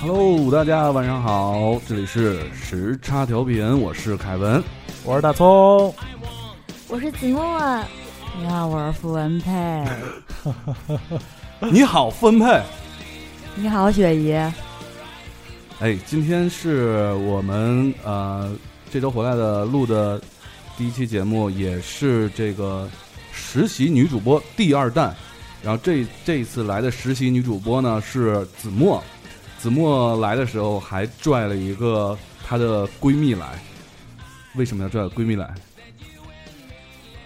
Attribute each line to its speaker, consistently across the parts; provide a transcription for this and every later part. Speaker 1: Hello，大家晚上好，这里是时差调频，我是凯文。
Speaker 2: 我是大葱，
Speaker 3: 我是子墨，
Speaker 4: 你好，我是傅文 佩。
Speaker 1: 你好，分配。
Speaker 4: 你好，雪姨。
Speaker 1: 哎，今天是我们呃这周回来的录的第一期节目，也是这个实习女主播第二弹。然后这这一次来的实习女主播呢是子墨，子墨来的时候还拽了一个她的闺蜜来。为什么要拽闺蜜来？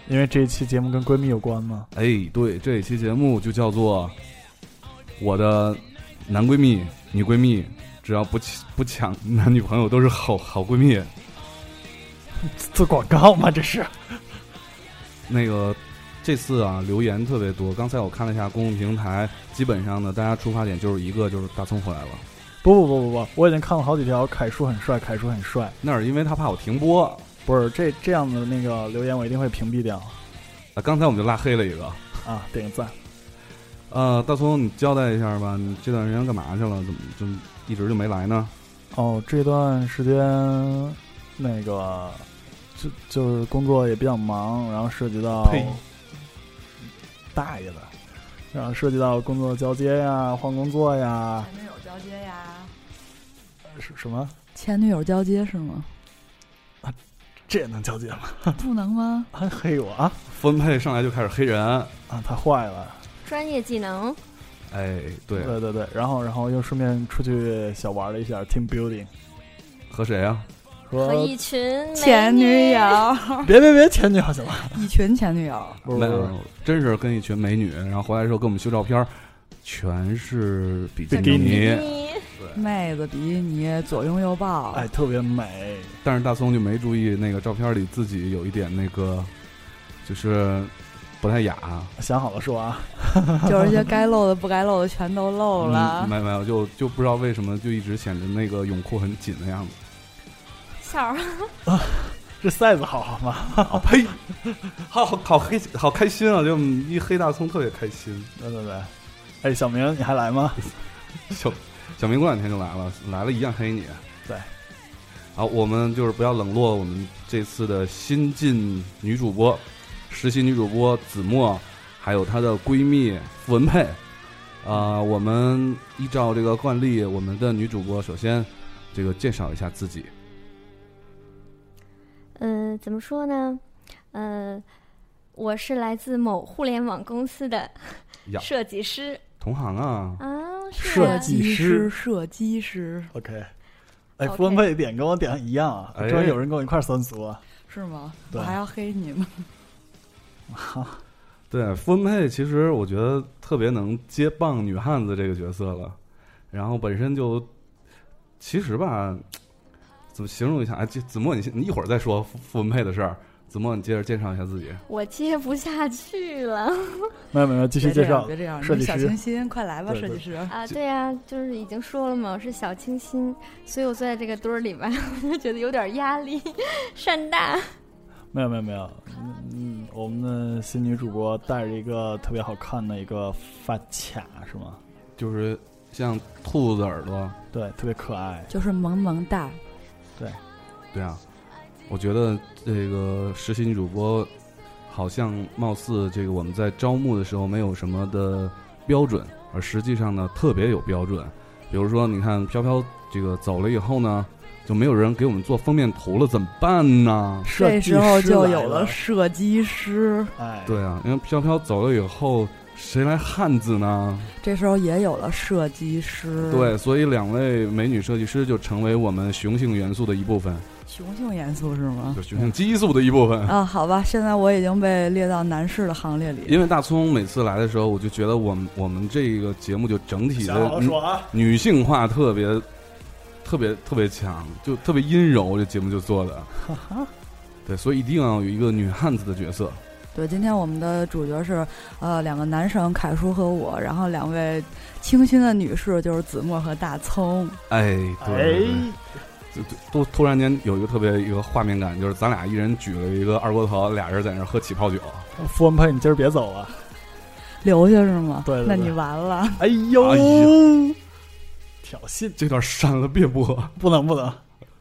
Speaker 2: 因为这一期节目跟闺蜜有关嘛，
Speaker 1: 哎，对，这一期节目就叫做我的男闺蜜、女闺蜜，只要不抢不抢男女朋友都是好好闺蜜。
Speaker 2: 做广告嘛，这是。
Speaker 1: 那个这次啊，留言特别多。刚才我看了一下公共平台，基本上呢，大家出发点就是一个，就是大葱回来了。
Speaker 2: 不不不不不，我已经看了好几条，凯叔很帅，凯叔很帅。
Speaker 1: 那是因为他怕我停播
Speaker 2: 不是这这样的那个留言，我一定会屏蔽掉
Speaker 1: 啊。刚才我们就拉黑了一个。
Speaker 2: 啊，点个赞。
Speaker 1: 呃，大葱，你交代一下吧，你这段时间干嘛去了？怎么就一直就没来呢？
Speaker 2: 哦，这段时间那个就就是工作也比较忙，然后涉及到
Speaker 1: 呸
Speaker 2: 大爷的，然后涉及到工作交接呀、换工作呀，
Speaker 3: 前女友交接呀，
Speaker 2: 什什么
Speaker 4: 前女友交接是吗？
Speaker 2: 这也能交接吗？
Speaker 4: 不能吗？
Speaker 2: 还黑我啊
Speaker 1: 分配上来就开始黑人。
Speaker 2: 啊！太坏了。
Speaker 3: 专业技能，
Speaker 1: 哎，对，
Speaker 2: 对对对，然后然后又顺便出去小玩了一下 team building，
Speaker 1: 和谁啊？
Speaker 2: 说
Speaker 3: 和一群美
Speaker 4: 呃前女友，
Speaker 2: 别别别前女友行吗？
Speaker 4: 一群前女友。
Speaker 2: 不是
Speaker 1: 没
Speaker 2: 不是
Speaker 1: 有，真是跟一群美女，然后回来的时候给我们修照片儿，全是比基
Speaker 2: 比基
Speaker 1: 尼。
Speaker 3: 你
Speaker 4: 妹子比你左拥右抱，
Speaker 2: 哎，特别美，
Speaker 1: 但是大松就没注意那个照片里自己有一点那个，就是不太雅。
Speaker 2: 想好了说啊，
Speaker 4: 就是一些该露的不该露的全都露了
Speaker 1: 嗯。没没有，就就不知道为什么就一直显得那个泳裤很紧的样子。
Speaker 3: 笑儿，
Speaker 2: 这 size 好好吗？
Speaker 1: 啊呸！好好好黑好开心啊！就一黑大葱特别开心。
Speaker 2: 对对对，哎，小明你还来吗？
Speaker 1: 小小明过两天就来了，来了一样黑你。
Speaker 2: 对，
Speaker 1: 好，我们就是不要冷落我们这次的新晋女主播，实习女主播子墨，还有她的闺蜜傅文佩。啊、我们依照这个惯例，我们的女主播首先这个介绍一下自己。
Speaker 3: 嗯、怎么说呢？嗯，我是来自某互联网公司的
Speaker 1: 呀
Speaker 3: 设计师
Speaker 1: 同行啊，
Speaker 3: 啊，是
Speaker 2: 设
Speaker 3: 啊
Speaker 2: 计师
Speaker 4: 师，射击师
Speaker 2: OK，哎，
Speaker 3: OK
Speaker 2: 符文配点跟我点一样啊，
Speaker 1: 哎
Speaker 2: 终于有人跟我一块儿三俗啊，
Speaker 4: 是吗？
Speaker 2: 对
Speaker 4: 我还要黑你吗？
Speaker 1: 对，傅文佩其实我觉得特别能接棒女汉子这个角色了，然后本身就其实吧，怎么形容一下？哎，这子墨你先，你一会儿再说傅傅文佩的事儿。子墨，你接着介绍一下自己。
Speaker 3: 我接不下去了
Speaker 2: 没有没有，继续
Speaker 4: 别这
Speaker 2: 介
Speaker 4: 样，
Speaker 2: 绍
Speaker 4: 别，这样，
Speaker 2: 设计
Speaker 4: 你小
Speaker 2: 师
Speaker 4: 清新，快来吧，
Speaker 2: 对
Speaker 4: 设
Speaker 2: 对
Speaker 4: 计师。
Speaker 3: 啊！对呀、就是已经说了嘛，我是小清新，所以我坐在这个堆儿里吧， 我就觉得有点压力， 善大。
Speaker 2: 没有没有没有，嗯，嗯我们的新女主播带着一个特别好看的一个发卡是吗？
Speaker 1: 就是像兔子耳朵，
Speaker 2: 对，特别可爱，
Speaker 4: 就是萌萌哒，
Speaker 1: 对啊，我觉得这个实习女主播好像貌似这个我们在招募的时候没有什么的标准，而实际上呢特别有标准。比如说，你看飘飘这个走了以后呢，就没有人给我们做封面图了，怎么办呢？
Speaker 2: 设
Speaker 4: 这
Speaker 2: 计
Speaker 4: 时候
Speaker 2: 师
Speaker 4: 就
Speaker 2: 来
Speaker 4: 有了
Speaker 2: 了，
Speaker 4: 射击师，
Speaker 2: 哎，
Speaker 1: 对啊，因为飘飘走了以后，谁来汉字呢？
Speaker 4: 这时候也有了射击师。，
Speaker 1: 对，所以两位美女设计师就成为我们雄性元素的一部分，
Speaker 4: 雄性元素是吗？
Speaker 1: 就雄性激素的一部分。
Speaker 4: 啊，好吧，现在我已经被列到男士的行列里。
Speaker 1: 因为大葱每次来的时候，我就觉得我们我们这个节目就整体
Speaker 2: 想好
Speaker 1: 的
Speaker 2: 了说啊。
Speaker 1: 女性化特别特别特别强，就特别阴柔，这节目就做的。对，所以一定要有一个女汉子的角色。
Speaker 4: 对，今天我们的主角是呃两个男生凯叔和我，然后两位清新的女士就是子墨和大葱。
Speaker 1: 哎，对对
Speaker 2: 哎，
Speaker 1: 对，突突然间有一个特别一个画面感，就是咱俩一人举了一个二锅头，俩人在那儿喝起泡酒。
Speaker 2: 傅文佩，你今儿别走啊！
Speaker 4: 留下是吗？
Speaker 2: 对对
Speaker 4: 那
Speaker 2: 对
Speaker 4: 你完了。
Speaker 2: 哎呦，
Speaker 1: 哎
Speaker 2: 哎挑衅，
Speaker 1: 这段删了别播。
Speaker 2: 不能不能，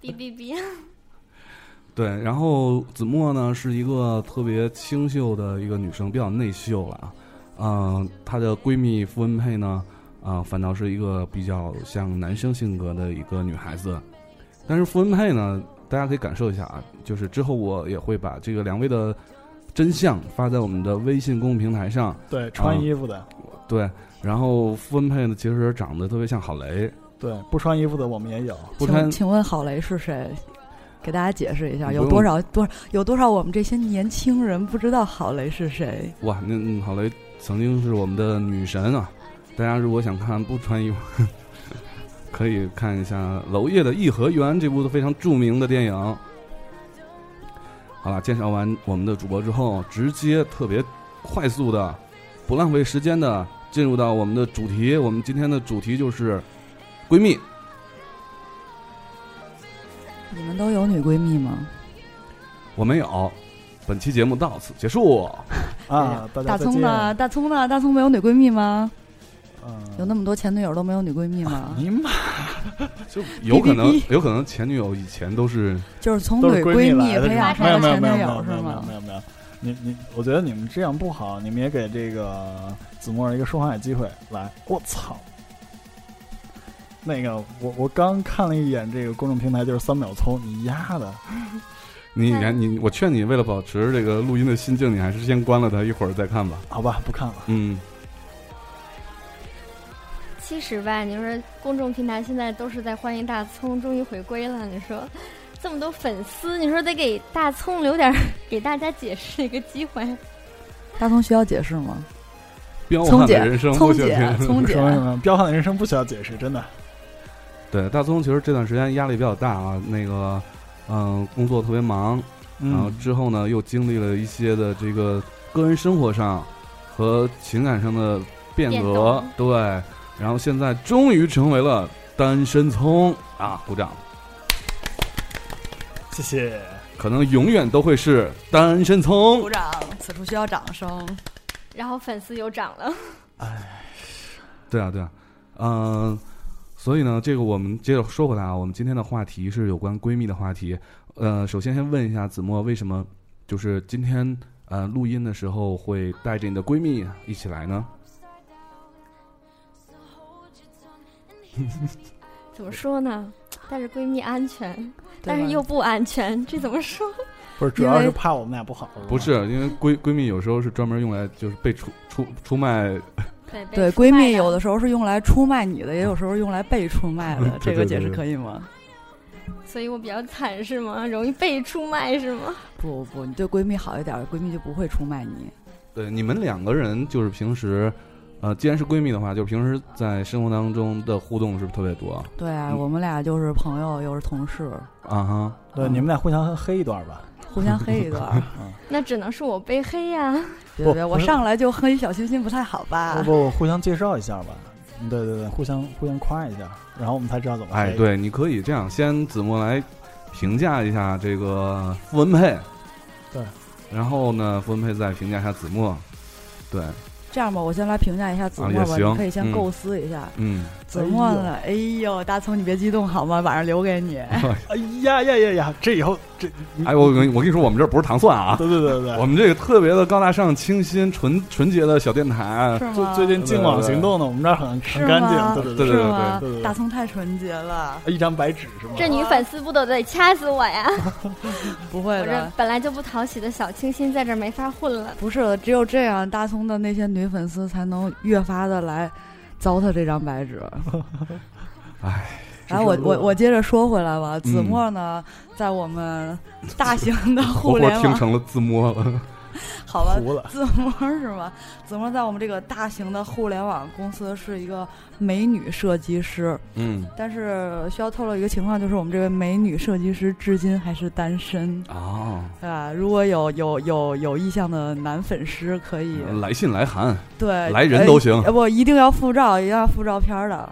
Speaker 3: 哔哔哔，
Speaker 1: 对，然后子墨呢是一个特别清秀的一个女生，比较内秀了啊。嗯、她的闺蜜傅文佩呢，啊、反倒是一个比较像男生性格的一个女孩子。但是傅文佩呢，大家可以感受一下啊，就是之后我也会把这个两位的真相发在我们的微信公众平台上。
Speaker 2: 对，
Speaker 1: 啊
Speaker 2: 穿衣服的，
Speaker 1: 对，然后傅文佩呢，其实长得特别像郝雷，
Speaker 2: 对，不穿衣服的我们也有，
Speaker 1: 不
Speaker 4: 请
Speaker 1: 穿
Speaker 4: 请问郝雷是谁？给大家解释一下，
Speaker 1: 你
Speaker 4: 有
Speaker 1: 不
Speaker 4: 多
Speaker 1: 用
Speaker 4: 少多少有多少我们这些年轻人不知道郝雷是谁？
Speaker 1: 哇，那嗯郝蕾曾经是我们的女神啊！大家如果想看不穿衣服， 可以看一下娄烨的《颐和园》这部非常著名的电影。好了，介绍完我们的主播之后，直接特别快速的、不浪费时间的进入到我们的主题。我们今天的主题就是闺蜜。
Speaker 4: 你们都有女闺蜜吗？
Speaker 1: 我没有，本期节目到此结束。
Speaker 2: 啊，大
Speaker 4: 大
Speaker 2: 家再
Speaker 4: 葱
Speaker 2: 见。
Speaker 4: 呢？大葱呢？大葱没有女闺蜜吗？
Speaker 2: 嗯，
Speaker 4: 有那么多前女友都没有女闺蜜吗？
Speaker 2: 你妈
Speaker 1: 就有可能
Speaker 4: 哔哔，
Speaker 1: 有可能前女友以前都是
Speaker 4: 就是从
Speaker 2: 都
Speaker 4: 女
Speaker 2: 是闺
Speaker 4: 闺蜜
Speaker 2: 来的，
Speaker 4: 培养
Speaker 2: 是
Speaker 4: 出
Speaker 2: 吧没有
Speaker 4: 来的
Speaker 2: 没有没有没
Speaker 4: 前女
Speaker 2: 有没有
Speaker 4: 友是
Speaker 2: 没有
Speaker 4: 吗
Speaker 2: 没？有没有，你你，我觉得你们这样不好，你们也给这个子墨一个说话的机会。来，我操！那个，我我刚看了一眼这个公众平台，就是三秒葱，你丫的！
Speaker 1: 你
Speaker 3: 那
Speaker 1: 你，我劝你为了保持这个录音的心境，你还是先关了它，一会儿再看吧。
Speaker 2: 好吧，不看了。
Speaker 1: 嗯，
Speaker 3: 其实吧，你说公众平台现在都是在欢迎大葱终于回归了，你说这么多粉丝，你说得给大葱留点儿给大家解释一个机会。
Speaker 4: 大葱需要解释吗？
Speaker 1: 彪
Speaker 4: 葱
Speaker 1: 悍
Speaker 4: 姐
Speaker 1: 的人生，
Speaker 4: 葱
Speaker 1: 我觉
Speaker 4: 姐
Speaker 1: 得，
Speaker 4: 葱姐
Speaker 2: 什，么什么，彪悍的人生不需要解释，真的。
Speaker 1: 对大葱，其实这段时间压力比较大啊，那个，嗯、工作特别忙，然后
Speaker 2: 嗯，
Speaker 1: 之后呢，又经历了一些的这个个人生活上和情感上的变
Speaker 3: 变
Speaker 1: 革
Speaker 3: 动，
Speaker 1: 对，然后现在终于成为了单身葱啊，鼓掌！
Speaker 2: 谢谢。
Speaker 1: 可能永远都会是单身葱
Speaker 4: 鼓，掌！此处需要掌声。
Speaker 3: 然后粉丝又涨了，
Speaker 1: 对啊，对啊，嗯、所以呢，这个我们接着说回来啊，我们今天的话题是有关闺蜜的话题。呃，首先先问一下子墨，为什么就是今天呃录音的时候会带着你的闺蜜一起来呢？
Speaker 3: 嗯怎么说呢？带着闺蜜安全，
Speaker 4: 对
Speaker 3: 但是
Speaker 4: 吧
Speaker 3: 又不安全，这怎么说？
Speaker 2: 不是，主
Speaker 4: 因
Speaker 2: 要是
Speaker 4: 为
Speaker 2: 怕我们俩不好。吧
Speaker 1: 不，是，因为闺闺蜜有时候是专门用来就是被出出出卖，。
Speaker 3: 对被
Speaker 4: 对，
Speaker 3: 出
Speaker 4: 闺
Speaker 3: 卖
Speaker 4: 蜜
Speaker 3: 了
Speaker 4: 有的时候是用来出卖你的，也有时候用来被出卖的这
Speaker 1: 对对
Speaker 4: 个解
Speaker 1: 对
Speaker 4: 释
Speaker 1: 对
Speaker 4: 可以吗？
Speaker 3: 所以我比较惨是吗？容易被出卖是吗？
Speaker 4: 不不不，你对闺蜜好一点，闺蜜就不会出卖你。
Speaker 1: 对，呃你们两个人就是平时，呃，既然是闺蜜的话，就平时在生活当中的互动是不是特别多
Speaker 4: 对啊，
Speaker 1: 嗯
Speaker 4: 我们俩就是朋友，又是同事，
Speaker 1: 啊？哈，
Speaker 4: 嗯
Speaker 2: 对，你们俩互相黑一段吧。
Speaker 4: 互相黑一段儿。
Speaker 3: 那只能是我被黑呀、
Speaker 4: 别
Speaker 2: 不
Speaker 4: 别，
Speaker 2: 不
Speaker 4: 我
Speaker 2: 是
Speaker 4: 上来就黑小清新不太好
Speaker 2: 要
Speaker 4: 吧？
Speaker 2: 不我互相介绍一下吧？对对对，互相互相夸一下，然后我们才知道怎么
Speaker 1: 哎，
Speaker 2: 黑，
Speaker 1: 对，你可以这样，先子墨来评价一下这个傅文佩，
Speaker 2: 对，
Speaker 1: 然后呢，傅文佩再评价一下子墨，对，
Speaker 4: 这样吧，我先来评价一下子
Speaker 1: 啊
Speaker 4: 墨
Speaker 1: 也
Speaker 4: 吧，
Speaker 1: 行
Speaker 4: 你可以先
Speaker 1: 嗯
Speaker 4: 构思一下。
Speaker 1: 嗯，
Speaker 4: 子墨呢？哎呦，大葱，你别激动好吗？晚上留给你。
Speaker 2: 哎呀呀呀呀，这以后这，
Speaker 1: 哎，我跟我跟你说，我们这儿不是糖蒜啊，
Speaker 2: 对对对对
Speaker 1: 我，们这个特别的高大上、清新、纯纯洁的小电台
Speaker 4: 是，吗？
Speaker 2: 最最近净网行动呢，我们这儿很很干净，对对
Speaker 1: 对
Speaker 4: 是吗
Speaker 2: 对对对？
Speaker 4: 大葱太纯洁了，
Speaker 2: 对，一张白纸是吗？
Speaker 3: 这女粉丝不都得掐死我呀？
Speaker 4: 不会
Speaker 3: 我这
Speaker 4: 的，
Speaker 3: 本来就不讨喜的小清新在这儿没法混了。
Speaker 4: 不是的，只有这样，大葱的那些女粉丝才能越发的来糟蹋这张 白纸。
Speaker 2: 哎
Speaker 4: 然后我我我接着说回来
Speaker 2: 嗯
Speaker 4: 吧，子墨呢，在我们大型的
Speaker 1: 活
Speaker 4: 互
Speaker 1: 活
Speaker 4: 联
Speaker 1: 听
Speaker 4: 网，
Speaker 1: 成了自摸了，
Speaker 4: 好吧，
Speaker 2: 糊了，
Speaker 4: 子墨是吗？子墨在我们这个大型的互联网公司是一个美女设计师，
Speaker 1: 嗯
Speaker 4: 但是需要透露一个情况，就是我们这位美女设计师至今还是单身。
Speaker 1: 哦，
Speaker 4: 对吧？如果有有有有意向的男粉丝，可以
Speaker 1: 来信来函
Speaker 4: 对
Speaker 1: 来人都行
Speaker 4: 呃不一定要附照，一定要附照片儿的。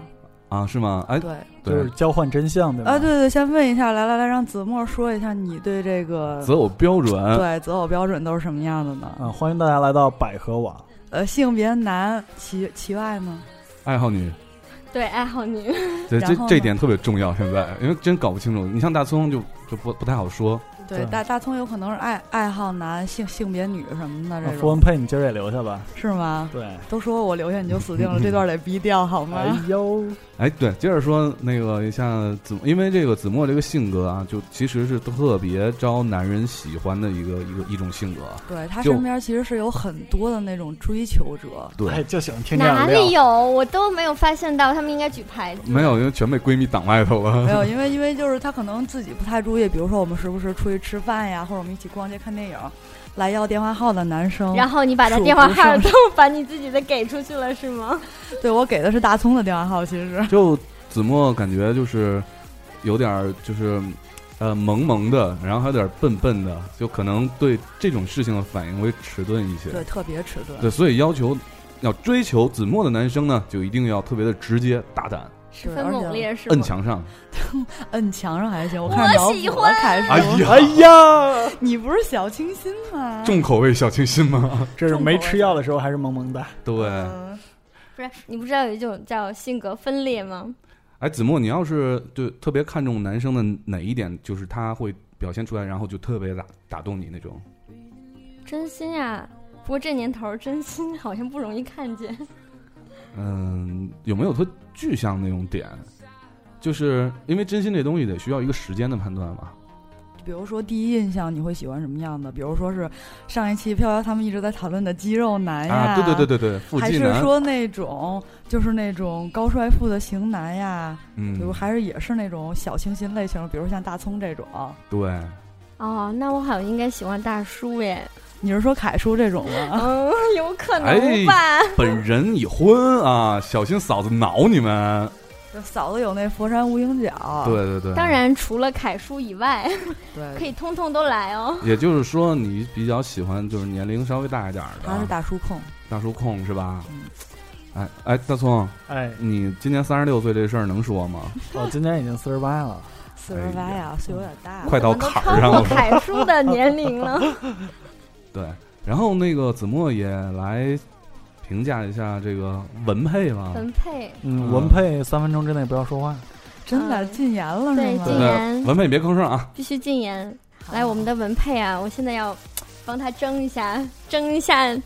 Speaker 1: 啊，是吗？哎，
Speaker 4: 对，
Speaker 2: 就是
Speaker 1: 对，
Speaker 2: 交换真相对吧？
Speaker 4: 啊，对对，先问一下，来来来，让子墨说一下你对这个
Speaker 1: 择偶标准，
Speaker 4: 对择偶标准都是什么样的呢？
Speaker 2: 啊，
Speaker 1: 嗯
Speaker 2: 欢迎大家来到百合网，
Speaker 4: 呃，性别男，其其外呢？
Speaker 1: 爱好女，
Speaker 3: 对，爱好女，
Speaker 1: 对，
Speaker 4: 然
Speaker 1: 这
Speaker 4: 后呢
Speaker 1: 这点特别重要，现在因为真搞不清楚。你像大葱就就不不太好说，
Speaker 4: 对
Speaker 2: 对
Speaker 4: 大大葱有可能是爱爱好男性性别女什么的
Speaker 2: 那
Speaker 4: 这
Speaker 2: 符
Speaker 1: 啊
Speaker 4: 种
Speaker 2: 啊文佩，你今儿也留下吧。
Speaker 4: 是吗？
Speaker 2: 对，
Speaker 4: 都说我留下你就死定了，这段得逼掉好吗？
Speaker 2: 哎呦，
Speaker 1: 哎，对，接着说那个像子，因为这个子墨这个性格啊，就其实是特别招男人喜欢的一个一个一种性格。啊
Speaker 4: 对他
Speaker 1: 就
Speaker 4: 身边其实是有很多的那种追求者，
Speaker 1: 对，
Speaker 2: 哎，就喜欢听这样
Speaker 3: 哪
Speaker 2: 的
Speaker 3: 里
Speaker 2: 料。
Speaker 3: 有？我都没有发现到，他们应该举牌子。
Speaker 1: 没有，因为全被闺蜜挡外头
Speaker 4: 没
Speaker 1: 了。
Speaker 4: 有，因为因为就是他可能自己不太注意，比如说我们时不时出去吃饭呀，或者我们一起逛街看电影，来要电话号的男生，
Speaker 3: 然后你把他电话号都把你自己的给出去了是吗？
Speaker 4: 对我给的是大葱的电话号，其实
Speaker 1: 就子墨感觉就是有点儿就是呃萌萌的，然后还有点笨笨的，就可能对这种事情的反应会迟钝一些。
Speaker 4: 对特别迟钝，
Speaker 1: 对，所以要求要追求子墨的男生呢，就一定要特别的直接、大胆，
Speaker 3: 十分猛烈是
Speaker 1: 摁
Speaker 3: 吗？
Speaker 1: 墙上。
Speaker 4: 摁墙上还行，我
Speaker 3: 我
Speaker 4: 看着脑补
Speaker 3: 喜
Speaker 4: 了
Speaker 3: 欢
Speaker 4: 开始，
Speaker 1: 哎呀，
Speaker 2: 哎呀，
Speaker 4: 你不是小清新吗？嗯
Speaker 1: 重口味小清新吗？
Speaker 2: 这是没吃药的时候还是萌萌哒。
Speaker 1: 对，
Speaker 4: 嗯
Speaker 3: 不是，你不知道有一种叫性格分裂吗？
Speaker 1: 哎，子墨，你要是就特别看重男生的哪一点，就是他会表现出来，然后就特别打打动你那种。
Speaker 3: 真心啊，不过这年头儿真心 好像不容易看见。
Speaker 1: 嗯，有没有特具象那种点？就是因为真心这东西得需要一个时间的判断嘛。
Speaker 4: 比如说第一印象你会喜欢什么样的？比如说是上一期飘飘他们一直在讨论的肌肉男哎呀，
Speaker 1: 啊，对对对对对，腹
Speaker 4: 还
Speaker 1: 肌
Speaker 4: 是
Speaker 1: 男，
Speaker 4: 说那种就是那种高帅富的型男呀，比如
Speaker 1: 嗯，
Speaker 4: 还是也是那种小清新类型，比如像大葱这种。
Speaker 1: 对，
Speaker 3: 哦，那我好像应该喜欢大叔
Speaker 1: 啊
Speaker 3: 耶。
Speaker 4: 你是说凯叔这种 吗？
Speaker 3: 嗯，有可
Speaker 1: 哎
Speaker 3: 能吧。
Speaker 1: 本人已婚啊，小心嫂子挠你们。
Speaker 4: 就嫂子有那佛山无影脚，
Speaker 1: 对对对，
Speaker 3: 当然，除了凯叔以外，
Speaker 4: 对，
Speaker 3: 可以通通都来哦。
Speaker 1: 也就是说，你比较喜欢就是年龄稍微大一点儿的
Speaker 4: 他是啊大叔控，
Speaker 1: 大叔控是吧？
Speaker 4: 嗯
Speaker 1: 哎哎，大葱，
Speaker 2: 哎，
Speaker 1: 你今年三十六岁这事儿能说吗？
Speaker 2: 我哦今年已经四十八了，
Speaker 4: 四十八呀，岁有点大。
Speaker 1: 哎快到
Speaker 3: 我们都
Speaker 1: 坎
Speaker 3: 超
Speaker 1: 儿上
Speaker 3: 过
Speaker 1: 了。
Speaker 3: 凯叔的年龄了。
Speaker 1: 对，然后那个子墨也来评价一下这个文配吧。
Speaker 3: 文佩，
Speaker 2: 嗯，
Speaker 1: 嗯
Speaker 2: 文佩三分钟之内不要说话。
Speaker 4: 真的
Speaker 3: 嗯
Speaker 4: 禁言了
Speaker 3: 对
Speaker 4: 是吗？
Speaker 3: 禁言
Speaker 1: 对，文配你别吭声啊！
Speaker 3: 必须禁言。
Speaker 4: 好
Speaker 3: 来，我们的文佩啊，我现在要帮她争一下， 争一下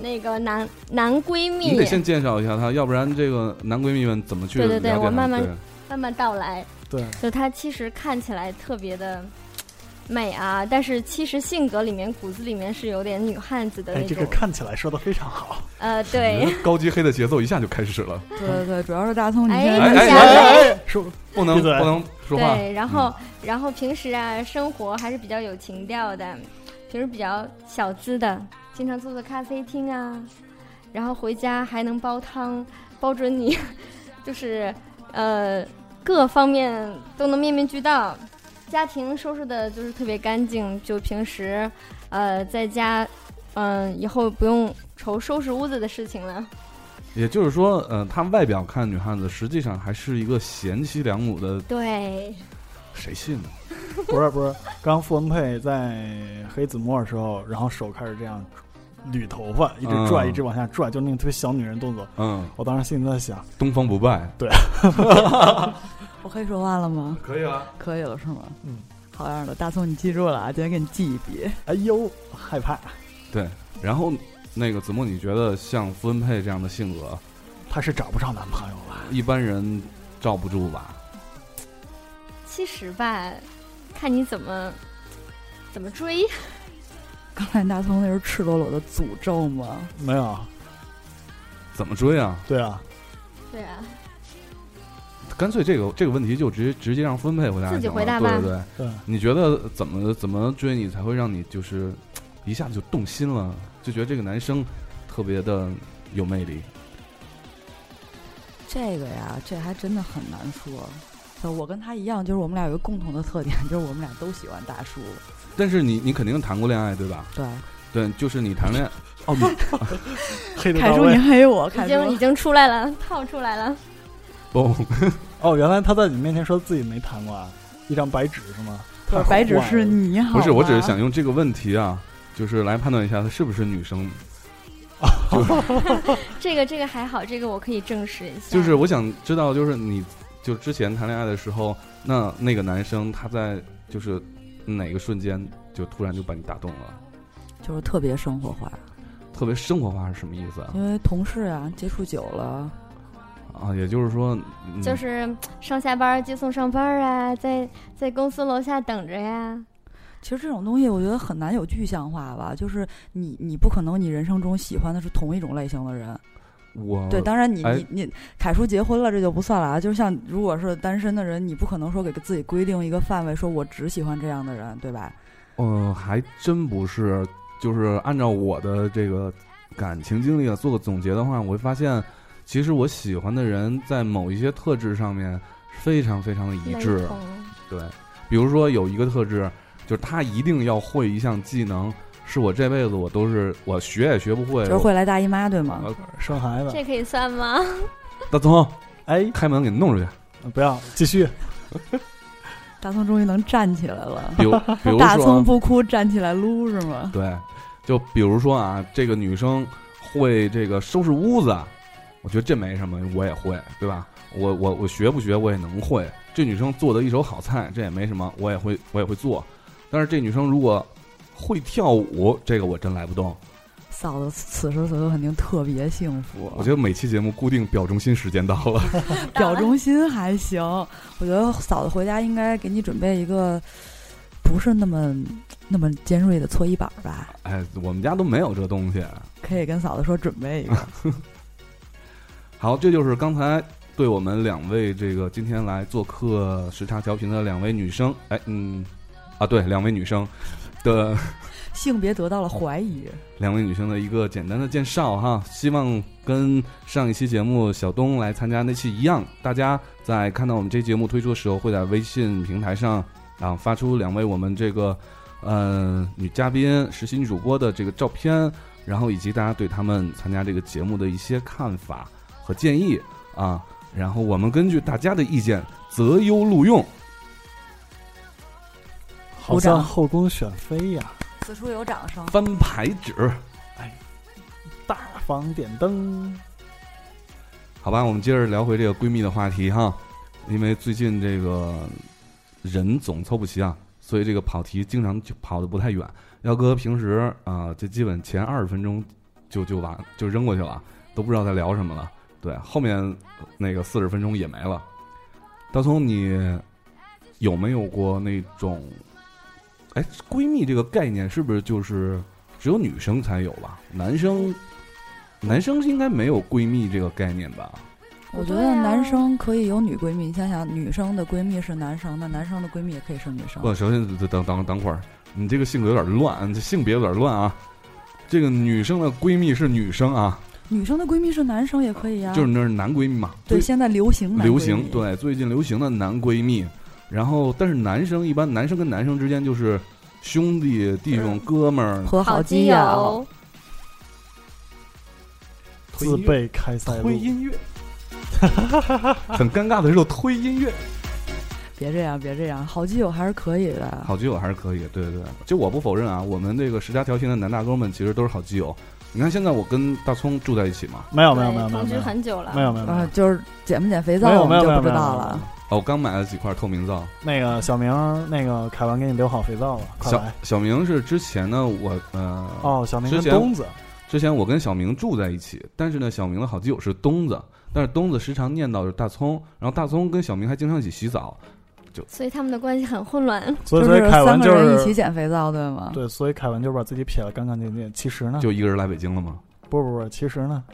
Speaker 3: 那个男男闺
Speaker 1: 你得
Speaker 3: 蜜，
Speaker 1: 先介绍一下他，要不然这个男闺蜜们怎么去了
Speaker 3: 对
Speaker 1: 解
Speaker 3: 对对
Speaker 1: 他
Speaker 3: 我慢慢
Speaker 1: 对
Speaker 3: 慢慢道来。
Speaker 2: 对，
Speaker 3: 就她其实看起来特别的美啊，但是其实性格里面骨子里面是有点女汉子的
Speaker 2: 哎，
Speaker 3: 那
Speaker 2: 这
Speaker 3: 种。
Speaker 2: 个看起来说的非常好。
Speaker 3: 呃，对，
Speaker 1: 高级黑的节奏一下就开始 了，
Speaker 4: 对对对，主要是大葱，你
Speaker 3: 哎
Speaker 4: 现
Speaker 1: 哎
Speaker 4: 在
Speaker 1: 哎
Speaker 3: 哎哎
Speaker 2: 哎，说
Speaker 1: 不能
Speaker 2: 闭
Speaker 1: 不
Speaker 2: 嘴
Speaker 1: 能说话。嗯
Speaker 3: 对，然后、然后平时啊，生活还是比较有情调的，平时比较小资的，经常做做咖啡厅啊，然后回家还能煲汤，包准你就是呃各方面都能面面俱到，家庭收拾的就是特别干净，就平时呃在家嗯、以后不用愁收拾屋子的事情了，
Speaker 1: 也就是说，呃，他外表看女汉子，实际上还是一个贤妻良母的，
Speaker 3: 对，
Speaker 1: 谁信呢？
Speaker 2: 不是不是，刚傅文佩在黑子墨的时候，然后手开始这样捋头发，一直拽，
Speaker 1: 嗯
Speaker 2: 一直往下拽，就那个特别小女人动作。
Speaker 1: 嗯，
Speaker 2: 我当时心里在想，
Speaker 1: 东方不败，
Speaker 4: 我可以说话了吗？
Speaker 1: 可以啊。
Speaker 4: 可以了是吗？
Speaker 2: 嗯，
Speaker 4: 好样的，大葱，你记住了啊，今天给你记一笔。
Speaker 2: 哎呦，害怕。
Speaker 1: 然后那个子墨，你觉得像傅文佩这样的性格，
Speaker 2: 她是找不着男朋友了。
Speaker 1: 一般人罩不住吧？
Speaker 3: 其实吧，看你怎么怎么追。
Speaker 4: 刚才大葱那是赤裸裸的诅咒吗？
Speaker 2: 没有，
Speaker 1: 怎么追啊？
Speaker 2: 对啊，
Speaker 3: 对啊，
Speaker 1: 干脆这个这个问题就直接直接让分配回答就行了，
Speaker 3: 自己回答吧
Speaker 1: 对对对，
Speaker 2: 对，
Speaker 1: 你觉得怎么怎么追你才会让你就是嘖一下子就动心了，就觉得这个男生特别的有魅力？
Speaker 4: 这个呀，这还真的很难说。呃我跟他一样，就是我们俩有一个共同的特点，就是我们俩都喜欢大叔。
Speaker 1: 但是你你肯定谈过恋爱对吧？
Speaker 4: 对，
Speaker 1: 对，就是你谈恋爱，哦， 你
Speaker 2: 黑的
Speaker 4: 凯
Speaker 2: 到
Speaker 4: 叔你
Speaker 2: 位。
Speaker 4: 黑我，凯
Speaker 3: 已经已
Speaker 4: 叔
Speaker 3: 经出来了， 套出来了。
Speaker 1: 不，
Speaker 2: 哦，原来她在你面前说自己没谈过啊，一张白纸是吗？太坏
Speaker 4: 白纸
Speaker 2: 了
Speaker 4: 是你
Speaker 1: 啊
Speaker 4: 好吗，啊
Speaker 1: 不是，我只是想用这个问题啊，就是来判断一下她是不是女生。
Speaker 3: 这个这个还好，这个我可以证实一下。
Speaker 1: 就是我想知道，就是你就之前谈恋爱的时候，那那个男生他在就是哪个瞬间就突然就把你打动了？
Speaker 4: 就是特别生活化。
Speaker 1: 特别生活化是什么意思
Speaker 3: 嗯
Speaker 1: 啊？
Speaker 4: 因为同事呀、接触久了，
Speaker 1: 啊，也就是说，嗯
Speaker 3: 就是上下班儿接送上班儿啊，在在公司楼下等着呀。
Speaker 4: 其实这种东西我觉得很难有具象化吧。就是你，你不可能你人生中喜欢的是同一种类型的人。
Speaker 1: 我
Speaker 4: 对，当然你
Speaker 1: 哎
Speaker 4: 你你，凯叔结婚了这就不算了啊。就是像如果是单身的人，你不可能说给自己规定一个范围，说我只喜欢这样的人，对吧？
Speaker 1: 呃，还真不是，就是按照我的这个感情经历啊，做个总结的话，我会发现，其实我喜欢的人在某一些特质上面非常非常的一
Speaker 3: 那
Speaker 1: 致。啊
Speaker 3: 同
Speaker 1: 对，比如说有一个特质，就是他一定要会一项技能，是我这辈子我都是我学也学不会。
Speaker 4: 就是会来大姨妈，对吗？
Speaker 1: 我。呃
Speaker 2: 生孩子，
Speaker 3: 这可以算吗？
Speaker 1: 大葱，
Speaker 2: 哎，
Speaker 1: 开门给弄出去。
Speaker 2: 不要继续，
Speaker 4: 大葱终于能站起来了，
Speaker 1: 比如，比如说啊
Speaker 4: 大葱不哭，站起来撸是吗？
Speaker 1: 对，就比如说啊，这个女生会这个收拾屋子，我觉得这没什么，我也会，对吧？我我我学不学我也能会。这女生做的一手好菜，这也没什么，我也会我也会做。但是这女生如果会跳舞，这个我真来不动。
Speaker 4: 嫂子此时此刻肯定特别幸福。
Speaker 1: 我觉得每期节目固定表忠心时间到了，
Speaker 4: 表忠心还行，我觉得嫂子回家应该给你准备一个不是那么那么尖锐的搓衣板吧，
Speaker 1: 哎，我们家都没有这东西。
Speaker 4: 可以跟嫂子说准备 一个。
Speaker 1: 好，这就是刚才对我们两位这个今天来做客时差调频的两位女生，哎，嗯，啊，对，两位女生的。
Speaker 4: 性别得到了怀疑，
Speaker 1: 两位女生的一个简单的介绍哈，希望跟上一期节目小东来参加那期一样，大家在看到我们这节目推出的时候，会在微信平台上啊发出两位我们这个呃女嘉宾、实习女主播的这个照片，然后以及大家对他们参加这个节目的一些看法和建议啊，然后我们根据大家的意见择优录用。
Speaker 2: 好像后宫选妃呀，
Speaker 4: 此处有掌声。
Speaker 1: 翻牌纸，
Speaker 2: 大方点灯。
Speaker 1: 好吧，我们接着聊回这个闺蜜的话题哈，因为最近这个人总凑不齐啊，所以这个跑题经常就跑得不太远。耀哥平时啊，这、基本前二十分钟就就完就扔过去了，都不知道在聊什么了。对，后面呃那个四十分钟也没了。大聪，你有没有过那种？哎，闺蜜这个概念是不是就是只有女生才有吧？男生，男生应该没有闺蜜这个概念吧？
Speaker 4: 我觉得
Speaker 3: 对啊
Speaker 4: 男生可以有女闺蜜，你想想，女生的闺蜜是男生，那男生的闺蜜也可以是女生。
Speaker 1: 不，首先等等等等会儿，你这个性格有点乱，你这性别有点乱啊。这个女生的闺蜜是女生啊，
Speaker 4: 女生的闺蜜是男生也可以啊。
Speaker 1: 就是那是男闺蜜嘛，
Speaker 4: 对，现在流行男
Speaker 1: 流
Speaker 4: 闺
Speaker 1: 行
Speaker 4: 蜜，
Speaker 1: 对最近流行的男闺蜜。然后，但是男生一般男生跟男生之间就是兄弟、弟
Speaker 4: 嗯
Speaker 1: 兄、哥们儿，
Speaker 4: 和好
Speaker 3: 基
Speaker 4: 基友。
Speaker 3: 友，
Speaker 1: 推
Speaker 2: 自
Speaker 1: 音乐
Speaker 2: 备开塞露
Speaker 1: 推，音乐，很尴尬的时候推音乐。
Speaker 4: 别这样，别这样，好基友还是可以的。
Speaker 1: 好基友还是可以，对对对，就我不否认啊，我们这个十家调频的男大哥们其实都是好基友。你看现在我跟大葱住在一起嘛，
Speaker 2: 没有没有没有
Speaker 3: 对，
Speaker 2: 没有
Speaker 3: 同
Speaker 2: 没
Speaker 3: 居
Speaker 2: 有
Speaker 3: 很久了，
Speaker 2: 没有没有没
Speaker 4: 啊
Speaker 2: 有，
Speaker 4: 就是减不减肥
Speaker 2: 没
Speaker 4: 皂，
Speaker 2: 有
Speaker 4: 我们
Speaker 2: 没有
Speaker 4: 就
Speaker 2: 没
Speaker 4: 不
Speaker 2: 有
Speaker 4: 知道
Speaker 2: 没有
Speaker 4: 了。
Speaker 1: 哦，我刚买了几块透明皂。
Speaker 2: 那个小明儿，那个凯文给你留好肥皂了，快
Speaker 1: 小
Speaker 2: 来。
Speaker 1: 小明是之前呢，我呃，
Speaker 2: 哦，小明跟
Speaker 1: 之前
Speaker 2: 东子，
Speaker 1: 之前我跟小明住在一起，但是呢，小明的好基友是东子，但是东子时常念叨着大葱，然后大葱跟小明还经常一起洗澡。
Speaker 3: 所以他们的关系很混乱。
Speaker 2: 所以
Speaker 4: 就
Speaker 2: 所以
Speaker 4: 是
Speaker 2: 凯
Speaker 4: 三
Speaker 2: 文
Speaker 4: 个
Speaker 2: 就
Speaker 4: 人一起
Speaker 2: 是
Speaker 4: 减肥皂，对吗？
Speaker 2: 对，所以凯文就把自己撇得干干净净。其实
Speaker 4: 啊
Speaker 2: 呢，
Speaker 1: 就一个人来北京了吗？
Speaker 2: 不不不，其实 呢，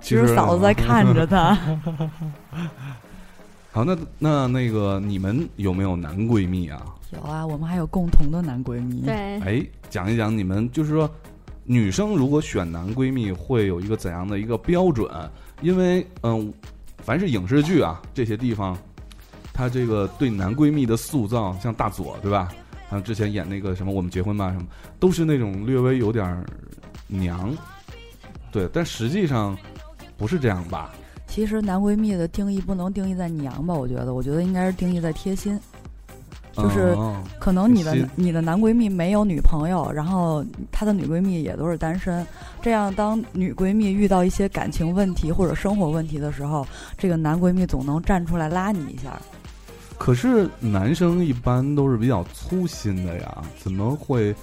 Speaker 4: 其实嫂子在看 着他。
Speaker 1: 好，那那那个你们有没有男闺蜜啊？
Speaker 4: 有啊，我们还有共同的男闺蜜。，
Speaker 3: 对，
Speaker 1: 哎，讲一讲你们就是说，女生如果选男闺蜜会有一个怎样的一个标准？因为嗯，凡是影视剧啊这些地方，他这个对男闺蜜的塑造，像大佐对吧？啊，之前演那个什么《我们结婚吧》什么，都是那种略微有点儿娘，对，但实际上不是这样吧？
Speaker 4: 其实男闺蜜的定义不能定义在娘吧，我觉得，我觉得应该是定义在贴心。就是
Speaker 1: 嗯
Speaker 4: 可能你的
Speaker 1: 心
Speaker 4: 你的男闺蜜没有女朋友，然后她的女闺蜜也都是单身，这样当女闺蜜遇到一些感情问题或者生活问题的时候，这个男闺蜜总能站出来拉你一下。
Speaker 1: 可是男生一般都是比较粗心的呀，怎么会？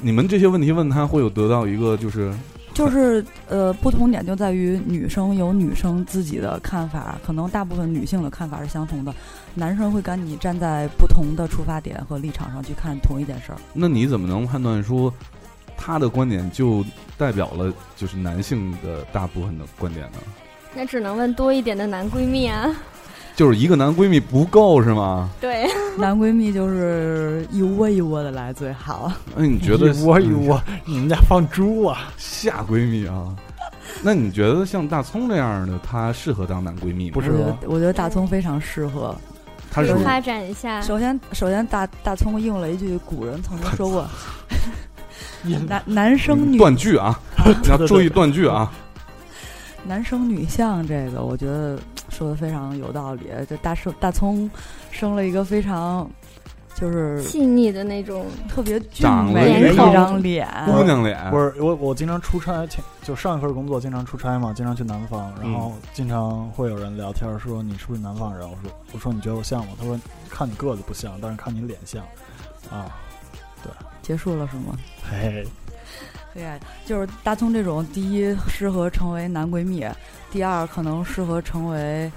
Speaker 1: 你们这些问题问他会有得到一个就是
Speaker 4: 就是呃，不同点就在于女生有女生自己的看法，可能大部分女性的看法是相同的，男生会跟你站在不同的出发点和立场上去看同一件事儿。
Speaker 1: 那你怎么能判断说他的观点就代表了就是男性的大部分的观点呢？
Speaker 3: 那只能问多一点的男闺蜜啊。
Speaker 1: 就是一个男闺蜜不够是吗？
Speaker 3: 对，
Speaker 4: 男闺蜜就是一窝一窝的来最好。
Speaker 1: 那你 觉得
Speaker 2: 一窝一窝，你们家放猪 啊？
Speaker 1: 下闺蜜啊？那你觉得像大葱这样的，她适合当男闺蜜吗？
Speaker 2: 不
Speaker 4: 我
Speaker 2: 是
Speaker 4: 觉得
Speaker 2: 吗
Speaker 4: 我觉得大葱非常适合。
Speaker 1: 她是
Speaker 3: 多
Speaker 1: 属于
Speaker 3: 发展一下。
Speaker 4: 首先，首先大大葱应了一句古人曾经说 过
Speaker 2: 你：“
Speaker 4: 男男生
Speaker 1: 嗯
Speaker 4: 女
Speaker 1: 断句 啊，你要注意断句啊。
Speaker 4: 男生女相”这个，我觉得说的非常有道理。这大生大葱生了一个非常就是
Speaker 3: 细腻的那种，
Speaker 4: 特别俊
Speaker 1: 长了
Speaker 4: 美
Speaker 3: 一
Speaker 4: 的
Speaker 3: 个
Speaker 4: 一张脸，
Speaker 1: 姑娘脸，
Speaker 2: 不是我，我经常出差，前就上一份工作经常出差嘛，经常去南方，然
Speaker 1: 嗯
Speaker 2: 后经常会有人聊天说你是不是南方人？我说我说你觉得我像吗？他说看你个子不像，但是看你脸像，啊，
Speaker 4: 结束了是吗？
Speaker 2: 嘿嘿，
Speaker 4: 对，
Speaker 3: 啊
Speaker 4: 就是大葱这种，第一适合成为男闺蜜，第二可能适合成为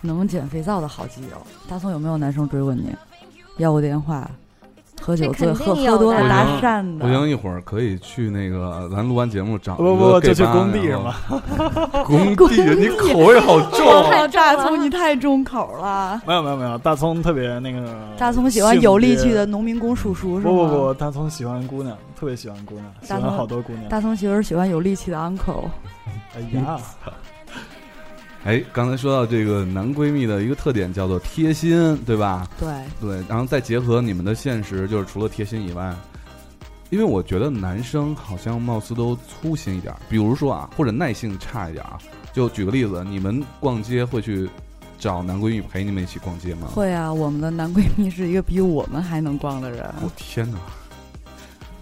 Speaker 4: 能减肥皂的好基友。大葱有没有男生追问你要过电话？喝酒
Speaker 3: 这
Speaker 4: 醉
Speaker 3: 肯
Speaker 4: 喝
Speaker 3: 定有
Speaker 4: 喝多了
Speaker 1: 的
Speaker 4: 搭讪
Speaker 1: 不行，
Speaker 4: 的，
Speaker 1: 一会儿可以去那个咱录完节目找
Speaker 2: 不不
Speaker 1: 啊一个
Speaker 2: 不，就
Speaker 1: gay
Speaker 2: 去
Speaker 1: 吧
Speaker 2: 工地是
Speaker 1: 然 后
Speaker 2: 吗？
Speaker 1: 工地，你口味好重。啊
Speaker 3: 太
Speaker 4: 哦大
Speaker 3: 重
Speaker 4: 葱
Speaker 3: 了
Speaker 4: 你太重口了。
Speaker 2: 没有没有没有，大葱特别那个，
Speaker 4: 大葱喜欢有力气的
Speaker 2: 性
Speaker 4: 农民工叔叔
Speaker 2: 别。
Speaker 4: 是吗？
Speaker 2: 不不不，大葱喜欢姑娘，特别喜欢姑娘，喜
Speaker 4: 大葱
Speaker 2: 欢好多姑娘。
Speaker 4: 大葱其实喜欢有力气的 uncle。
Speaker 2: 哎呀，
Speaker 1: 哎，刚才说到这个男闺蜜的一个特点叫做贴心，对吧？
Speaker 4: 对，
Speaker 1: 对，然后再结合你们的现实，就是除了贴心以外，因为我觉得男生好像貌似都粗心一点儿，比如说啊，或者耐性差一点儿啊。就举个例子，你们逛街会去找男闺蜜陪你们一起逛街吗？。
Speaker 4: 会啊，我们的男闺蜜是一个比我们还能逛的人。
Speaker 1: 我、天哪！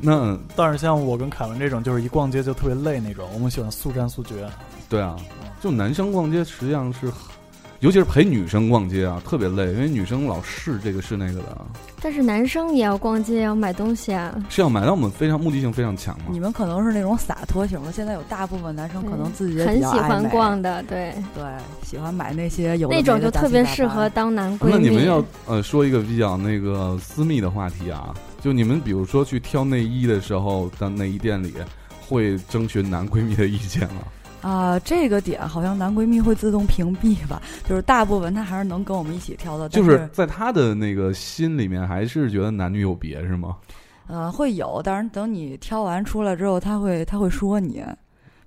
Speaker 1: 那
Speaker 2: 但是像我跟凯文这种，就是一逛街就特别累那种，我们喜欢速战速决。
Speaker 1: 对啊，就男生逛街实际上是很，尤其是陪女生逛街啊，特别累，因为女生老试这个试那个的，啊
Speaker 3: 但是男生也要逛街，也要买东西啊。
Speaker 1: 是要买到我们非常目的性非常强嘛
Speaker 4: 你。们可能是那种洒脱型的，现在有大部分男生可能自己也
Speaker 3: 很
Speaker 4: 比
Speaker 3: 喜
Speaker 4: 较爱
Speaker 3: 欢
Speaker 4: 美
Speaker 3: 逛的，对，
Speaker 4: 对，喜欢买那些有的
Speaker 3: 那种
Speaker 4: 没的
Speaker 3: 就
Speaker 4: 杂
Speaker 3: 特
Speaker 4: 七
Speaker 3: 别
Speaker 4: 杂
Speaker 3: 适
Speaker 4: 八
Speaker 3: 合当男闺蜜。
Speaker 1: 那你们要呃说一个比较那个私密的话题啊，就你们比如说去挑内衣的时候，到内衣店里会征询男闺蜜的意见吗？
Speaker 4: 啊、这个点好像男闺蜜会自动屏蔽吧，就是大部分他还是能跟我们一起挑的，但
Speaker 1: 就是
Speaker 4: 是
Speaker 1: 在他的那个心里面，还是觉得男女有别是吗？
Speaker 4: 呃会有，但是等你挑完出来之后，他会他会说你，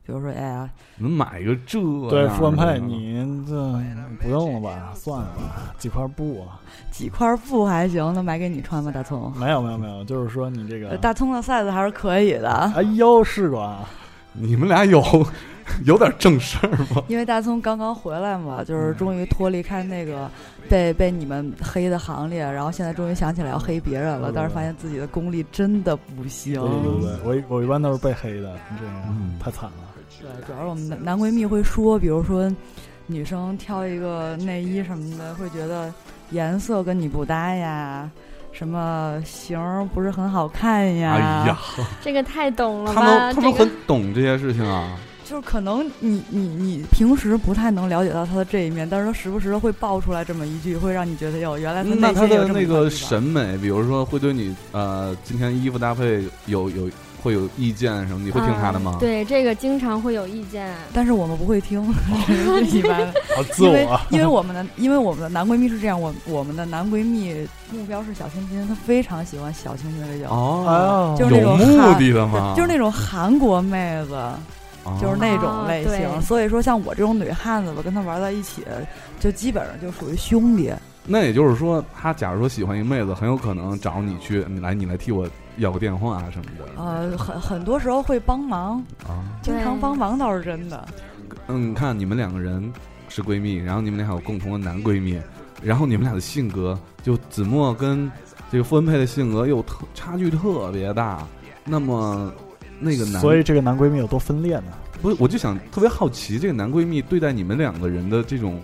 Speaker 4: 比如说哎呀，
Speaker 1: 能买一个啊这样的
Speaker 2: 对，傅文佩，你这不用了吧？算了吧，几块布啊？
Speaker 4: 几块布还行，那买给你穿吧，大葱。
Speaker 2: 没有没有没有，就是说你这
Speaker 4: 呃
Speaker 2: 个，
Speaker 4: 大葱的 size 还是可以的，
Speaker 2: 哎呦试过啊？
Speaker 1: 你们俩有 有点正事儿吗？
Speaker 4: 因为大葱刚刚回来嘛，
Speaker 2: 嗯
Speaker 4: 就是终于脱离开那个被被你们黑的行列，然后现在终于想起来要黑别人了，但是发现自己的功力真的不行。
Speaker 2: 嗯对对对，嗯我一我一般都是被黑的，这
Speaker 1: 嗯
Speaker 2: 个太惨了。
Speaker 4: 对，主要是我们男男闺蜜会说，比如说女生挑一个内衣什么的，会觉得颜色跟你不搭呀，什么型儿不是很好看呀。
Speaker 1: 哎呀，，
Speaker 3: 这个太懂了
Speaker 1: 他
Speaker 3: 吧？
Speaker 1: 们他
Speaker 3: 这
Speaker 1: 们
Speaker 3: 个
Speaker 1: 很懂这些事情啊。
Speaker 4: 就是可能你你你平时不太能了解到她的这一面，但是她时不时地会爆出来这么一句，会让你觉得哟，原来她
Speaker 1: 嗯那
Speaker 4: 内
Speaker 1: 他
Speaker 4: 心有
Speaker 1: 的
Speaker 4: 这么
Speaker 1: 那
Speaker 4: 一
Speaker 1: 个
Speaker 4: 块地
Speaker 1: 审美，比如说会对你呃今天衣服搭配有有会有意见什么，你会听他的吗
Speaker 3: 嗯？对，这个经常会有意见。
Speaker 4: 方但是我们不会听，
Speaker 1: 哦
Speaker 4: 这是一般的。
Speaker 2: 好自
Speaker 4: 因为
Speaker 2: 我，啊
Speaker 4: 因为我们的因为我们的男闺蜜是这样，我我们的男闺蜜目标是小清新，他非常喜欢小清新的酒，
Speaker 2: 哎
Speaker 1: 哦，
Speaker 4: 就
Speaker 2: 就是
Speaker 4: 那
Speaker 1: 有
Speaker 4: 种
Speaker 1: 目
Speaker 4: 韩
Speaker 1: 的的吗
Speaker 4: 对，？ 就是那种韩国妹子，
Speaker 1: 哦
Speaker 4: 就是那种
Speaker 3: 啊
Speaker 4: 类
Speaker 3: 对
Speaker 4: 型。所以说，像我这种女汉子吧，跟她玩在一起，就基本上就属于兄弟。
Speaker 1: 那也就是说，他假如说喜欢一妹子，很有可能找你去，你来你来替我要个电话啊什么的
Speaker 4: 呃，很很多时候会帮忙，
Speaker 1: 啊。
Speaker 4: 经常
Speaker 3: 对
Speaker 4: 帮忙倒是真 的。
Speaker 1: 嗯，你看你们两个人是闺蜜，然后你们俩有共同的男闺蜜，然后你们俩的性格就子墨跟这个傅文佩的性格又特差距特别大，那么那个男，
Speaker 2: 所以这个男闺蜜有多分裂呢？
Speaker 1: 不是，我就想特别好奇，这个男闺蜜对待你们两个人的这种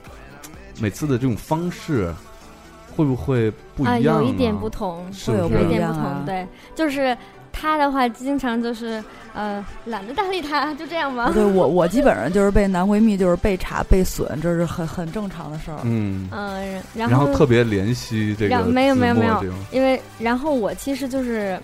Speaker 1: 每次的这种方式，会不会不
Speaker 3: 啊，
Speaker 1: 一样、
Speaker 3: 有一点不，同，
Speaker 1: 是
Speaker 4: 会
Speaker 1: 不是？
Speaker 4: 有
Speaker 3: 有一
Speaker 4: 不一
Speaker 3: 点
Speaker 4: 样
Speaker 3: 不
Speaker 4: 啊
Speaker 3: 同，对，就是他的话，经常就是呃，懒得搭理他，就这样吧。
Speaker 4: 对我我基本上就是被男闺蜜就是被查被损，这是很很正常的事儿。
Speaker 1: 嗯，
Speaker 3: 嗯，然
Speaker 1: 然
Speaker 3: 后
Speaker 1: 特别怜惜这个
Speaker 3: 然后没有没有
Speaker 1: 子墨
Speaker 3: 没有
Speaker 1: 这种
Speaker 3: 因为然后我其实就是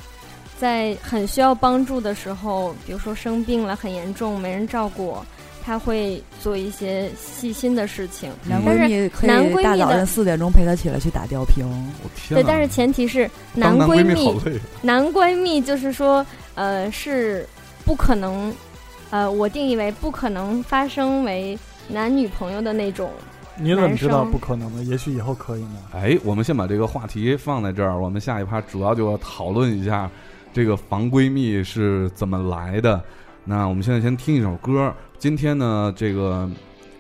Speaker 3: 在很需要帮助的时候，比如说生病了很严重，没人照顾我，他会做一些细心的事情。
Speaker 4: 男
Speaker 1: 但
Speaker 4: 闺
Speaker 3: 是
Speaker 4: 蜜可
Speaker 3: 男闺
Speaker 4: 以
Speaker 3: 蜜
Speaker 4: 大早
Speaker 3: 的
Speaker 4: 晨四点钟陪她起来去打吊瓶，
Speaker 1: 我天
Speaker 3: 对，
Speaker 1: 哪，
Speaker 3: 但是前提是男
Speaker 1: 当男
Speaker 3: 闺
Speaker 1: 蜜
Speaker 3: 蜜
Speaker 1: 好，累啊，
Speaker 3: 男闺蜜就是说，呃，是不可能，呃，我定义为不可能发生为男女朋友的那种。
Speaker 2: 你怎么知道
Speaker 3: 男生
Speaker 2: 不可能呢？也许以后可以呢。
Speaker 1: 哎，我们先把这个话题放在这儿，我们下一趴主要就要讨论一下这个防闺蜜是怎么来的。那我们现在先听一首歌。今天呢，这个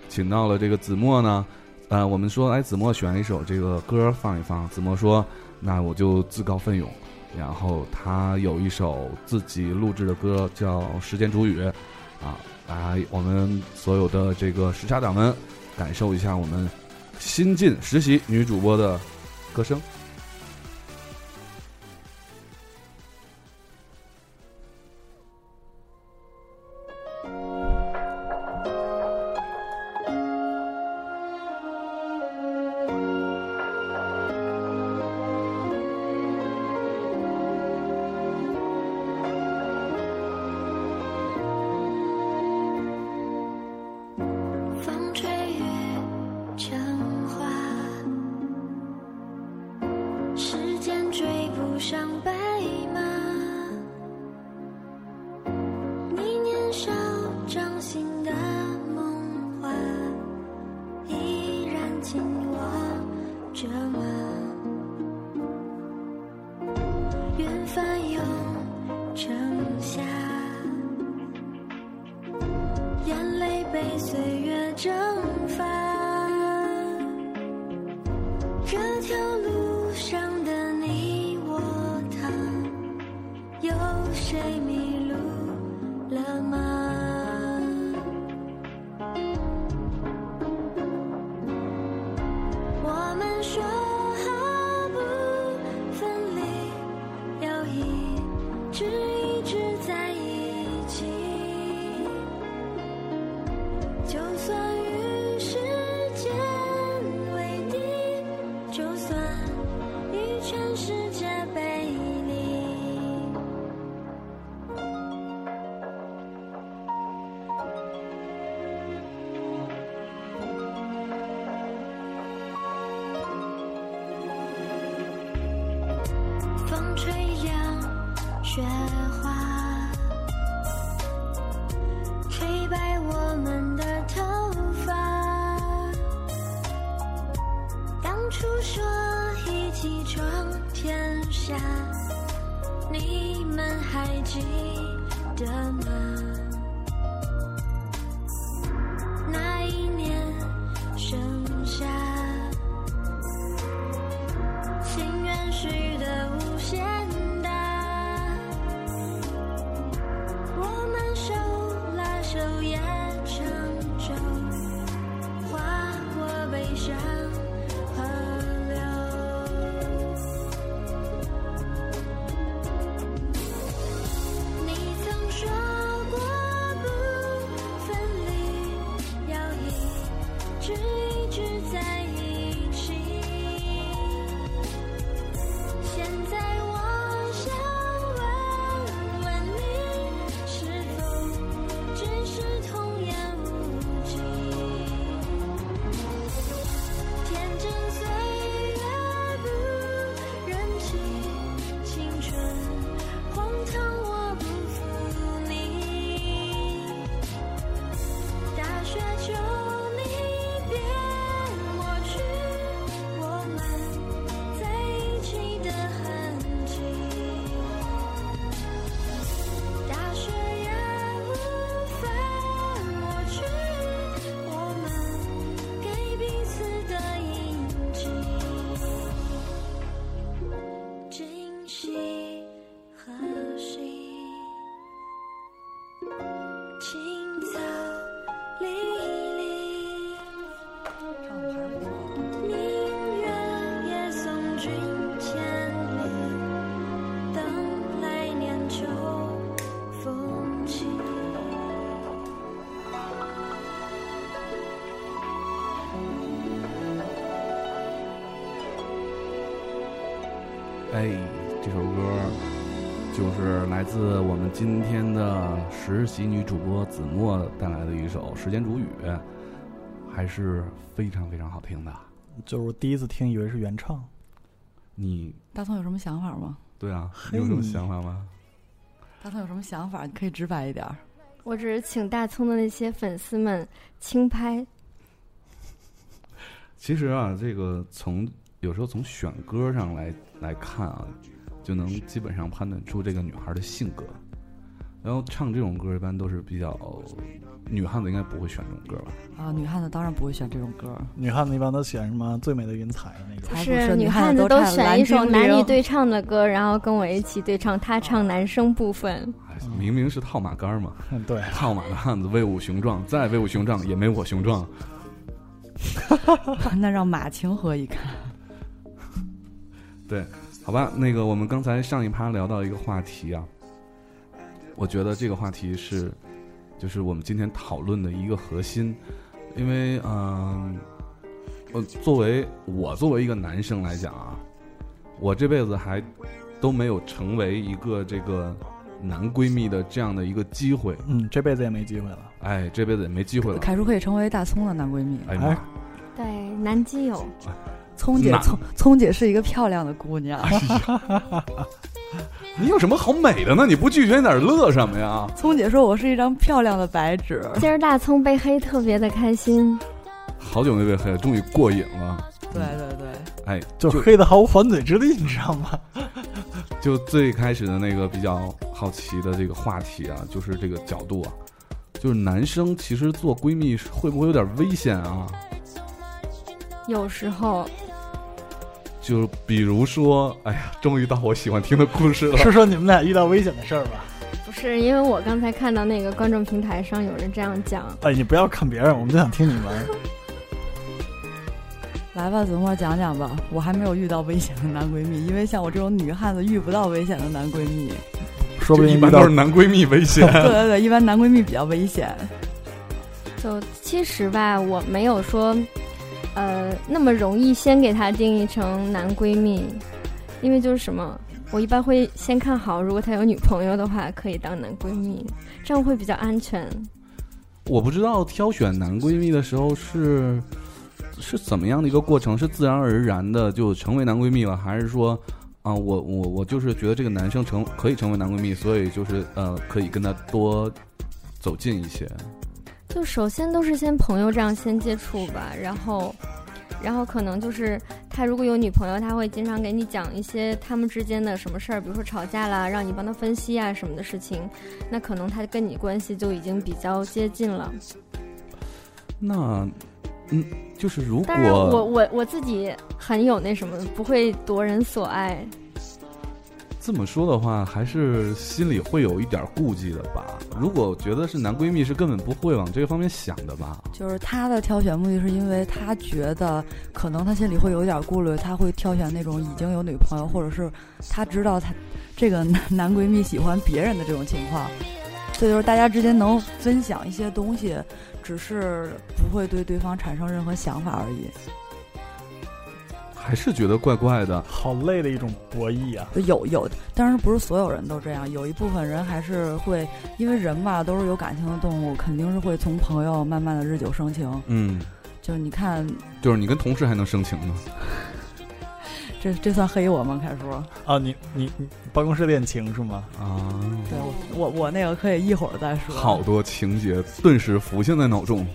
Speaker 1: 请到了这个子墨呢，呃，我们说，哎，子墨选一首这个歌放一放。子墨说，那我就自告奋勇。然后他有一首自己录制的歌叫《时间煮雨》，啊，来，我们所有的这个时差党们感受一下我们新晋实习女主播的歌声。
Speaker 5: 风吹雨成花，时间追不上白马。你年少掌心的梦话，依然紧握着吗？缘分涌成夏。眼泪被岁月蒸发。这条路上的你我他，有谁迷路了吗？我们说好不分离，要一直一直在一起。就算与时间为敌，就算与全世界背离。风吹凉雪花，吹白我们的头发。当初说一起闯天下，你们还记得吗？那一年盛夏，心愿许的无限大。我们手拉手也成舟，划过悲伤河流。你曾说过
Speaker 1: 哎，这首歌就是来自我们今天的实习女主播子墨带来的一首《时间煮雨》，还是非常非常好听的。
Speaker 2: 就是我第一次听，以为是原唱。
Speaker 1: 你
Speaker 4: 大葱有什么想法吗？
Speaker 1: 对啊，你有什么
Speaker 2: 嘿
Speaker 1: 想法吗？
Speaker 4: 大葱有什么想法？你可以直白一点儿。
Speaker 3: 我只是请大葱的那些粉丝们轻拍，
Speaker 1: 其实啊，这个从有时候从选歌上来来看啊，就能基本上判断出这个女孩的性格。然后唱这种歌一般都是比较女汉子，应该不会选这种歌吧？
Speaker 4: 啊，女汉子当然不会选这种歌 儿，
Speaker 2: 女汉子一般都喜欢什么《最美的云彩》那种。
Speaker 4: 才不
Speaker 3: 是
Speaker 4: 女
Speaker 3: 女
Speaker 4: 汉
Speaker 3: 汉子都
Speaker 4: 唱
Speaker 3: 选
Speaker 4: 蓝
Speaker 3: 一首
Speaker 4: 精
Speaker 3: 男女
Speaker 4: 灵
Speaker 3: 对唱的歌，然后跟我一起对唱，他唱男声部分。
Speaker 1: 哎明明是套马杆儿嘛，
Speaker 2: 嗯，对，
Speaker 1: 套马的汉子威武雄壮，再威武雄壮也没我雄壮。
Speaker 4: 那让马情何以堪？
Speaker 1: 好吧，那个我们刚才上一趴聊到一个话题啊，我觉得这个话题是，就是我们今天讨论的一个核心，因为嗯，我作为我作为一个男生来讲啊，我这辈子还都没有成为一个这个男闺蜜的这样的一个机会，
Speaker 2: 嗯，这辈子也没机会了。
Speaker 1: 哎，这辈子也没机会了。
Speaker 4: 凯叔可以成为大葱的男闺蜜。
Speaker 1: 哎呀妈呀，
Speaker 3: 对，男基友，
Speaker 4: 葱姐
Speaker 1: 那，啊
Speaker 4: 葱葱姐是一个漂亮的姑娘。
Speaker 1: 你有什么好美的呢？你不拒绝你在这儿乐什么呀？
Speaker 4: 葱姐说我是一张漂亮的 白纸。
Speaker 3: 今儿大葱被黑特别的开心。
Speaker 1: 好久没被黑了，终于过瘾了。
Speaker 4: 对对对，
Speaker 1: 哎，
Speaker 2: 就
Speaker 1: 就
Speaker 2: 黑的毫无还嘴之力，你知 道吗？
Speaker 1: 就最开始的那个比较好奇的这个话题啊，就是这个角度啊，就是男生其实做闺蜜是会不会有点危险啊？
Speaker 3: 有时候
Speaker 1: 就是比如说，哎呀，终于到我喜欢听的故事了。
Speaker 2: 是说你们俩遇到危险的事儿吧？
Speaker 3: 不是因为我刚才看到那个观众平台上有人这样讲，
Speaker 2: 哎，你不要看别人，我们就想听你们。
Speaker 4: 来吧，子墨讲讲吧。我还没有遇到危险的男闺蜜，因为像我这种女汉子遇不到危险的男 闺蜜。
Speaker 2: 说不
Speaker 1: 就一
Speaker 2: 定遇
Speaker 1: 般
Speaker 2: 到
Speaker 1: 都是男闺蜜危险。
Speaker 4: 对对对，一般男闺蜜比较危险。
Speaker 3: 就其实吧，我没有说，呃，那么容易先给她定义成男闺蜜，因为就是什么，我一般会先看好，如果他有女朋友的话，可以当男闺蜜，这样会比较安全。
Speaker 1: 我不知道挑选男闺蜜的时候是是怎么样的一个过程，是自然而然的就成为男闺蜜了，还是说啊、我我我就是觉得这个男生成可以成为男闺蜜，所以就是呃，可以跟他多走近一些。
Speaker 3: 就首先都是先朋友这样先接触吧，然后，然后可能就是他如果有女朋友，他会经常给你讲一些他们之间的什么事儿，比如说吵架啦，让你帮他分析啊什么的事情，那可能他跟你关系就已经比较接近了。
Speaker 1: 那嗯，就是如果
Speaker 3: 当然我，我我自己很有那什么，不会夺人所爱。
Speaker 1: 这么说的话，还是心里会有一点顾忌的吧。如果觉得是男闺蜜，是根本不会往这个方面想的吧。
Speaker 4: 就是他的挑选目的是因为他觉得可能他心里会有点顾虑，他会挑选那种已经有女朋友，或者是他知道他这个男男闺蜜喜欢别人的这种情况，所以就是大家之间能分享一些东西，只是不会对对方产生任何想法而已。
Speaker 1: 还是觉得怪怪的，
Speaker 2: 好累的一种博弈啊！
Speaker 4: 有有，当然不是所有人都这样，有一部分人还是会，因为人嘛都是有感情的动物，肯定是会从朋友慢慢的日久生情。
Speaker 1: 嗯，
Speaker 4: 就你看，
Speaker 1: 就是你跟同事还能生情呢。
Speaker 4: 这这算黑我吗？凯叔，
Speaker 2: 啊，你你你办公室恋情是吗？
Speaker 1: 啊，
Speaker 4: 对我我我那个可以一会儿再说。
Speaker 1: 好多情节顿时浮现在脑中。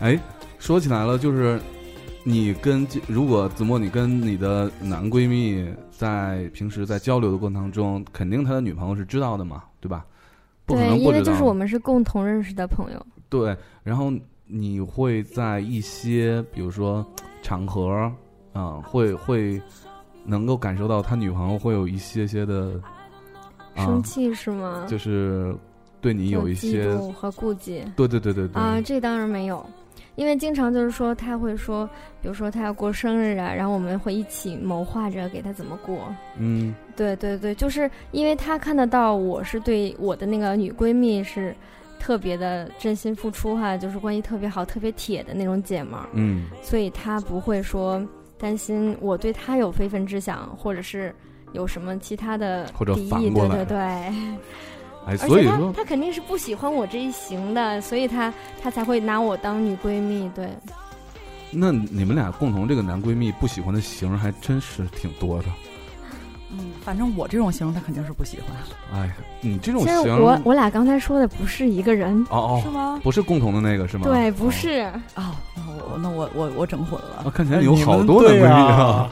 Speaker 1: 哎，说起来了，就是你跟如果子墨，你跟你的男闺蜜在平时在交流的过程当中，肯定他的女朋友是知道的嘛，对吧？不可
Speaker 3: 对，
Speaker 1: 能
Speaker 3: 因
Speaker 1: 不知
Speaker 3: 为
Speaker 1: 道。
Speaker 3: 就是我们是共同认识的朋友。
Speaker 1: 对，然后你会在一些比如说场合，啊、会会能够感受到他女朋友会有一些些的，啊、
Speaker 3: 生气是吗？
Speaker 1: 就是对你有一些
Speaker 3: 就嫉妒和顾忌
Speaker 1: 对对对对对，
Speaker 3: 啊，这当然没有。因为经常就是说他会说，比如说他要过生日啊，然后我们会一起谋划着给他怎么过。
Speaker 1: 嗯，
Speaker 3: 对对对，就是因为他看得到我是对我的那个女闺蜜是特别的真心付出哈、就是关系特别好、特别铁的那种姐们儿。
Speaker 1: 嗯，
Speaker 3: 所以他不会说担心我对他有非分之想，或者是有什么其他的
Speaker 1: 或者
Speaker 3: 敌
Speaker 1: 反
Speaker 3: 意，
Speaker 1: 过
Speaker 3: 对
Speaker 1: 来
Speaker 3: 对对。
Speaker 1: 哎，
Speaker 3: 而
Speaker 1: 所
Speaker 3: 且
Speaker 1: 以
Speaker 3: 他
Speaker 1: 说
Speaker 3: 他肯定是不喜欢我这一型的，所以他他才会拿我当女闺蜜。对，
Speaker 1: 那你们俩共同这个男闺蜜不喜欢的型儿还真是挺多的。
Speaker 4: 嗯，反正我这种型他肯定是不喜欢，
Speaker 1: 哎，你这种
Speaker 3: 其
Speaker 1: 型
Speaker 3: 实
Speaker 1: 儿
Speaker 3: 我我俩刚才说的不是一个人，
Speaker 1: 哦
Speaker 4: 是
Speaker 1: 哦，
Speaker 4: 吗？
Speaker 1: 不是共同的那个是吗？
Speaker 3: 对，
Speaker 1: 哦
Speaker 3: 不是。
Speaker 4: 啊，那我那我我我整混
Speaker 1: 啊，
Speaker 4: 了。
Speaker 1: 看起
Speaker 2: 哎
Speaker 1: 来你有
Speaker 2: 你
Speaker 1: 好
Speaker 2: 们
Speaker 1: 多男闺
Speaker 2: 对
Speaker 1: 蜜
Speaker 2: 啊！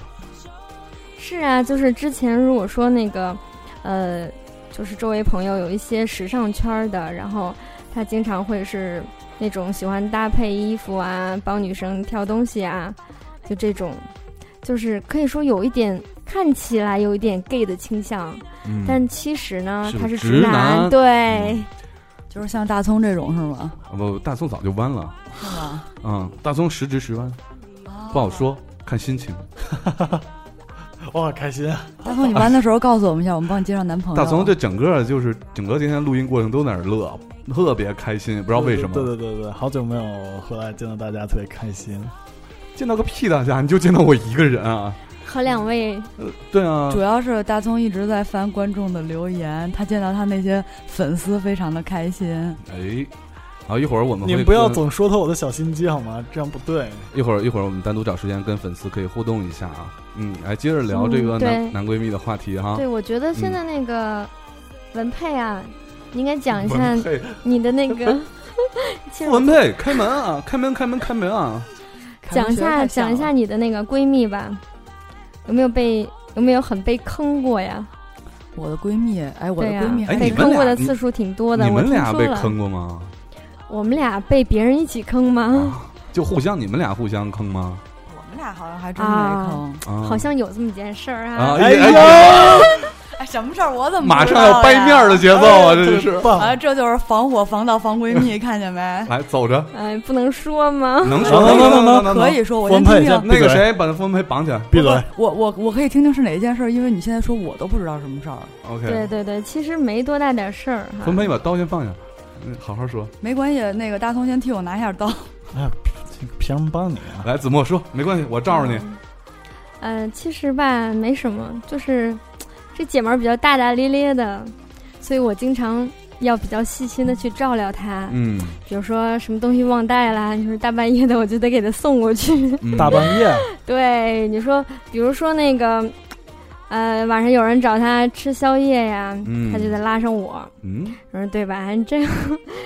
Speaker 3: 是啊，就是之前如果说那个，呃，就是周围朋友有一些时尚圈儿的，然后他经常会是那种喜欢搭配衣服啊，帮女生挑东西啊，就这种，就是可以说有一点看起来有一点 gay 的倾向，
Speaker 1: 嗯
Speaker 3: 但其实呢，
Speaker 1: 是
Speaker 3: 他是
Speaker 1: 直男
Speaker 3: 对。
Speaker 1: 嗯
Speaker 4: 就是像大葱这种是吗？
Speaker 1: 啊不，大葱早就弯了。
Speaker 4: 是吗？
Speaker 1: 嗯，大葱十直十弯，
Speaker 3: 哦
Speaker 1: 不
Speaker 4: 不
Speaker 1: 好。说，看心情。
Speaker 2: 哇，开心啊！
Speaker 4: 大葱，你玩的时候告诉我们一下，我们帮你介绍男
Speaker 3: 哦
Speaker 4: 朋友。
Speaker 1: 大葱这整个就是整个今天录音过程都在那儿乐，特别开心，也不
Speaker 2: 不
Speaker 1: 知道为什么。
Speaker 2: 对对对对，好久没有回来见到大家，特别开心。
Speaker 1: 见到个屁大家，你就见到我一个人啊？
Speaker 3: 和两位
Speaker 1: 呃，对啊
Speaker 4: 主，要是大葱一直在翻观众的留言，他见到他那些粉丝非常的开心。
Speaker 1: 哎，好，一会儿我们
Speaker 2: 你
Speaker 1: 会
Speaker 2: 们不要
Speaker 1: 跟
Speaker 2: 总说透我的小心机好吗？这样不对。
Speaker 1: 一会儿一会儿我们单独找时间跟粉丝可以互动一下啊。嗯，来接着聊这个
Speaker 3: 嗯
Speaker 1: 男、
Speaker 3: 对
Speaker 1: 男闺蜜的话题哈。
Speaker 3: 对，我觉得现
Speaker 1: 嗯
Speaker 3: 在那个文佩啊，你应该讲一下
Speaker 1: 文佩，
Speaker 3: 你的 那个。其实我
Speaker 1: 文佩，开门啊！开门，开门，开门啊！
Speaker 3: 讲一下讲一下你的那个闺蜜吧，有没有被有没有很被坑过呀？
Speaker 4: 我的闺蜜，哎，我的
Speaker 3: 对呀
Speaker 4: 闺蜜，
Speaker 1: 哎
Speaker 4: 还
Speaker 1: 你们
Speaker 3: 被
Speaker 4: 是
Speaker 3: 坑过的
Speaker 1: 俩
Speaker 3: 次数挺多的，
Speaker 1: 你
Speaker 3: 我
Speaker 1: 们
Speaker 3: 听
Speaker 1: 俩
Speaker 3: 说
Speaker 1: 被
Speaker 3: 了。
Speaker 1: 坑过吗？
Speaker 3: 我们俩被别人一起坑吗？
Speaker 1: 啊，就互相，你们俩互相坑吗？
Speaker 4: 我们俩好像还真没坑。
Speaker 1: 啊，
Speaker 3: 好像有这么件事儿
Speaker 1: 啊，
Speaker 3: 啊。
Speaker 1: 哎
Speaker 2: 哎
Speaker 1: 呀，
Speaker 4: 哎，什么事儿？我怎么
Speaker 1: 马上要掰面儿的？节奏啊，这就是。
Speaker 4: 啊，
Speaker 2: 棒！
Speaker 4: 这就是防火防盗防闺 蜜，看见没？
Speaker 1: 来，走着，啊
Speaker 3: 哎，不能说吗？
Speaker 1: 能说
Speaker 2: 能能能能
Speaker 4: 可。以说，我
Speaker 2: 分
Speaker 4: 先
Speaker 2: 配
Speaker 4: 听
Speaker 2: 一下
Speaker 4: 听。
Speaker 1: 那个谁，把那分配绑起来。
Speaker 2: 闭嘴！
Speaker 4: 我我我可以听听是哪一件事儿，因为你现在说我都不知道什么事儿，
Speaker 3: 对
Speaker 1: OK，
Speaker 3: 对对，其实没多大点事儿啊哈
Speaker 1: 分。配把刀先放下，嗯，好好说。
Speaker 4: 没关系。那个大葱先替我拿一下刀，
Speaker 2: 凭什么帮你啊？
Speaker 1: 来，子墨说，没关系，我罩着你。
Speaker 3: 嗯。呃，其实吧，没什么，就是这姐们儿比较大大咧咧的，所以我经常要比较细心的去照料她。
Speaker 1: 嗯，
Speaker 3: 比如说什么东西忘带啦，你说大半夜的，我就得给她送过 去。
Speaker 1: 嗯
Speaker 2: 大半夜，
Speaker 3: 对，你说，比如说那个，呃，晚上有人找她吃宵夜呀，
Speaker 1: 嗯
Speaker 3: 她就得拉上我，
Speaker 1: 嗯，
Speaker 3: 我说对吧？这样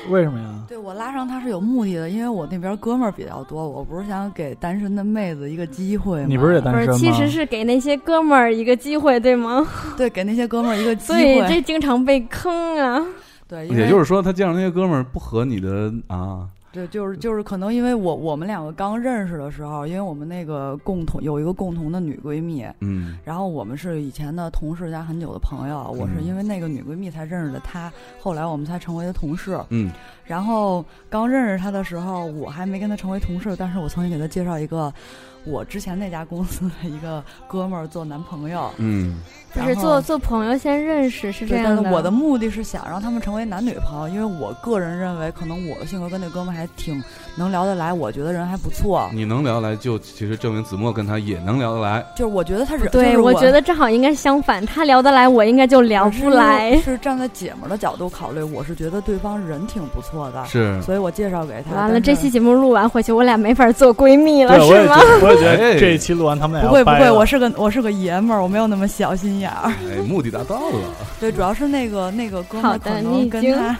Speaker 2: 为什么呀？
Speaker 4: 对我拉上他是有目的的，因为我那边哥们儿比较多，我不是想给单身的妹子一个机会吗？
Speaker 2: 你不是也单
Speaker 3: 不
Speaker 2: 身
Speaker 3: 是，
Speaker 2: 吗？
Speaker 3: 其实是给那些哥们儿一个机会，对吗？
Speaker 4: 对给那些哥们儿一个机
Speaker 3: 所以
Speaker 4: 会？
Speaker 3: 这经常被坑啊。
Speaker 4: 对，因为
Speaker 1: 也就是说，他介绍那些哥们儿不合你的啊，
Speaker 4: 对，就是就是可能因为我我们两个刚认识的时候，因为我们那个共同有一个共同的女闺蜜，
Speaker 1: 嗯，
Speaker 4: 然后我们是以前的同事加很久的朋友，我是
Speaker 1: 嗯
Speaker 4: 因为那个女闺蜜才认识的她，后来我们才成为的同事。
Speaker 1: 嗯，
Speaker 4: 然后刚认识她的时候，我还没跟她成为同事，但是我曾经给她介绍一个我之前那家公司的一个哥们儿做男朋友。
Speaker 1: 嗯，
Speaker 3: 不
Speaker 4: 然
Speaker 3: 是
Speaker 4: 后
Speaker 3: 做做朋友先认识是这
Speaker 4: 对，但
Speaker 3: 样
Speaker 4: 是
Speaker 3: 的。
Speaker 4: 我的目的是想让他们成为男女朋友，因为我个人认为，可能我的性格跟那哥们儿还挺能聊得来，我觉得人还不错。
Speaker 1: 你能聊得来，就其实证明子墨跟他也能聊得来。
Speaker 4: 就是我觉得他人，就
Speaker 3: 对，
Speaker 4: 是
Speaker 3: 我
Speaker 4: 我
Speaker 3: 觉得正好应该相反，他聊得来，我应该就聊
Speaker 4: 我是
Speaker 3: 不来。
Speaker 4: 是站在姐们儿的角度考虑，我是觉得对方人挺不错的，
Speaker 1: 是，
Speaker 4: 所以我介绍给他。
Speaker 3: 完
Speaker 4: 但
Speaker 3: 了，
Speaker 4: 是
Speaker 3: 这期节目录完回去，我俩没法做闺蜜了，
Speaker 2: 对，我也
Speaker 3: 是
Speaker 2: 觉
Speaker 3: 吗？
Speaker 2: 得，我也觉
Speaker 1: 哎
Speaker 2: 得这一期录完，他们
Speaker 4: 不
Speaker 2: 俩
Speaker 4: 会
Speaker 2: 要
Speaker 4: 不
Speaker 2: 掰
Speaker 4: 会，
Speaker 2: 了
Speaker 4: 我是个我是个爷们儿，我没有那么小心眼儿。
Speaker 1: 哎，目的达到了，
Speaker 4: 对，主要是那个那个哥们
Speaker 3: 好
Speaker 4: 儿
Speaker 3: 的
Speaker 4: 可
Speaker 3: 你
Speaker 4: 能
Speaker 3: 已
Speaker 4: 跟
Speaker 3: 经
Speaker 4: 他，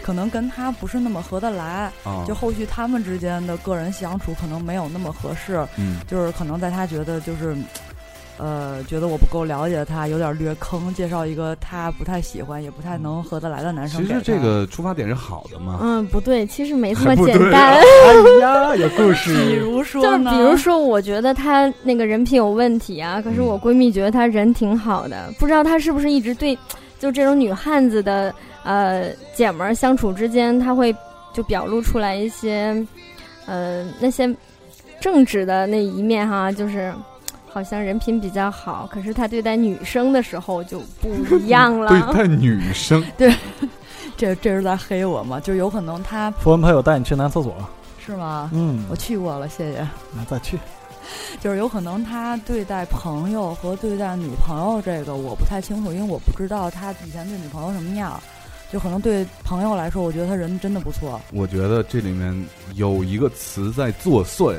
Speaker 4: 可能跟他不是那么合得来，
Speaker 1: 啊，
Speaker 4: 就后续他们之间的个人相处可能没有那么合适。
Speaker 1: 嗯，
Speaker 4: 就是可能在他觉得就是，呃，觉得我不够了解他，有点略坑，介绍一个他不太喜欢也不太能合得来的男生
Speaker 1: 嗯其
Speaker 4: 给他。
Speaker 1: 实这个出发点是好的嘛，
Speaker 3: 嗯，不对，其实没这
Speaker 1: 啊还
Speaker 3: 么
Speaker 1: 不
Speaker 3: 简
Speaker 1: 对啊
Speaker 3: 单。
Speaker 2: 哎呀，有 故
Speaker 4: 比
Speaker 2: 事。
Speaker 4: 如
Speaker 3: 就
Speaker 4: 说
Speaker 3: 是
Speaker 4: 呢，
Speaker 3: 比如说，我觉得她那个人品有问题啊，可是
Speaker 1: 嗯
Speaker 3: 我闺蜜觉得她人挺好的，不知道她是不是一直对，就这种女汉子的呃姐们儿相处之间，她会就表露出来一些呃那些正直的那一面哈，就是。好像人品比较好，可是她对待女生的时候就不一样了。
Speaker 1: 对待女生，
Speaker 4: 这这是在黑我吗？就有可能他
Speaker 2: 符文朋友带你去男厕所，
Speaker 4: 是吗？
Speaker 2: 嗯
Speaker 4: 我，去过了，谢谢。
Speaker 2: 那再去。
Speaker 4: 就是有可能他对待朋友和对待女朋友这个我不太清楚，因为我不知道他以前对女朋友什么样儿。就可能对朋友来说，我觉得他人真的不错。
Speaker 1: 我觉得这里面有一个词在作祟，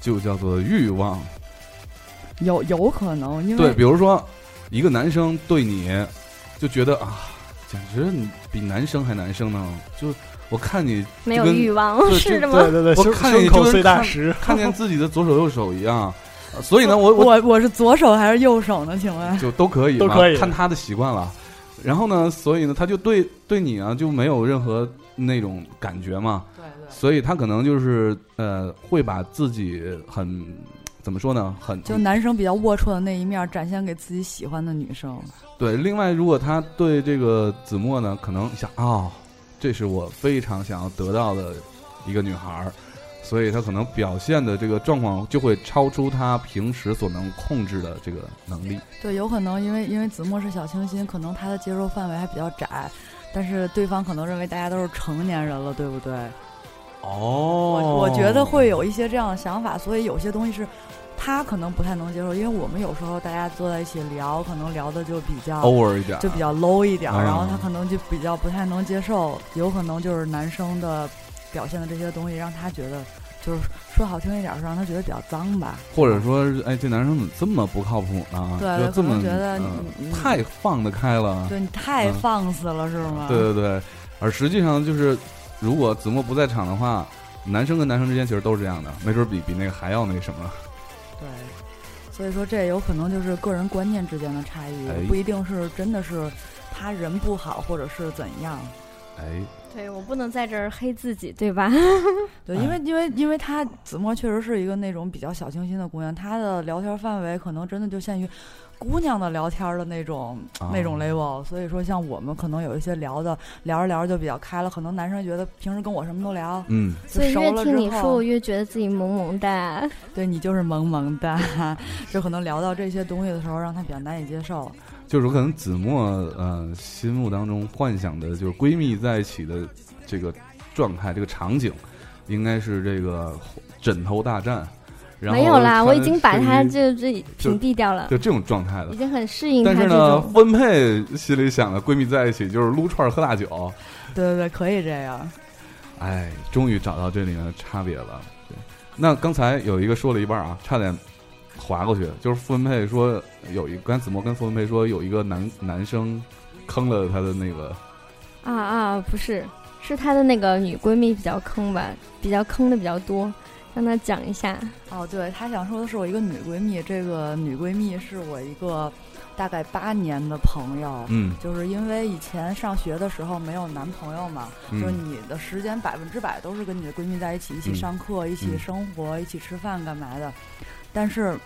Speaker 1: 就叫做欲望。
Speaker 4: 有有可能，
Speaker 3: 嗯
Speaker 4: 因
Speaker 1: 对，
Speaker 4: 为
Speaker 1: 比如说一个男生对你，就觉得啊，简直你比男生还男生呢，就我看你
Speaker 3: 没有
Speaker 1: 就跟
Speaker 3: 欲望
Speaker 1: 对，
Speaker 3: 是的
Speaker 1: 就
Speaker 3: 吗？
Speaker 2: 对对对，
Speaker 1: 我
Speaker 2: 胸
Speaker 1: 看你
Speaker 2: 胸
Speaker 1: 就
Speaker 2: 口
Speaker 1: 跟
Speaker 2: 碎大
Speaker 1: 看
Speaker 2: 石，
Speaker 1: 看见自己的左手右手一样，呃所以呢，我我
Speaker 4: 我我是左手还是右手呢？请问，
Speaker 1: 就都可以嘛，
Speaker 2: 都可以
Speaker 1: 看他的习惯了。然后呢，所以呢，他就对对你啊就没有任何那种感觉嘛，
Speaker 4: 对对，
Speaker 1: 所以他可能就是呃会把自己很怎么说呢，很
Speaker 4: 就男生比较龌龊的那一面儿展现给自己喜欢的女生。
Speaker 1: 对。另外，如果他对这个子墨呢，可能想哦，这是我非常想要得到的一个女孩儿，所以他可能表现的这个状况就会超出他平时所能控制的这个能力。
Speaker 4: 对，有可能因为因为子墨是小清新，可能他的接受范围还比较窄，但是对方可能认为大家都是成年人了，对不对？
Speaker 1: 哦
Speaker 4: 我我觉得会有一些这样的想法，所以有些东西是他可能不太能接受，因为我们有时候大家坐在一起聊，可能聊的就比较。
Speaker 1: 偶尔一点儿，
Speaker 4: 啊就比较 low 一点儿，
Speaker 1: 啊
Speaker 4: 然后他可能就比较不太能接受，有可能就是男生的表现的这些东西让他觉得，就是说好听一点儿是让他觉得比较脏吧，
Speaker 1: 或者说，哎，这男生怎么这么不靠谱呢？
Speaker 4: 对
Speaker 1: 就
Speaker 4: 对
Speaker 1: 这
Speaker 4: 可
Speaker 1: 么
Speaker 4: 能觉得
Speaker 1: 嗯
Speaker 4: 你你
Speaker 1: 太放得开了。
Speaker 4: 对你太
Speaker 1: 嗯
Speaker 4: 放肆了是吗？
Speaker 1: 对对对，而实际上就是，如果子墨不在场的话，男生跟男生之间其实都是这样的，没准比比那个还要那什么。
Speaker 4: 对，所以说这有可能就是个人观念之间的差异，
Speaker 1: 哎
Speaker 4: 不一定是真的是他人不好或者是怎样。
Speaker 1: 哎，
Speaker 3: 对我不能在这儿黑自己，对吧？
Speaker 4: 对，因为、因为因为她子墨确实是一个那种比较小清新的姑娘，她的聊天范围可能真的就限于姑娘的聊天的那种、
Speaker 1: 啊
Speaker 4: 那种 level。所以说，像我们可能有一些聊的聊着聊着就比较开了，可能男生觉得平时跟我什么都聊，
Speaker 1: 嗯，
Speaker 4: 就
Speaker 3: 所以
Speaker 4: 熟
Speaker 3: 越
Speaker 4: 了之
Speaker 3: 听你说，
Speaker 4: 后
Speaker 3: 我，越觉得自己萌萌哒。
Speaker 4: 对你就是萌萌哒， 就可能聊到这些东西的时候，让她比较难以接受。
Speaker 1: 就是可能子墨呃心目当中幻想的就是闺蜜在一起的这个状态，这个场景，应该是这个枕头大战。然后
Speaker 3: 没有啦，我已
Speaker 1: 穿
Speaker 3: 经把
Speaker 1: 睡
Speaker 3: 他
Speaker 1: 衣
Speaker 3: 就这屏蔽掉了，
Speaker 1: 就这种状态的
Speaker 3: 已。经很适应他
Speaker 1: 但是
Speaker 3: 这
Speaker 1: 呢，
Speaker 3: 种。
Speaker 1: 分配心里想的闺蜜在一起就是撸串儿喝大酒，
Speaker 4: 对对对，可以这样。
Speaker 1: 哎，终于找到这里面的差别了。对，那刚才有一个说了一半啊，差点划过去，就是傅文佩说有一，刚才子墨跟傅文佩说有一个男男生坑了他的那个，
Speaker 4: 哦
Speaker 3: 啊啊，不是，是他的那个女闺蜜比较坑吧，比较坑的比较多，让他讲一下。
Speaker 4: 哦，对，她想说的是我一个女闺蜜，这个女闺蜜是我一个大概八年的朋友。
Speaker 1: 嗯，
Speaker 4: 就是因为以前上学的时候没有男朋友嘛，
Speaker 1: 嗯
Speaker 4: 就是你的时间百分之百都是跟你的闺蜜在一起，一起
Speaker 1: 嗯
Speaker 4: 上课，一起
Speaker 1: 嗯
Speaker 4: 生活，一起吃饭干嘛的。但是，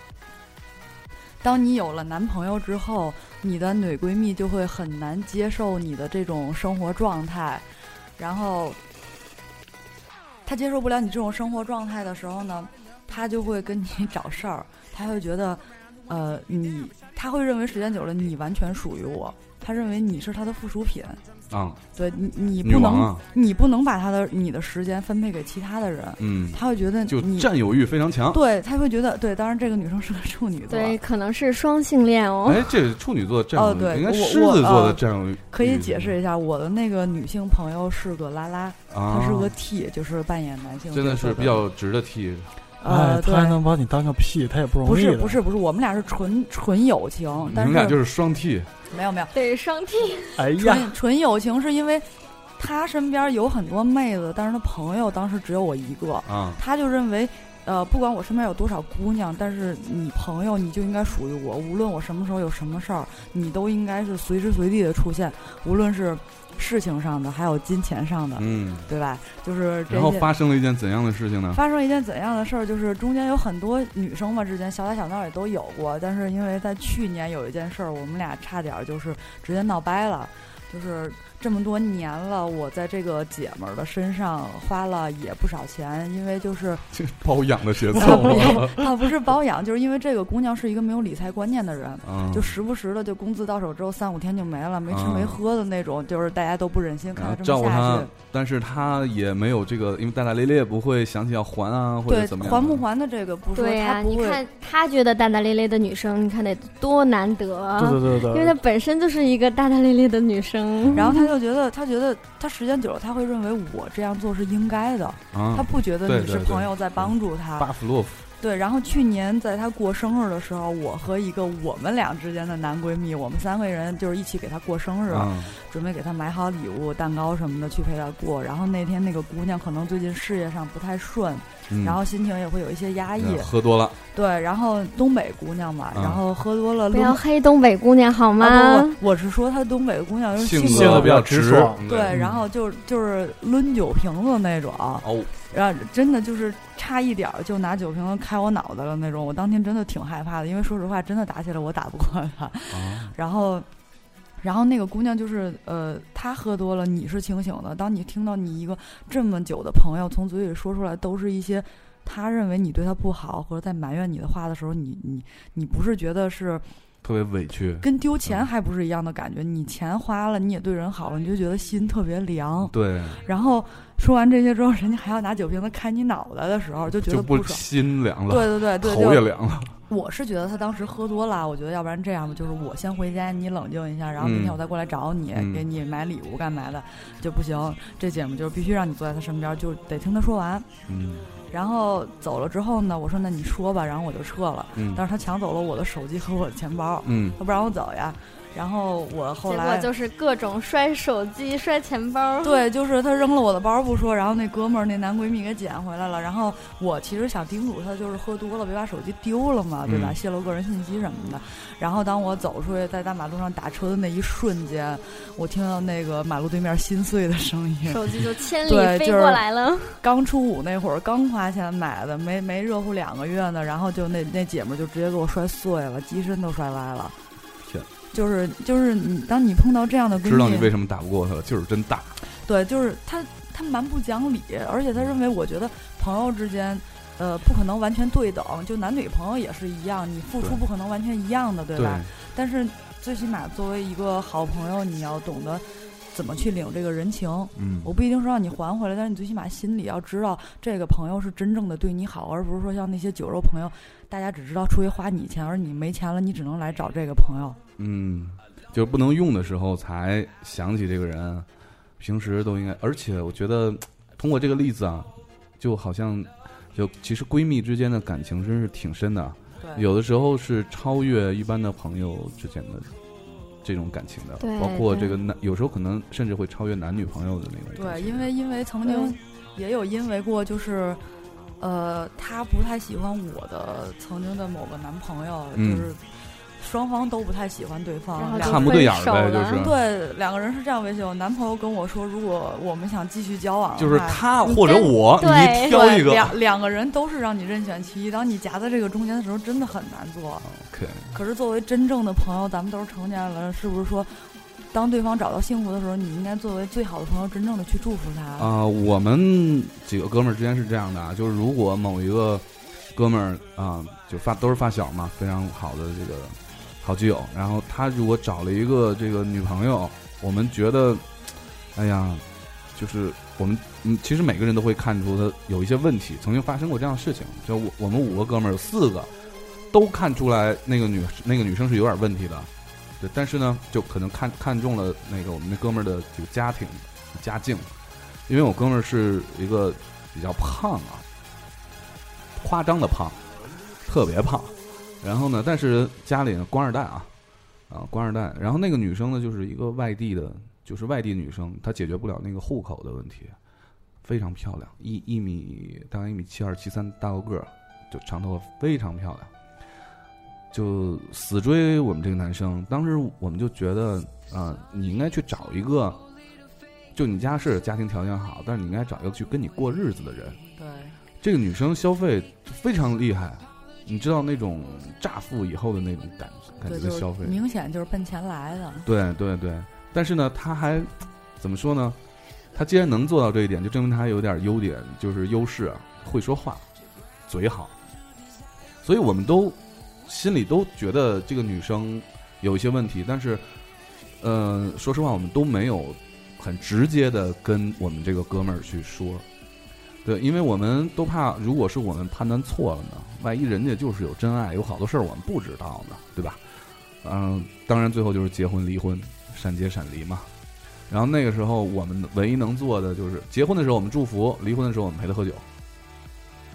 Speaker 4: 当你有了男朋友之后，你的女闺蜜就会很难接受你的这种生活状态，然后她接受不了你这种生活状态的时候呢，她就会跟你 找事儿，她会觉得，呃，你，她会认为时间久了你完全属于我，她认为你是她的附属品，
Speaker 1: 啊，
Speaker 4: 对你，你
Speaker 1: 女
Speaker 4: 不
Speaker 1: 王
Speaker 4: 能，
Speaker 1: 啊，
Speaker 4: 你不能把她的你的时间分配给其他的人，
Speaker 1: 嗯，
Speaker 4: 她会觉得
Speaker 1: 就
Speaker 4: 你。
Speaker 1: 占有欲非常强。
Speaker 4: 对，她会觉得对，当然这个女生是个处女座，
Speaker 3: 对，可能是双性恋哦。
Speaker 1: 哎，这是处女座的占
Speaker 4: 哦
Speaker 1: 有欲，
Speaker 4: 对
Speaker 1: 应该
Speaker 4: 我
Speaker 1: 狮
Speaker 4: 我
Speaker 1: 子座的
Speaker 4: 呃
Speaker 1: 占有欲
Speaker 4: 可以解释一下，我的那个女性朋友是个拉拉，
Speaker 1: 啊，
Speaker 4: 她是个 T，就是扮演男性角色，
Speaker 1: 真的是比较直的 T，
Speaker 4: 呃，
Speaker 2: 哎，他还
Speaker 4: 对，
Speaker 2: 能把你当个屁，他也不容易
Speaker 4: 不是
Speaker 2: 的
Speaker 4: 不是不是，我们俩是纯纯友情，
Speaker 1: 嗯你
Speaker 4: 哦但
Speaker 1: 们俩就是是双 T，
Speaker 4: 没有没有
Speaker 3: 对，双 T
Speaker 2: 哎呀，
Speaker 4: 纯纯友情，是因为他身边有很多妹子，但是他朋友当时只有我一个，
Speaker 1: 啊，
Speaker 4: 他就认为。呃，不管我身边有多少姑娘，但是你朋友你就应该属于我，无论我什么时候有什么事儿，你都应该是随时随地的出现，无论是事情上的，还有金钱上的，
Speaker 1: 嗯，
Speaker 4: 对吧？就是这
Speaker 1: 然后
Speaker 4: 些
Speaker 1: 发生了一件怎样的事情 呢？
Speaker 4: 发生一件怎样的事儿？就是中间有很多女生嘛之间小打小闹也都有过，但是因为在去年有一件事儿，我们俩差点儿就是直接闹掰了，就是这么多年了，我在这个姐们儿的身上花了也不少钱，因为就是
Speaker 1: 包养的节 奏
Speaker 4: 她不 是她不是包养，就是因为这个姑娘是一个没有理财观念的人，
Speaker 1: 啊，
Speaker 4: 就时不时的就工资到手之后三五天就没了，没吃
Speaker 1: 啊
Speaker 4: 没喝的那种，就是大家都不忍心看
Speaker 1: 然后
Speaker 4: 她这
Speaker 1: 照
Speaker 4: 么
Speaker 1: 顾
Speaker 4: 下
Speaker 1: 他
Speaker 4: 去。，
Speaker 1: 但是他也没有这个，因为大大咧咧不会想起要还啊，或者
Speaker 4: 对
Speaker 1: 怎么，样的，
Speaker 4: 还不还的这个不说，
Speaker 3: 对呀、
Speaker 4: 她不
Speaker 3: 你
Speaker 4: 会
Speaker 3: 看他觉得大大咧咧的女生，你看得多难得，
Speaker 2: 对对对对，
Speaker 3: 啊因为她本身就是一个大大咧咧的女生。
Speaker 4: 然后他就觉得，他觉得他时间久了，他会认为我这样做是应该的，
Speaker 1: 啊，
Speaker 4: 他不觉得你
Speaker 1: 对嗯
Speaker 4: 是
Speaker 1: 对对
Speaker 4: 朋友在帮助他。
Speaker 1: 巴甫洛夫
Speaker 4: 对，然后去年在他过生日的时候，我和一个我们俩之间的男闺蜜，我们三个人就是一起给他过生日，
Speaker 1: 啊，
Speaker 4: 准备给他买好礼物、蛋糕什么的去陪他过。然后那天那个姑娘可能最近事业上不太顺，
Speaker 1: 嗯
Speaker 4: 然后心情也会有一些压抑。
Speaker 1: 嗯喝多了，
Speaker 4: 对，然后东北姑娘嘛，
Speaker 1: 啊
Speaker 4: 然后喝多了
Speaker 3: 不
Speaker 4: 撸。
Speaker 3: 要黑东北姑娘好吗？
Speaker 4: 啊不不，我是说她东北姑娘就是
Speaker 1: 性
Speaker 4: 性
Speaker 2: 格
Speaker 1: 比较
Speaker 2: 比较直
Speaker 1: 直
Speaker 2: 爽，
Speaker 1: 嗯
Speaker 4: 对，然后就是就是抡酒瓶子那种，
Speaker 1: 哦，
Speaker 4: 然后真的就是差一点儿就拿酒瓶子开我脑袋了那种。我当天真的挺害怕的，因为说实话，真的打起来我打不过他。
Speaker 1: 啊
Speaker 4: 然后，然后那个姑娘就是呃，她喝多了，你是清醒的。当你听到你一个这么久的朋友从嘴里说出来都是一些他认为你对他不好或者在埋怨你的话的时候，你你你不是觉得是
Speaker 1: 特别委屈，
Speaker 4: 跟丢钱还不是一样的感觉？你钱花了，你也对人好了，你就觉得心特别凉。
Speaker 1: 对，
Speaker 4: 然后说完这些之后，人家还要拿酒瓶子开你脑袋的时候，就觉
Speaker 1: 就
Speaker 4: 得
Speaker 1: 不
Speaker 4: 爽。
Speaker 1: 心凉了，
Speaker 4: 对对对 对，
Speaker 1: 头也
Speaker 4: 就
Speaker 1: 凉了，
Speaker 4: 我是觉得他当时喝多了，我觉得要不然这样吧，就是我先回家，你冷静一下，然后明天我再过来找你，
Speaker 1: 嗯
Speaker 4: 给你买礼物干嘛的，就不行。这姐们就是必须让你坐在他身边，就得听他说完。
Speaker 1: 嗯
Speaker 4: 然后走了之后呢，我说那你说吧，然后我就撤了。
Speaker 1: 嗯
Speaker 4: 但是他抢走了我的手机和我的钱包，
Speaker 1: 嗯，
Speaker 4: 他不让我走呀。然后我后
Speaker 3: 结
Speaker 4: 来
Speaker 3: 果就是各种摔手机、摔钱 包。
Speaker 4: 对，就是他扔了我的包不说，然后那哥们儿那男闺蜜给捡回来了。然后我其实想叮嘱他，就是喝多了别把手机丢了嘛，对吧？
Speaker 1: 嗯
Speaker 4: 泄露个人信息什么的。然后当我走出去，在大马路上打车的那一瞬间，我听到那个马路对面心碎的声 音。
Speaker 3: 手机就千里
Speaker 4: 对
Speaker 3: 飞
Speaker 4: 就是
Speaker 3: 过来了，
Speaker 4: 刚出伍那会儿，刚花钱买的，没没热乎两个月呢，然后就那那姐们儿就直接给我摔碎了，机身都摔歪了
Speaker 1: 天。
Speaker 4: 就是就是你，当你碰到这样的闺蜜，
Speaker 1: 知道你为什么打不过他了，劲儿真大，
Speaker 4: 对，就是他他蛮不讲理，而且他认为我觉得朋友之间，呃，不可能完全对等，就男女朋友也是一样，你付出
Speaker 1: 对
Speaker 4: 不可能完全一样的，对吧？但是最起码作为一个好朋友，你要懂得怎么去领这个人情。
Speaker 1: 嗯
Speaker 4: 我，不一定说让你还回来，但是你最起码心里要知道，这个朋友是真正的对你好，而不是说像那些酒肉朋友，大家只知道出去花你钱，而你没钱了，你只能来找这个朋友。
Speaker 1: 嗯，就是不能用的时候才想起这个人，平时都应该。而且我觉得通过这个例子啊，就好像就其实闺蜜之间的感情真是挺深的啊，
Speaker 4: 对，
Speaker 1: 有的时候是超越一般的朋友之间的这种感情的
Speaker 3: 对，
Speaker 1: 包括
Speaker 3: 对
Speaker 1: 这个男，有时候可能甚至会超越男女朋友的那种感
Speaker 4: 对，
Speaker 1: 情。
Speaker 4: 因为因为曾经
Speaker 3: 对
Speaker 4: 也有因为过，就是呃，他不太喜欢我的曾经的某个男朋友，
Speaker 1: 嗯
Speaker 4: 就是双方都不太喜欢对
Speaker 3: 然
Speaker 4: 方，
Speaker 3: 后
Speaker 4: 两
Speaker 3: 就
Speaker 1: 看
Speaker 4: 个
Speaker 1: 不对眼儿呗，
Speaker 3: 分手
Speaker 1: 就
Speaker 3: 了
Speaker 1: 是
Speaker 4: 对两个人是这样维系。我男朋友跟我说，如果我们想继续交往的话，
Speaker 1: 就是他
Speaker 3: 你
Speaker 1: 或者
Speaker 3: 跟
Speaker 1: 我，
Speaker 3: 对
Speaker 1: 你挑一
Speaker 4: 对
Speaker 1: 个。
Speaker 4: 两两个人都是让你任选其一，当你夹在这个中间的时候，真的很难做。
Speaker 1: OK，
Speaker 4: 可是作为真正的朋友，咱们都是成年人了，是不是说，当对方找到幸福的时候，你应该作为最好的朋友，真正的去祝福他？
Speaker 1: 啊、我们几个哥们儿之间是这样的啊，就是如果某一个哥们儿啊、就发都是发小嘛，非常好的这个好基友，然后他如果找了一个这个女朋友，我们觉得，哎呀，就是我们嗯，其实每个人都会看出他有一些问题，曾经发生过这样的事情，就我我们五个哥们儿有四个都看出来那个女那个女生是有点问题的，对，但是呢，就可能看看中了那个我们那哥们儿的这个家庭家境。因为我哥们儿是一个比较胖啊，夸张的胖，特别胖。然后呢，但是家里呢官二代啊，啊官二代。然后那个女生呢，就是一个外地的，就是外地女生，她解决不了那个户口的问题，非常漂亮，一一米大概一米七二七三大高个儿，就长头发，非常漂亮。就死追我们这个男生，当时我们就觉得啊、你应该去找一个就你家是家庭条件好，但是你应该找一个去跟你过日子的人。
Speaker 4: 对，
Speaker 1: 这个女生消费非常厉害，你知道那种乍富以后的那种感感
Speaker 4: 对，
Speaker 1: 觉
Speaker 4: 就
Speaker 1: 的
Speaker 4: 是
Speaker 1: 消费，
Speaker 4: 明显就是奔钱来的。
Speaker 1: 对对对。但是呢，她还怎么说呢？他既然能做到这一点，就证明他有点优点，就是优势啊，会说话，嘴好。所以我们都心里都觉得这个女生有一些问题，但是，呃，说实话，我们都没有很直接的跟我们这个哥们儿去说。对，因为我们都怕，如果是我们判断错了呢，万一人家就是有真爱，有好多事儿我们不知道呢，对吧？嗯，当然最后就是结婚、离婚、闪结、闪离嘛。然后那个时候我们唯一能做的就是，结婚的时候我们祝福，离婚的时候我们陪他喝酒，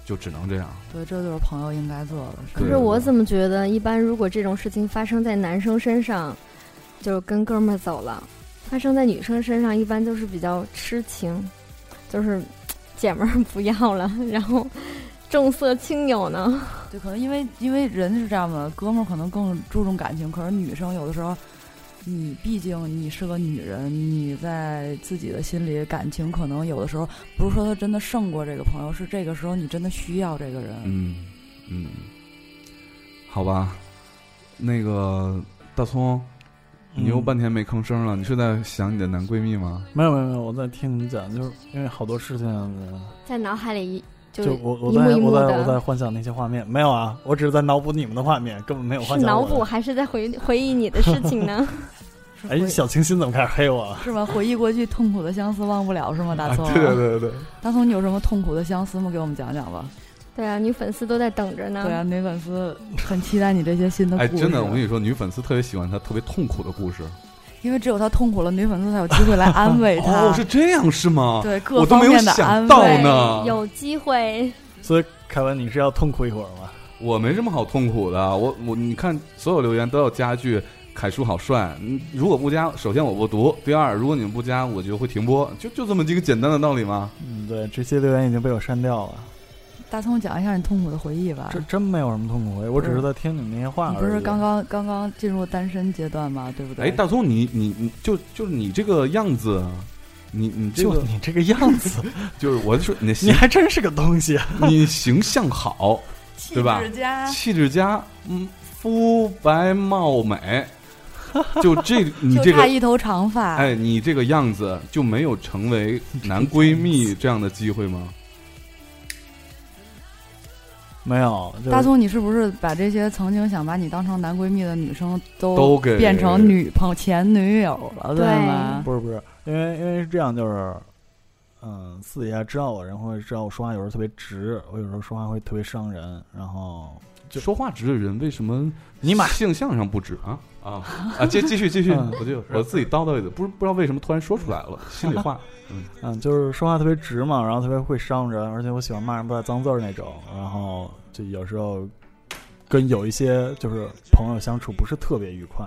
Speaker 1: 就只能这样。
Speaker 4: 对，这就是朋友应该做的事。
Speaker 3: 可
Speaker 1: 对
Speaker 3: 是我怎么觉得，一般如果这种事情发生在男生身上，就跟哥们儿走了；发生在女生身上，一般就是比较痴情，就是嘖姐们儿不要了，然后重色轻友呢。
Speaker 4: 对，可能因为因为人是这样的，哥们儿可能更注重感情，可是女生有的时候，你毕竟你是个女人，你在自己的心里感情可能有的时候不是说她真的胜过这个朋友，是这个时候你真的需要这个人。
Speaker 1: 嗯嗯，好吧，那个大葱，你又
Speaker 2: 嗯
Speaker 1: 半天没吭声了，你是在想你的男闺蜜吗？
Speaker 2: 没有没有没有，我在听你讲，就是因为好多事情，呃
Speaker 3: 在脑海里一就
Speaker 2: 就我我
Speaker 3: 一
Speaker 2: 在
Speaker 3: 幕一幕
Speaker 2: 我在我在
Speaker 3: 的，
Speaker 2: 幻想那些画面，没有啊，我只是在脑补你们的画面，根本没有
Speaker 3: 是
Speaker 2: 幻想
Speaker 3: 脑
Speaker 2: 我的
Speaker 3: 补。还是在回回忆你的事情 呢？
Speaker 4: 是
Speaker 2: 哎，
Speaker 4: 回
Speaker 2: 小清新怎么开始黑我啊？
Speaker 4: 是吗？回忆过去痛苦的相思忘不了是吗？大葱，
Speaker 1: 啊对对，
Speaker 4: 大葱，你有什么痛苦的相思吗？给我们讲讲吧。
Speaker 3: 对啊，女粉丝都在等着呢。
Speaker 4: 对啊，女粉丝很期待你这些新的故
Speaker 1: 哎，
Speaker 4: 事。
Speaker 1: 真的，我跟你说，女粉丝特别喜欢她特别痛苦的故事。
Speaker 4: 因为只有她痛苦了，女粉丝才有机会来安慰她。
Speaker 1: 哦，是这样是吗？
Speaker 4: 对
Speaker 1: 我
Speaker 4: 各
Speaker 1: 都
Speaker 4: 方
Speaker 1: 没有
Speaker 4: 面的
Speaker 1: 想
Speaker 4: 安
Speaker 1: 到
Speaker 4: 慰。
Speaker 1: 呢
Speaker 3: 对，有机会
Speaker 2: 所以凯文，你是要痛苦一会儿吗？
Speaker 1: 我没什么好痛苦的，我我你看所有留言都要加一句“凯叔好帅”，嗯如果不加，首先我不读，第二，如果你们不加，我就会停播，就就这么一个简单的道理吗？
Speaker 2: 嗯，对，这些留言已经被我删掉了，
Speaker 4: 大葱，讲一下你痛苦的回忆吧
Speaker 2: 这。真没有什么痛苦回忆，我只是在听你们那些话
Speaker 4: 啊你
Speaker 2: 而已。
Speaker 4: 不是刚刚刚刚进入单身阶段吗？对不对？
Speaker 1: 哎，大葱，你你你就就是你这个样子，啊你你这
Speaker 2: 就
Speaker 1: 个
Speaker 2: 你这个样子，
Speaker 1: 就是我就说你的
Speaker 2: 你
Speaker 1: 形
Speaker 2: 还真是个东西啊！
Speaker 1: 你形象好，
Speaker 4: 气
Speaker 1: 对吧
Speaker 4: 质佳，
Speaker 1: 气质佳，嗯，肤白貌美， 就这你这
Speaker 4: 就差
Speaker 1: 个
Speaker 4: 一头长发。
Speaker 1: 哎，你这个样子就没有成为男闺蜜这样的机会吗？
Speaker 2: 没有，就是
Speaker 4: 大葱，你是不是把这些曾经想把你当成男闺蜜的女生都
Speaker 1: 都给
Speaker 4: 变成女朋前女友了，
Speaker 3: 对
Speaker 4: 吗？
Speaker 2: 不是不是，因为因为是这样，就是，嗯，私底下知道我人会知道我说话有时候特别直，我有时候说话会特别伤人，然后就
Speaker 1: 说话直的人为什 么
Speaker 2: 尼玛
Speaker 1: 性向上不直啊啊啊！继继续继续，
Speaker 2: 嗯
Speaker 1: 我就我自己叨叨一嘴，不是不知道为什么突然说出来 了，心里话。
Speaker 2: 嗯，就是说话特别直嘛，然后特别会伤人，而且我喜欢骂人不带脏字儿那种，然后就有时候跟有一些就是朋友相处不是特别愉快，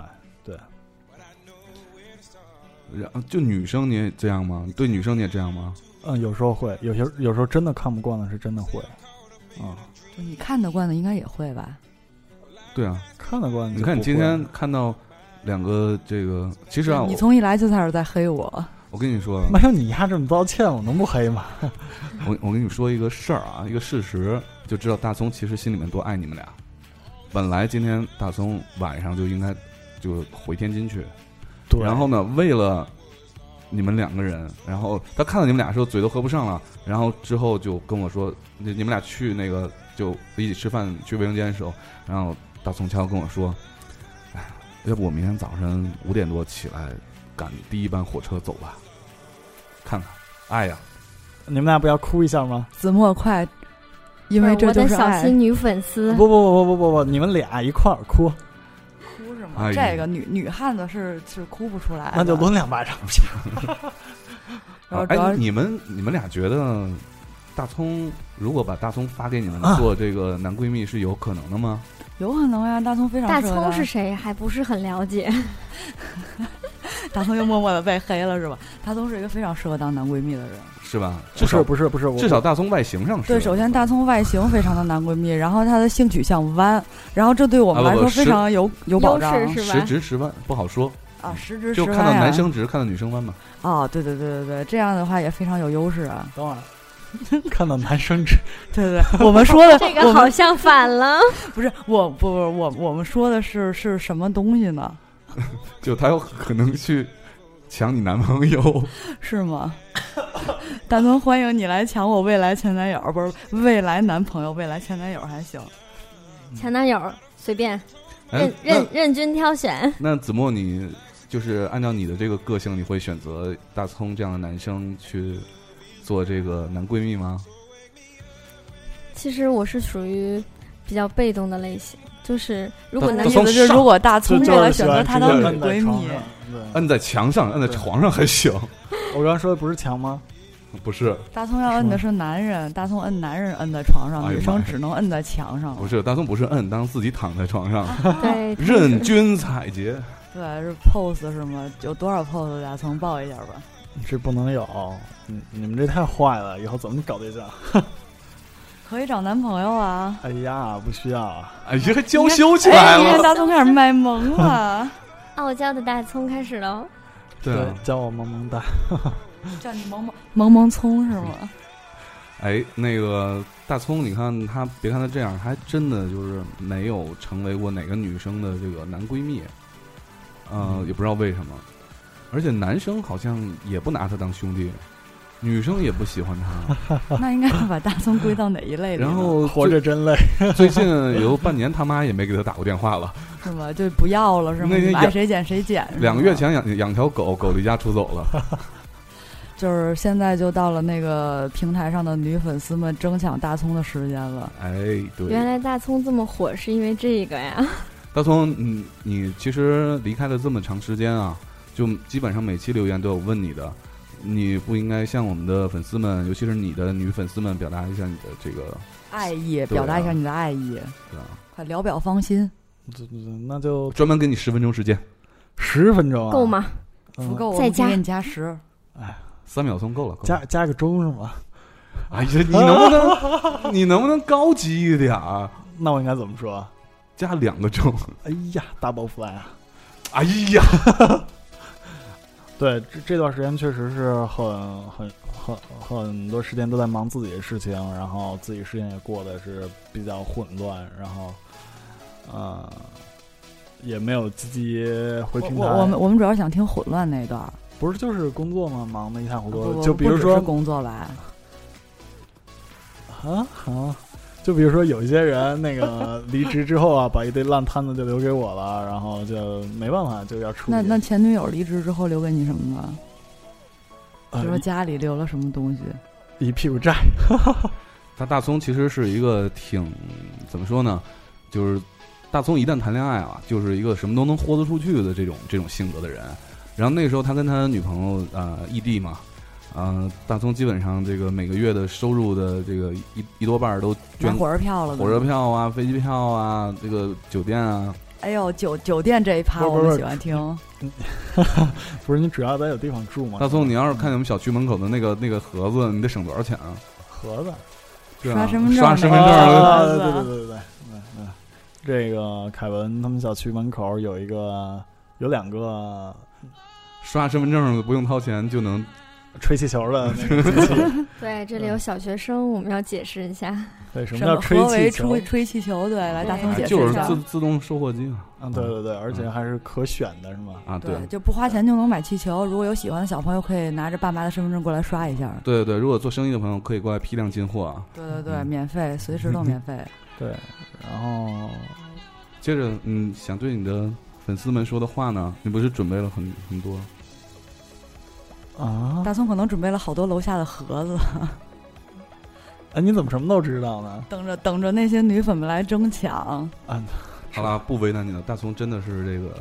Speaker 1: 然后就女生你也这样吗？对女生你也这样吗？
Speaker 2: 嗯，有时候会，有些有时候真的看不惯的是真的会，啊、
Speaker 4: 就你看得惯的，应该也会吧？
Speaker 1: 对啊，
Speaker 2: 看得惯就
Speaker 1: 你看你
Speaker 2: 不
Speaker 1: 今
Speaker 2: 会
Speaker 1: 天看到两个这个，其实啊，
Speaker 4: 你
Speaker 1: 我
Speaker 4: 从一来就开始在黑我，
Speaker 1: 我跟你说啊，
Speaker 2: 没有你丫这么道歉，我能不黑吗？
Speaker 1: 我我跟你说一个事儿啊，一个事实，就知道大葱其实心里面多爱你们俩。本来今天大葱晚上就应该就回天津去，
Speaker 2: 对，
Speaker 1: 然后呢，为了你们两个人，然后他看到你们俩的时候嘴都合不上了，然后之后就跟我说，你你们俩去那个就一起吃饭去卫生间的时候，然后大葱悄跟我说，哎，要不我明天早上五点多起来赶第一班火车走吧，看看，爱呀、
Speaker 2: 你们俩不要哭一下吗？
Speaker 4: 子墨快，因为
Speaker 3: 不是
Speaker 4: 这
Speaker 3: 我
Speaker 4: 就
Speaker 3: 的
Speaker 4: 是
Speaker 3: 小
Speaker 4: 爱。
Speaker 3: 新女粉丝
Speaker 2: 不，不不不不不不，你们俩一块儿哭，
Speaker 4: 哭是
Speaker 1: 哎
Speaker 4: 吗？
Speaker 1: 呀
Speaker 4: 这个女女汉子是是哭不出来的，
Speaker 2: 那就抡两巴掌。
Speaker 4: 然后主要
Speaker 1: 哎，
Speaker 4: 是
Speaker 1: 你们你们俩觉得大葱如果把大葱发给你们
Speaker 2: 啊
Speaker 1: 做这个男闺蜜是有可能的吗？
Speaker 4: 有可能呀。大葱非常
Speaker 3: 大
Speaker 4: 适合
Speaker 3: 葱
Speaker 4: 的
Speaker 3: 是谁还不是很了 解。
Speaker 4: 大葱又默默的被黑了是吧？ 大葱是一个非常适合当男闺蜜的人。
Speaker 1: 是吧？至
Speaker 2: 不是
Speaker 1: 少
Speaker 2: 不是不是，我
Speaker 1: 至少大葱外形上是
Speaker 4: 对，首先大葱外形非常的男闺蜜，然后他的性取向弯，然后这对我们
Speaker 1: 啊
Speaker 4: 来
Speaker 1: 不不
Speaker 4: 说非
Speaker 1: 是
Speaker 4: 常有有保障
Speaker 3: 优势是吧
Speaker 1: 十直十弯不好说，
Speaker 4: 啊，十之十
Speaker 1: 就
Speaker 4: 弯
Speaker 1: 看到
Speaker 4: 呀
Speaker 1: 男生直，看到女生弯嘛。
Speaker 4: 哦，对对对对对，这样的话也非常有优势啊。
Speaker 2: 等会儿 看到男生直，
Speaker 4: 对对， 对我们说的
Speaker 3: 这
Speaker 4: 我
Speaker 3: 个
Speaker 4: 们
Speaker 3: 好像反了，
Speaker 4: 不是我不不我我们说的是是什么东西呢？
Speaker 1: 就他有可能去抢你男朋友，
Speaker 4: 是吗？ 大葱欢迎你来抢我未来前男友，不是未来男朋友，未来前男友还行。
Speaker 3: 前男友随便
Speaker 1: 哎
Speaker 3: 任，任任君挑选，
Speaker 1: 那那子墨你就是按照你的这个个性，你会选择大葱这样的男生去做这个男闺蜜吗？
Speaker 3: 其实我是属于比较被动的类型，就是如果
Speaker 1: 大
Speaker 3: 能
Speaker 4: 意
Speaker 1: 大葱
Speaker 4: 思是，
Speaker 1: 上
Speaker 4: 如果大
Speaker 2: 这
Speaker 4: 葱
Speaker 2: 就
Speaker 4: 过来
Speaker 2: 是喜
Speaker 4: 选择
Speaker 2: 欢
Speaker 4: 她
Speaker 2: 直接
Speaker 4: 当女
Speaker 2: 摁在
Speaker 4: 闺
Speaker 2: 床
Speaker 4: 蜜，
Speaker 2: 上对，
Speaker 1: 摁在墙上，摁在床上还行，
Speaker 2: 我刚说的不是强吗？
Speaker 1: 不是
Speaker 4: 大葱要摁的是男人，大葱摁男人摁在床上，
Speaker 1: 哎呀
Speaker 4: 女
Speaker 1: 妈
Speaker 4: 生
Speaker 1: 呀
Speaker 4: 只能摁在墙上了。
Speaker 1: 不是，大葱不是摁，当自己躺在床上，
Speaker 3: 对
Speaker 1: 任君采撷。
Speaker 4: 对，是 pose 是吗？有多少 pose 大葱报一下吧。
Speaker 2: 这不能有，你你们这太坏了，以后怎么搞对象？
Speaker 4: 可以找男朋友啊！
Speaker 2: 哎呀，不需要，啊
Speaker 1: 哎呀，还娇羞起来
Speaker 4: 哎，你看
Speaker 1: 了。
Speaker 4: 大葱开始卖 萌了，
Speaker 3: 傲娇啊的大葱开始喽，
Speaker 1: 对啊，
Speaker 2: 教我萌萌 哒。
Speaker 4: 叫你萌萌萌萌葱是 吗？
Speaker 1: 哎，那个大葱，你看他，别看他这样，还真的就是没有成为过哪个女生的这个男闺蜜，呃，也不知道为什么。而且男生好像也不拿他当兄弟，女生也不喜欢他。
Speaker 4: 那应该把大葱归到哪一类里呢？
Speaker 1: 然后
Speaker 2: 活着真累，
Speaker 1: 最最近有半年，他妈也没给他打过电话了。
Speaker 4: 是吗？就不要了是吗？
Speaker 1: 那天
Speaker 4: 你们
Speaker 1: 养
Speaker 4: 爱谁捡谁捡。是吗
Speaker 1: 两个月前养养条狗，狗离家出走了。
Speaker 4: 就是现在就到了那个平台上的女粉丝们争抢大葱的时间了。
Speaker 1: 哎，对，
Speaker 3: 原来大葱这么火是因为这个呀？
Speaker 1: 大葱，你你其实离开了这么长时间啊，就基本上每期留言都有问你的，你不应该向我们的粉丝们，尤其是你的女粉丝们，表达一下你的这个，
Speaker 4: 爱意，
Speaker 1: 对啊
Speaker 4: 表达一下你的爱意，
Speaker 1: 对吧
Speaker 4: 快聊表芳心，
Speaker 2: 这这那就
Speaker 1: 专门给你十分钟时间，
Speaker 2: 十分钟啊，
Speaker 3: 够？吗？
Speaker 2: 嗯
Speaker 4: 不够我
Speaker 3: 再
Speaker 4: 们可以
Speaker 3: 加
Speaker 4: 给你加十。
Speaker 1: 三秒钟够了。够了
Speaker 2: 加，加个钟是吗？
Speaker 1: 哎呀，你能不能， 你能不能高级一点儿，
Speaker 2: 那我应该怎么说？啊
Speaker 1: 加两个钟？
Speaker 2: 哎呀，大爆出来啊！
Speaker 1: 哎呀，
Speaker 2: 对，这这段时间确实是很很很很多时间都在忙自己的事情，然后自己事情也过得是比较混乱，然后，呃，也没有积极回
Speaker 4: 我
Speaker 2: 平台。
Speaker 4: 我我们我们主要想听混乱那一段儿，
Speaker 2: 不是就是工作吗？忙得一塌糊
Speaker 4: 不
Speaker 2: 涂。
Speaker 4: 不
Speaker 2: 就比如
Speaker 4: 不只
Speaker 2: 说
Speaker 4: 是工作吧，
Speaker 2: 啊啊，就比如说有一些人那 个离职之后啊，把一堆烂摊子就留给我了，然后就没办法就要处理。
Speaker 4: 那那前女友离职之后留给你什么呢？
Speaker 2: 呃
Speaker 4: 比如说家里留了什么东西？
Speaker 2: 一一屁股债，
Speaker 1: 他大葱其实是一个挺怎么说呢，就是大葱一旦谈恋爱啊，就是一个什么都能豁得出去的这种这种性格的人。然后那时候他跟他女朋友呃异地嘛，呃，大葱基本上这个每个月的收入的这个一一多半儿都
Speaker 4: 买
Speaker 1: 捐
Speaker 4: 火车票了，
Speaker 1: 火车。票啊、飞机票啊、这个酒店啊，
Speaker 4: 哎呦，酒酒店这一趴
Speaker 2: 不是
Speaker 4: 我
Speaker 2: 不
Speaker 4: 们
Speaker 2: 是
Speaker 4: 喜欢听，
Speaker 2: 不是你主要得有地方住吗？
Speaker 1: 大葱，你要是看你们小区门口的那个那个盒子，你得省多少钱啊？
Speaker 2: 盒子。
Speaker 1: 对
Speaker 4: 刷
Speaker 1: 啊，
Speaker 4: 身份证
Speaker 1: 刷
Speaker 4: 儿
Speaker 1: 身
Speaker 4: 那
Speaker 1: 份
Speaker 4: 个
Speaker 1: 证儿
Speaker 4: 啊
Speaker 2: 啊，
Speaker 4: 对
Speaker 2: 对
Speaker 4: 对
Speaker 2: 对
Speaker 4: 对
Speaker 2: 对对对，嗯嗯，这个凯文他们小区门口有一个有两个
Speaker 1: 刷身份证儿不用掏钱就能
Speaker 2: 吹气球的那个机器，
Speaker 3: 对，这里
Speaker 1: 嗯
Speaker 3: 有小学生，我们要解释一下。
Speaker 2: 对，什么
Speaker 4: 什
Speaker 2: 叫
Speaker 4: 么何
Speaker 2: 吹
Speaker 4: 为
Speaker 2: 气球
Speaker 4: 吹？吹气球？对，来大葱
Speaker 3: 能
Speaker 1: 哎
Speaker 4: 解释
Speaker 1: 就
Speaker 4: 一
Speaker 1: 是
Speaker 4: 下。
Speaker 1: 自自动售货机嘛
Speaker 2: 嗯，对对对，而且还是可选的是吗？
Speaker 1: 啊，对
Speaker 4: 对，就不花钱就能买气球。如果有喜欢的小朋友，可以拿着爸妈的身份证过来刷一下。
Speaker 1: 对对，如果做生意的朋友可以过来批量进货啊。
Speaker 4: 对对对，免费，随时都免费。
Speaker 2: 对，然后
Speaker 1: 接着，嗯，想对你的粉丝们说的话呢，你不是准备了很很多？
Speaker 2: 啊，
Speaker 4: 嗯大葱可能准备了好多楼下的盒子，
Speaker 2: 哎，你怎么什么都知道呢？
Speaker 4: 等着等着那些女粉们来争抢。
Speaker 2: 啊，
Speaker 1: 好啦，不为难你了，大葱真的是这个，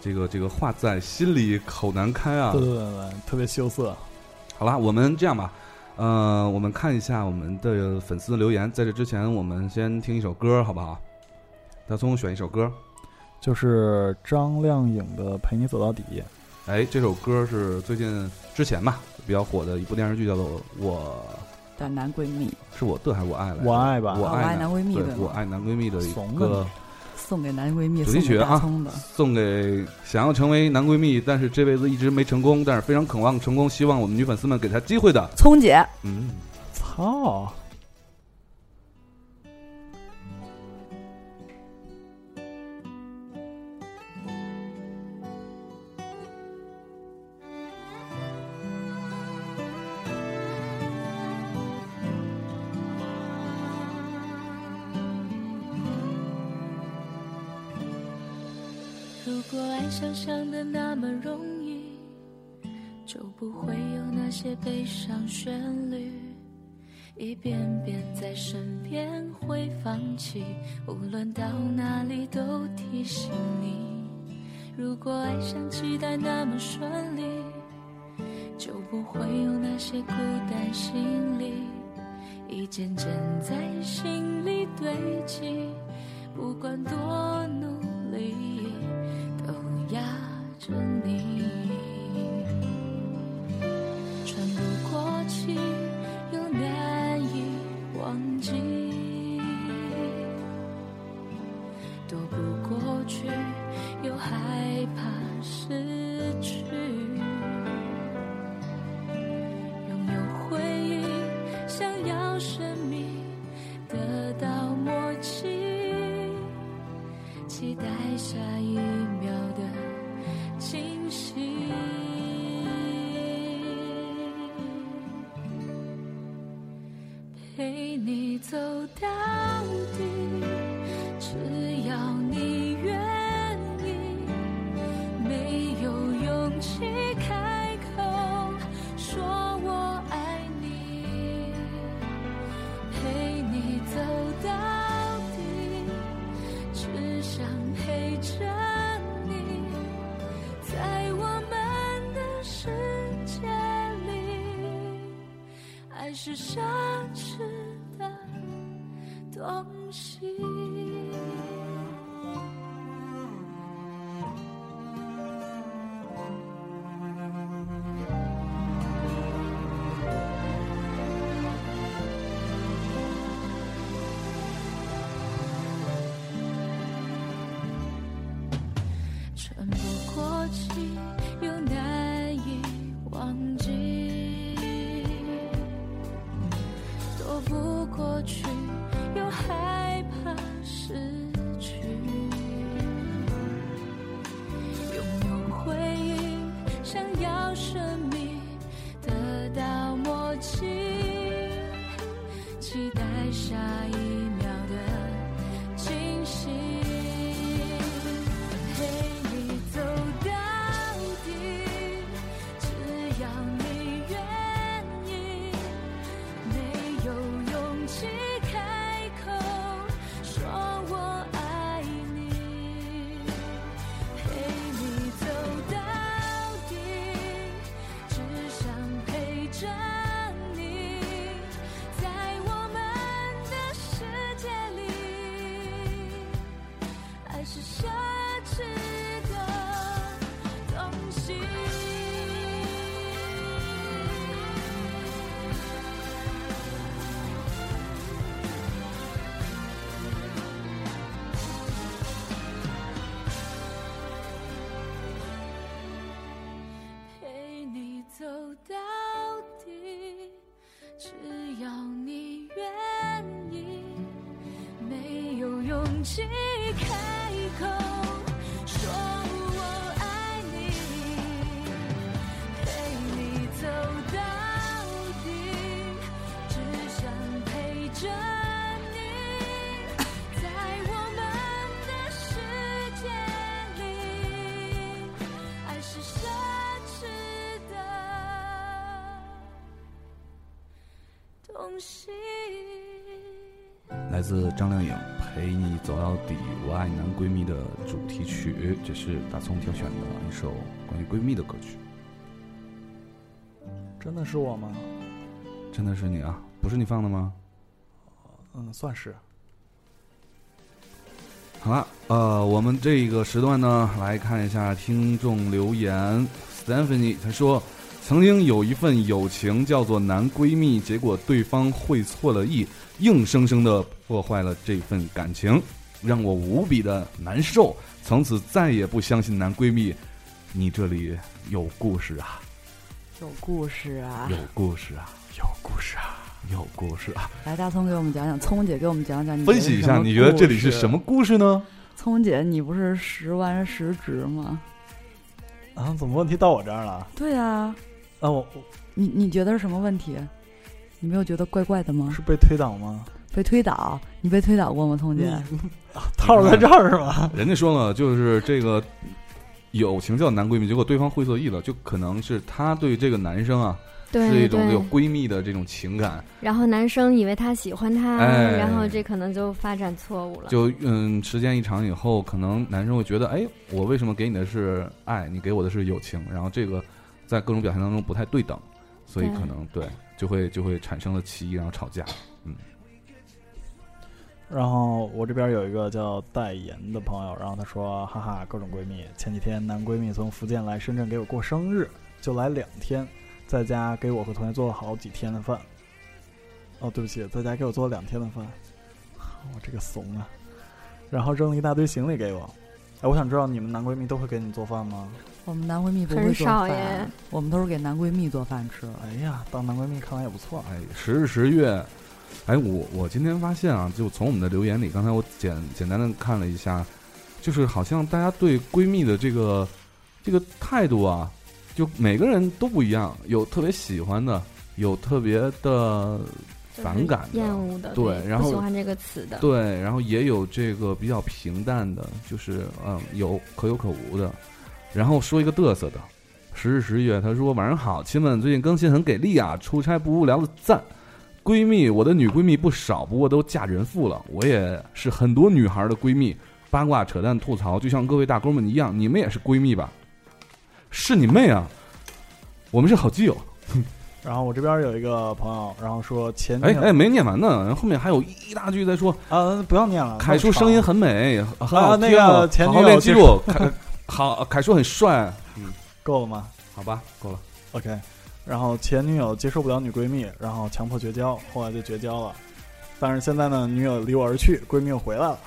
Speaker 1: 这个这个话在心里口难开啊
Speaker 2: 对。对对对，特别羞涩。
Speaker 1: 好啦，我们这样吧，呃，我们看一下我们的粉丝的留言，在这之前我们先听一首歌，好不好？大葱选一首歌，
Speaker 2: 就是张靓颖的《陪你走到底》，
Speaker 1: 哎，这首歌是最近之前吧比较火的一部电视剧，叫做《我
Speaker 4: 的男闺蜜，
Speaker 1: 是我的还是我爱来着》？
Speaker 2: 我爱吧
Speaker 1: 我
Speaker 4: 啊
Speaker 1: 爱
Speaker 4: 男闺蜜
Speaker 1: 对
Speaker 4: 对，
Speaker 1: 我
Speaker 4: 吗？
Speaker 1: 爱男闺蜜的啊一
Speaker 2: 怂了
Speaker 1: 个
Speaker 2: 你。
Speaker 4: 送给男闺蜜，
Speaker 1: 主
Speaker 4: 送
Speaker 1: 题
Speaker 4: 给
Speaker 1: 曲啊
Speaker 4: 大葱的。
Speaker 1: 送给想要成为男闺蜜，但是这辈子一直没成功，但是非常渴望成功，希望我们女粉丝们给她机会的。
Speaker 4: 葱姐，
Speaker 1: 嗯，
Speaker 2: 操，
Speaker 5: 我如果爱想象的那么容易，就不会有那些悲伤旋律一遍遍在身边会放起，无论到哪里都提醒你。如果爱像期待那么顺利，就不会有那些孤单心理，一件件在心里堆积，不管多努力，都压着你。喘不过气，又难以忘记，躲不过去，又害怕失去。拥有回忆，想要生命得到默契，期待下一秒的惊喜。陪你走到底，只要你愿意。没有勇气开口说我爱你，陪你走到底，只想陪着你，在我们的世界里，爱是奢侈的东西。喘不过气，又难以忘记，躲不过去，又害怕失去。拥有回忆，想要生命得到默契，期待下一秒的惊喜。陪你走到底，只要你愿意。没有勇气开口说我爱你，陪你走到底，只想陪着你，在我们的世界里。爱是奢侈的东西。陪你走到底，只要你愿意。没有勇气开口说我爱你，陪你走到底，只想陪着你，在我们的世界里，爱是奢侈的东西。
Speaker 1: 来自张靓颖《陪你走到底》，我爱男闺蜜的主题曲，这是大葱挑选的一首关于闺蜜的歌曲。
Speaker 2: 真的是我吗？
Speaker 1: 真的是你啊，不是你放的吗？
Speaker 2: 嗯，算是。
Speaker 1: 好了，呃，我们这个时段呢，来看一下听众留言。Stephanie 她说，曾经有一份友情叫做男闺蜜，结果对方会错了意，硬生生的破坏了这份感情，让我无比的难受。从此再也不相信男闺蜜。你这里有故事啊，
Speaker 4: 有故事啊
Speaker 1: 有！故事啊，有故事啊，有故事啊！
Speaker 4: 来，大葱给我们讲讲，葱姐给我们讲讲，你
Speaker 1: 分析一下，你觉
Speaker 4: 觉
Speaker 1: 得这里是什么？故事啊呢？
Speaker 4: 葱姐，你不是十完十职吗？
Speaker 2: 啊，怎么问题到我这儿了？
Speaker 4: 对啊，
Speaker 2: 啊，我我
Speaker 4: 你你觉得是什么问题？你没有觉得怪怪的吗？
Speaker 2: 是被推倒吗？
Speaker 4: 被推倒，你被推倒过吗，童姐？
Speaker 2: 套在这儿是吧？
Speaker 1: 人家说了，就是这个友情叫男闺蜜，结果对方会错意了，就可能是她对这个男生啊是
Speaker 3: 对
Speaker 1: 一种有
Speaker 3: 对。
Speaker 1: 闺蜜的这种情感，
Speaker 3: 然后男生以为她喜欢他，
Speaker 1: 哎
Speaker 3: 然后这可能就发展错误了。
Speaker 1: 就嗯，时间一长以后，可能男生会觉得，哎，我为什么给你的是爱，你给我的是友情？然后这个在各种表现当中不太对等，所以
Speaker 3: 对
Speaker 1: 可能对就会就会产生了歧义，然后吵架。
Speaker 2: 然后我这边有一个叫代言的朋友，然后他说：“哈哈，各种闺蜜，前几天男闺蜜从福建来深圳给我过生日，就来两天，在家给我和同学做了好几天的饭。哦，对不起，在家给我做了两天的饭，我这个怂啊！然后扔了一大堆行李给我。哎，我想知道你们男闺蜜都会给你做饭吗？
Speaker 4: 我们男闺蜜不会
Speaker 3: 很
Speaker 4: 做
Speaker 3: 少耶
Speaker 4: 饭，我们都是给男闺蜜做饭吃。
Speaker 2: 哎呀，当男闺蜜看来也不错。啊
Speaker 1: 哎，十十月，哎，我我今天发现啊，就从我们的留言里，刚才我简简单的看了一下，就是好像大家对闺蜜的这个这个态度啊，就每个人都不一样，有特别喜欢的，有特别的
Speaker 3: 就是
Speaker 1: 反感的
Speaker 3: 厌恶的，
Speaker 1: 对然后
Speaker 3: 不喜欢这个词的，
Speaker 1: 对，然后也有这个比较平淡的，就是嗯，有可有可无的。然后说一个嘚瑟的，十日十月，他说晚上好，亲们，最近更新很给力啊，出差不无聊的赞。闺蜜，我的女闺蜜不少，不过都嫁人妇了，我也是很多女孩的闺蜜，八卦、扯淡、吐槽，就像各位大哥们一样，你们也是闺蜜吧？ 是你妹啊！我们是好基友。
Speaker 2: 然后我这边有一个朋友，然后说前女
Speaker 1: 哎
Speaker 2: 友
Speaker 1: 哎，没念完呢，后面还有一大句在说
Speaker 2: 啊，不要念了，
Speaker 1: 凯叔
Speaker 2: 那么长
Speaker 1: 声音很美，很
Speaker 2: 啊
Speaker 1: 好
Speaker 2: 那
Speaker 1: 听
Speaker 2: 个前
Speaker 1: 好
Speaker 2: 女
Speaker 1: 好
Speaker 2: 友
Speaker 1: 练
Speaker 2: 就
Speaker 1: 肌肉。凯 好，凯叔很帅，
Speaker 2: 够了吗？
Speaker 1: 好吧，够了。
Speaker 2: OK，然后前女友接受不了女闺蜜，然后强迫绝交，后来就绝交了。但是现在呢，女友离我而去，闺蜜又回来了。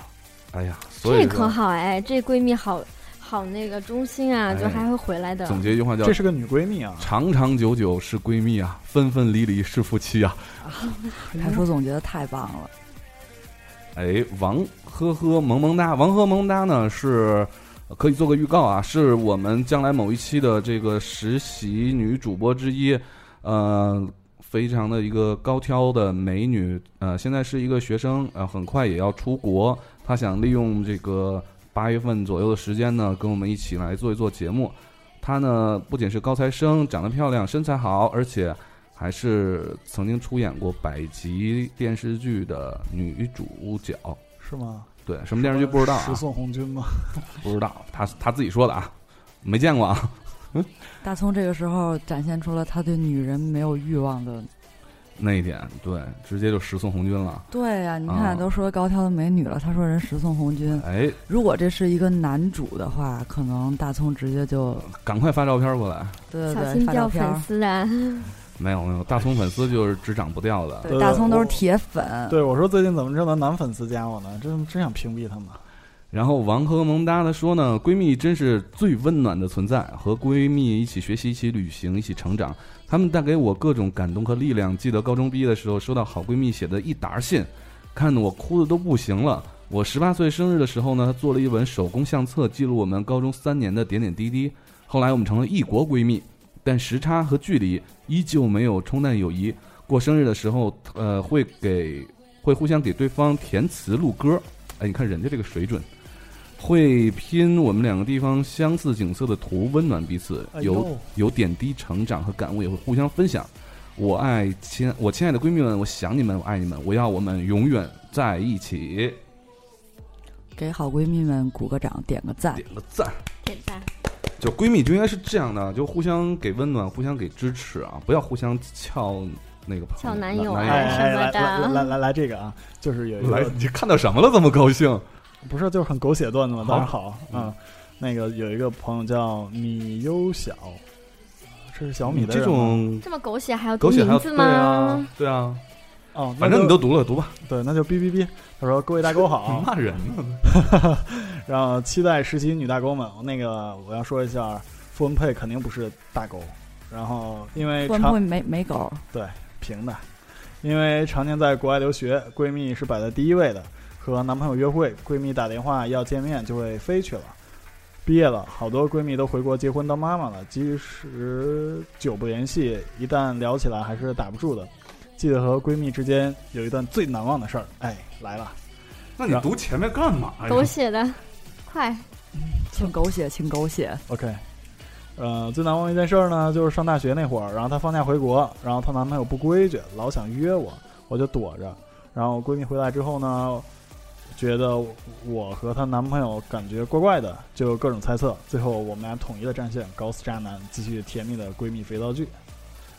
Speaker 1: 哎呀，所以
Speaker 3: 这
Speaker 1: 说
Speaker 3: 可好哎，这闺蜜好好那个忠心啊，
Speaker 1: 哎
Speaker 3: 就还会回来的。
Speaker 1: 总结一句话叫
Speaker 2: 这是个女闺蜜啊
Speaker 1: “，长长久久是闺蜜啊，分分离离是夫妻啊
Speaker 4: 凯叔总结的太棒了，”。
Speaker 1: 哎，王呵呵萌萌哒，王呵萌哒呢是呃可以做个预告啊，是我们将来某一期的这个实习女主播之一，呃。非常的一个高挑的美女，呃，现在是一个学生，呃，很快也要出国，她想利用这个八月份左右的时间呢，跟我们一起来做一做节目。她呢不仅是高材生，长得漂亮，身材好，而且还是曾经出演过百集电视剧的女主角。
Speaker 2: 是吗？
Speaker 1: 对，什么电视剧不知道啊
Speaker 2: 十？送红军吗？
Speaker 1: 不知道，她她自己说的啊，没见过啊。
Speaker 4: 大葱这个时候展现出了他对女人没有欲望的。
Speaker 1: 那一点，对，直接就十送红军了。
Speaker 4: 对呀、你
Speaker 1: 啊
Speaker 4: 看都说高挑的美女了，他说人十送红军。
Speaker 1: 哎，
Speaker 4: 如果这是一个男主的话，可能大葱直接就
Speaker 1: 赶快发照片过来。
Speaker 4: 对
Speaker 3: 小
Speaker 4: 对
Speaker 3: 心
Speaker 4: 对发照
Speaker 3: 掉
Speaker 4: 片
Speaker 3: 粉
Speaker 4: 儿。
Speaker 3: 丝啊！
Speaker 1: 没有没有，大葱粉丝就是只涨不掉的。
Speaker 4: 对，大葱都是
Speaker 2: 我
Speaker 4: 铁粉。
Speaker 2: 对，我说最近怎么这么多男粉丝加我呢？真真想屏蔽他们。
Speaker 1: 然后王和萌哒的说呢，闺蜜真是最温暖的存在，和闺蜜一起学习、一起旅行、一起成长，她们带给我各种感动和力量。记得高中毕业的时候，收到好闺蜜写的一沓信，看得我哭的都不行了。我十八岁生日的时候呢，她做了一本手工相册，记录我们高中三年的点点滴滴。后来我们成了异国闺蜜，但时差和距离依旧没有冲淡友谊。过生日的时候，呃，会给会互相给对方填词录歌。哎，你看人家这个水准。会拼我们两个地方相似景色的图，温暖彼此，
Speaker 2: 哎
Speaker 1: 有
Speaker 2: 呦，
Speaker 1: 有点滴成长和感悟，也会互相分享。我爱亲，我亲爱的闺蜜们，我想你们，我爱你们，我要我们永远在一起。
Speaker 4: 给好闺蜜们鼓个掌，点个赞。
Speaker 1: 点个赞。
Speaker 3: 点赞。
Speaker 1: 就闺蜜就应该是这样的，就互相给温暖，互相给支持啊，不要互相撬那个朋友
Speaker 3: 撬男友
Speaker 2: 哎
Speaker 3: 啊
Speaker 1: 男
Speaker 2: 哎，
Speaker 3: 什么
Speaker 2: 来
Speaker 3: 的
Speaker 2: 来来来来来这个啊，就是有一
Speaker 1: 来
Speaker 2: 个，
Speaker 1: 你看到什么了？这么高兴？
Speaker 2: 不是就是很狗血段子嘛，当然好
Speaker 1: 嗯
Speaker 2: 啊。那个有一个朋友叫米优小，这是小米的
Speaker 1: 这
Speaker 2: 人吗
Speaker 1: 种
Speaker 3: 这么狗血还要读
Speaker 1: 狗血还
Speaker 3: 名
Speaker 1: 要
Speaker 3: 字
Speaker 1: 对
Speaker 3: 吗？
Speaker 1: 啊，对啊，
Speaker 2: 哦，那啊
Speaker 1: 反正
Speaker 2: 就
Speaker 1: 你都读了，读吧，
Speaker 2: 对，那就哔哔哔。他说：“各位大哥好，
Speaker 1: 骂人呢。
Speaker 2: 然后期待实习女大哥们。那个我要说一下，傅文佩肯定不是大狗，然后因为
Speaker 4: 会不
Speaker 2: 常
Speaker 4: 会没没狗？
Speaker 2: 平的，因为常年在国外留学，闺蜜是摆在第一位的。和男朋友约会，闺蜜打电话要见面就会飞去了。毕业了，好多闺蜜都回国结婚当妈妈了，即使久不联系，一旦聊起来还是打不住的。记得和闺蜜之间有一段最难忘的事儿。哎，来了，
Speaker 1: 那你读前面干嘛呀？
Speaker 3: 狗血的，快，
Speaker 4: 请狗血，请狗血。
Speaker 2: OK，呃，最难忘一件事儿呢，就是上大学那会儿，然后她放假回国，然后她男朋友不规矩，老想约我，我就躲着。然后闺蜜回来之后呢，觉得我和她男朋友感觉怪怪的，就各种猜测。最后我们俩统一的战线，搞死渣男，继续甜蜜的闺蜜肥皂剧。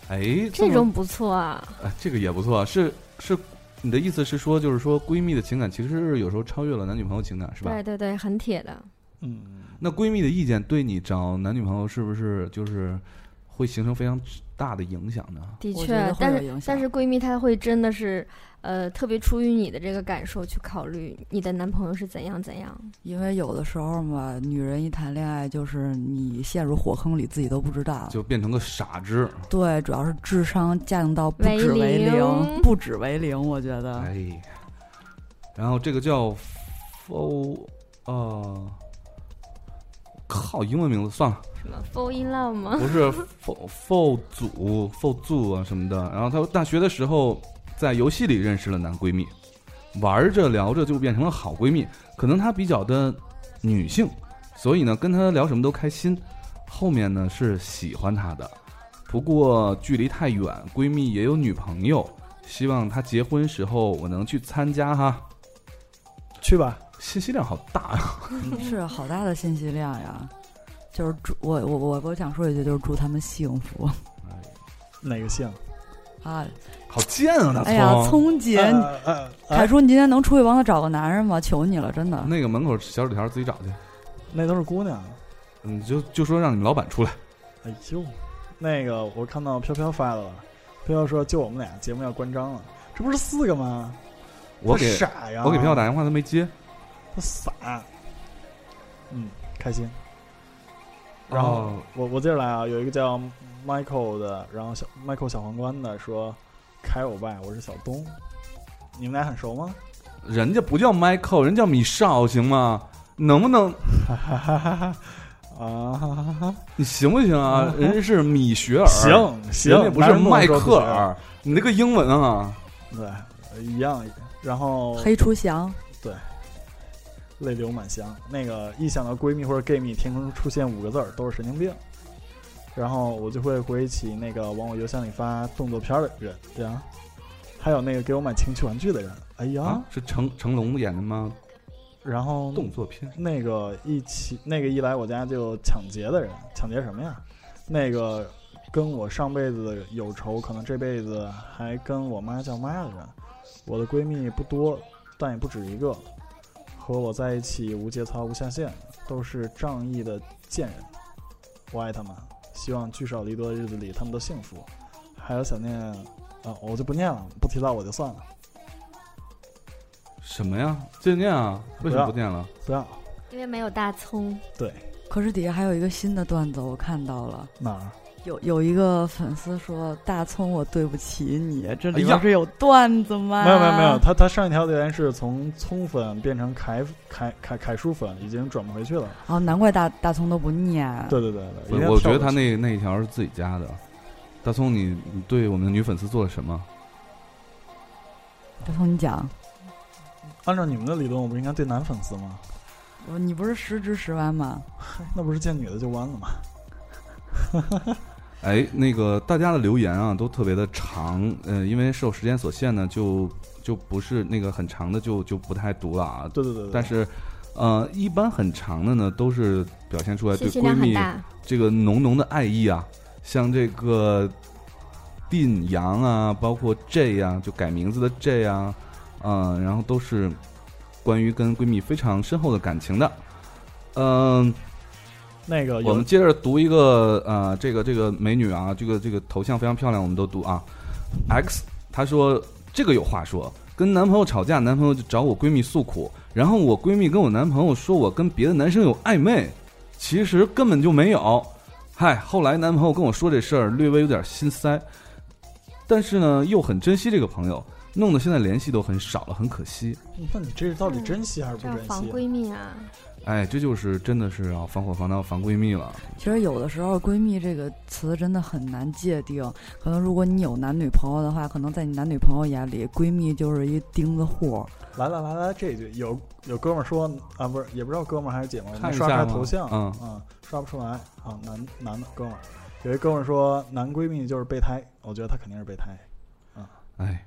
Speaker 1: 哎，
Speaker 3: 这
Speaker 1: 么
Speaker 3: 种不错啊。
Speaker 1: 哎，这个也不错啊，是是，你的意思是说，就是说闺蜜的情感其实是有时候超越了男女朋友情感，是吧？
Speaker 3: 对对对，很铁的。
Speaker 2: 嗯，
Speaker 1: 那闺蜜的意见对你找男女朋友是不是就是会形成非常大的影响呢？
Speaker 3: 的
Speaker 4: 我
Speaker 3: 确
Speaker 4: 觉得会，
Speaker 3: 但
Speaker 4: 有
Speaker 3: 是
Speaker 4: 影
Speaker 3: 但
Speaker 4: 响
Speaker 3: 是闺蜜她会真的是，呃，特别出于你的这个感受去考虑你的男朋友是怎样怎样。
Speaker 4: 因为有的时候嘛，女人一谈恋爱，就是你陷入火坑里，自己都不知道。
Speaker 1: 就变成个傻子。
Speaker 4: 对，主要是智商降到不止
Speaker 3: 为
Speaker 4: 为
Speaker 3: 零
Speaker 4: 零，不止为零。我觉得，
Speaker 1: 哎呀，然后这个叫 “fo” 呃，靠，英文名字算了，
Speaker 3: 什么 fall in love 吗？
Speaker 1: 不是 “fo fo 组 fo 组啊什么的。然后她大学的时候在游戏里认识了男闺蜜，玩着聊着就变成了好闺蜜。可能她比较的女性，所以呢跟她聊什么都开心。后面呢是喜欢她的，不过距离太远，闺蜜也有女朋友，希望她结婚时候我能去参加哈。
Speaker 2: 去吧。
Speaker 1: 信息量好大啊呀、
Speaker 4: 是好大的信息量呀。就是祝我我我我想说一句，就是祝他们幸福
Speaker 2: 哪个姓？
Speaker 4: 啊！
Speaker 1: 好贱啊！大
Speaker 4: 哎呀，聪姐，你
Speaker 2: 呃呃呃
Speaker 4: 凯叔，你今天能出去帮他找个男人吗？求你了，真的。
Speaker 1: 那个门口小纸条自己找去，
Speaker 2: 那都是姑娘。啊
Speaker 1: 你就就说让你们老板出来。
Speaker 2: 哎呦，那个我看到飘飘发的了，飘飘说就我们俩节目要关张了，这不是四个吗？
Speaker 1: 我
Speaker 2: 他
Speaker 1: 给
Speaker 2: 傻呀，
Speaker 1: 我给票打电话，他没接。
Speaker 2: 他傻。嗯，开心。然后、
Speaker 1: 哦
Speaker 2: 我我接着来啊，有一个叫 Michael 的，然后小 Michael 小皇冠的说，开我拜，我是小东，你们俩很熟吗？
Speaker 1: 人家不叫 Michael，人家叫米少，行吗？能不能
Speaker 2: 哈哈哈哈哈啊哈哈哈哈！
Speaker 1: 你行不行 啊？人家是米雪尔，，
Speaker 2: 行行，
Speaker 1: 人家不是迈克尔。你那个英文啊，
Speaker 2: 男人不行，对，一样。然后
Speaker 4: 黑出翔，
Speaker 2: 泪流满箱。那个一想到闺蜜或者 gay 蜜，天空出现五个字儿都是神经病，然后我就会回忆起那个往我邮箱里发动作片儿的人，对啊，还有那个给我买情趣玩具的人，哎呀，
Speaker 1: 啊是成成龙演的吗？
Speaker 2: 然后
Speaker 1: 动作片
Speaker 2: 那个一起那个一来我家就抢劫的人，抢劫什么呀？那个跟我上辈子有仇，可能这辈子还跟我妈叫妈的人，我的闺蜜不多，但也不止一个，和我在一起无节操无下限，都是仗义的贱人，我爱他们，希望聚少离多的日子里他们都幸福。还有想念啊，我就不念了，不提到我就算了，
Speaker 1: 什么呀？就念啊？为什么
Speaker 2: 不要
Speaker 1: 不念了？
Speaker 2: 不要
Speaker 3: 因为没有大葱，
Speaker 4: 可是底下还有一个新的段子，我看到了。
Speaker 2: 哪儿
Speaker 4: 有有一个粉丝说：“大葱，我对不起你，这里
Speaker 1: 哎呀
Speaker 4: 边是有段子吗？”
Speaker 2: 没有没有没
Speaker 4: 啊
Speaker 2: 有，，他他上一条留言是从葱粉变成凯凯凯凯叔粉，已经转不回去了。
Speaker 4: 哦，难怪大大葱都不念。
Speaker 2: 对对对对，一定要
Speaker 1: 我觉得
Speaker 2: 跳
Speaker 1: 他
Speaker 2: 过去
Speaker 1: 那那一条是自己加的。大葱，你你对我们的女粉丝做了什么？
Speaker 4: 大葱，你讲，
Speaker 2: 按照你们的理论，我不是应该对男粉丝吗？
Speaker 4: 我你不是十指十弯吗？
Speaker 2: 那不是见女的就弯了吗？
Speaker 1: 哎，那个大家的留言啊，都特别的长，呃，因为受时间所限呢，就就不是那个很长的就，就不太读了啊。
Speaker 2: 对对对对，
Speaker 1: 但是，呃，一般很长的呢，都是表现出来呃对
Speaker 3: 信息
Speaker 1: 闺
Speaker 3: 量很
Speaker 1: 蜜
Speaker 3: 大。
Speaker 1: 这个浓浓的爱意啊，像这个定阳啊，包括 J 啊，就改名字的 J 啊，嗯、然后都是关于跟闺蜜非常深厚的感情的，嗯、
Speaker 2: 那个
Speaker 1: 我
Speaker 2: 有
Speaker 1: 们接着读一个呃，这个这个美女啊，这个这个头像非常漂亮，我们都读啊。X 她说这个有话说，跟男朋友吵架，男朋友就找我闺蜜诉苦，然后我闺蜜跟我男朋友说我跟别的男生有暧昧，其实根本就没有。嗨，后来男朋友跟我说这事儿，略微有点心塞，但是呢又很珍惜这个朋友，弄得现在联系都很少了，很可惜。
Speaker 2: 那你这是到底珍惜还是不
Speaker 3: 这样
Speaker 2: 珍
Speaker 3: 防
Speaker 2: 惜？
Speaker 3: 闺蜜啊，
Speaker 1: 哎，这就是真的是要防火防盗防闺蜜了。
Speaker 4: 其实有的时候“闺蜜”这个词真的很难界定。可能如果你有男女朋友的话，可能在你男女朋友眼里，闺蜜就是一钉子户。
Speaker 2: 来来来来，这一句有有哥们儿说啊，不是也不知道哥们儿还是姐们儿，
Speaker 1: 看一
Speaker 2: 刷
Speaker 1: 下
Speaker 2: 刷
Speaker 1: 吗
Speaker 2: 头像，
Speaker 1: 嗯
Speaker 2: 啊，刷不出来啊，男男的哥们儿，有一哥们儿说男闺蜜就是备胎，我觉得他肯定是备胎，
Speaker 1: 哎，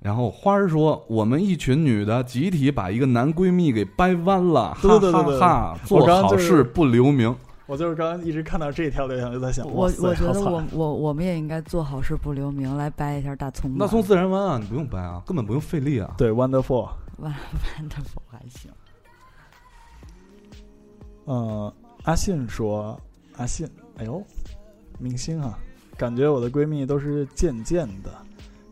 Speaker 1: 然后花儿说，我们一群女的集体把一个男闺蜜给掰弯了，
Speaker 2: 对对对对对
Speaker 1: 哈哈哈，
Speaker 2: 我
Speaker 1: 做
Speaker 2: 刚刚
Speaker 1: 好
Speaker 2: 就是
Speaker 1: 事不留名。
Speaker 2: 我就是刚刚一直看到这条留言就在想，
Speaker 4: 我
Speaker 2: 哇塞
Speaker 4: 我觉得
Speaker 2: 好惨啊
Speaker 4: 我我我们也应该做好事不留名，来掰一下大葱吧。
Speaker 1: 那从自然弯啊，你不用掰啊，根本不用费力啊。
Speaker 2: 对 wonderful，
Speaker 4: 万万的不还行。
Speaker 2: 嗯，阿信说，阿信，哎呦，明星啊，感觉我的闺蜜都是贱贱的，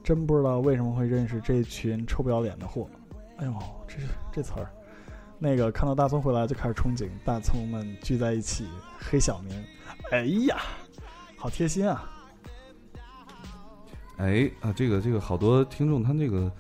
Speaker 2: 真不知道为什么会认识这群臭不要脸的货。哎呦，这这词儿，那个看到大葱回来就开始憧憬大葱们聚在一起黑小明，哎呀，好贴心啊！
Speaker 1: 哎啊，这个这个，好多听众他这个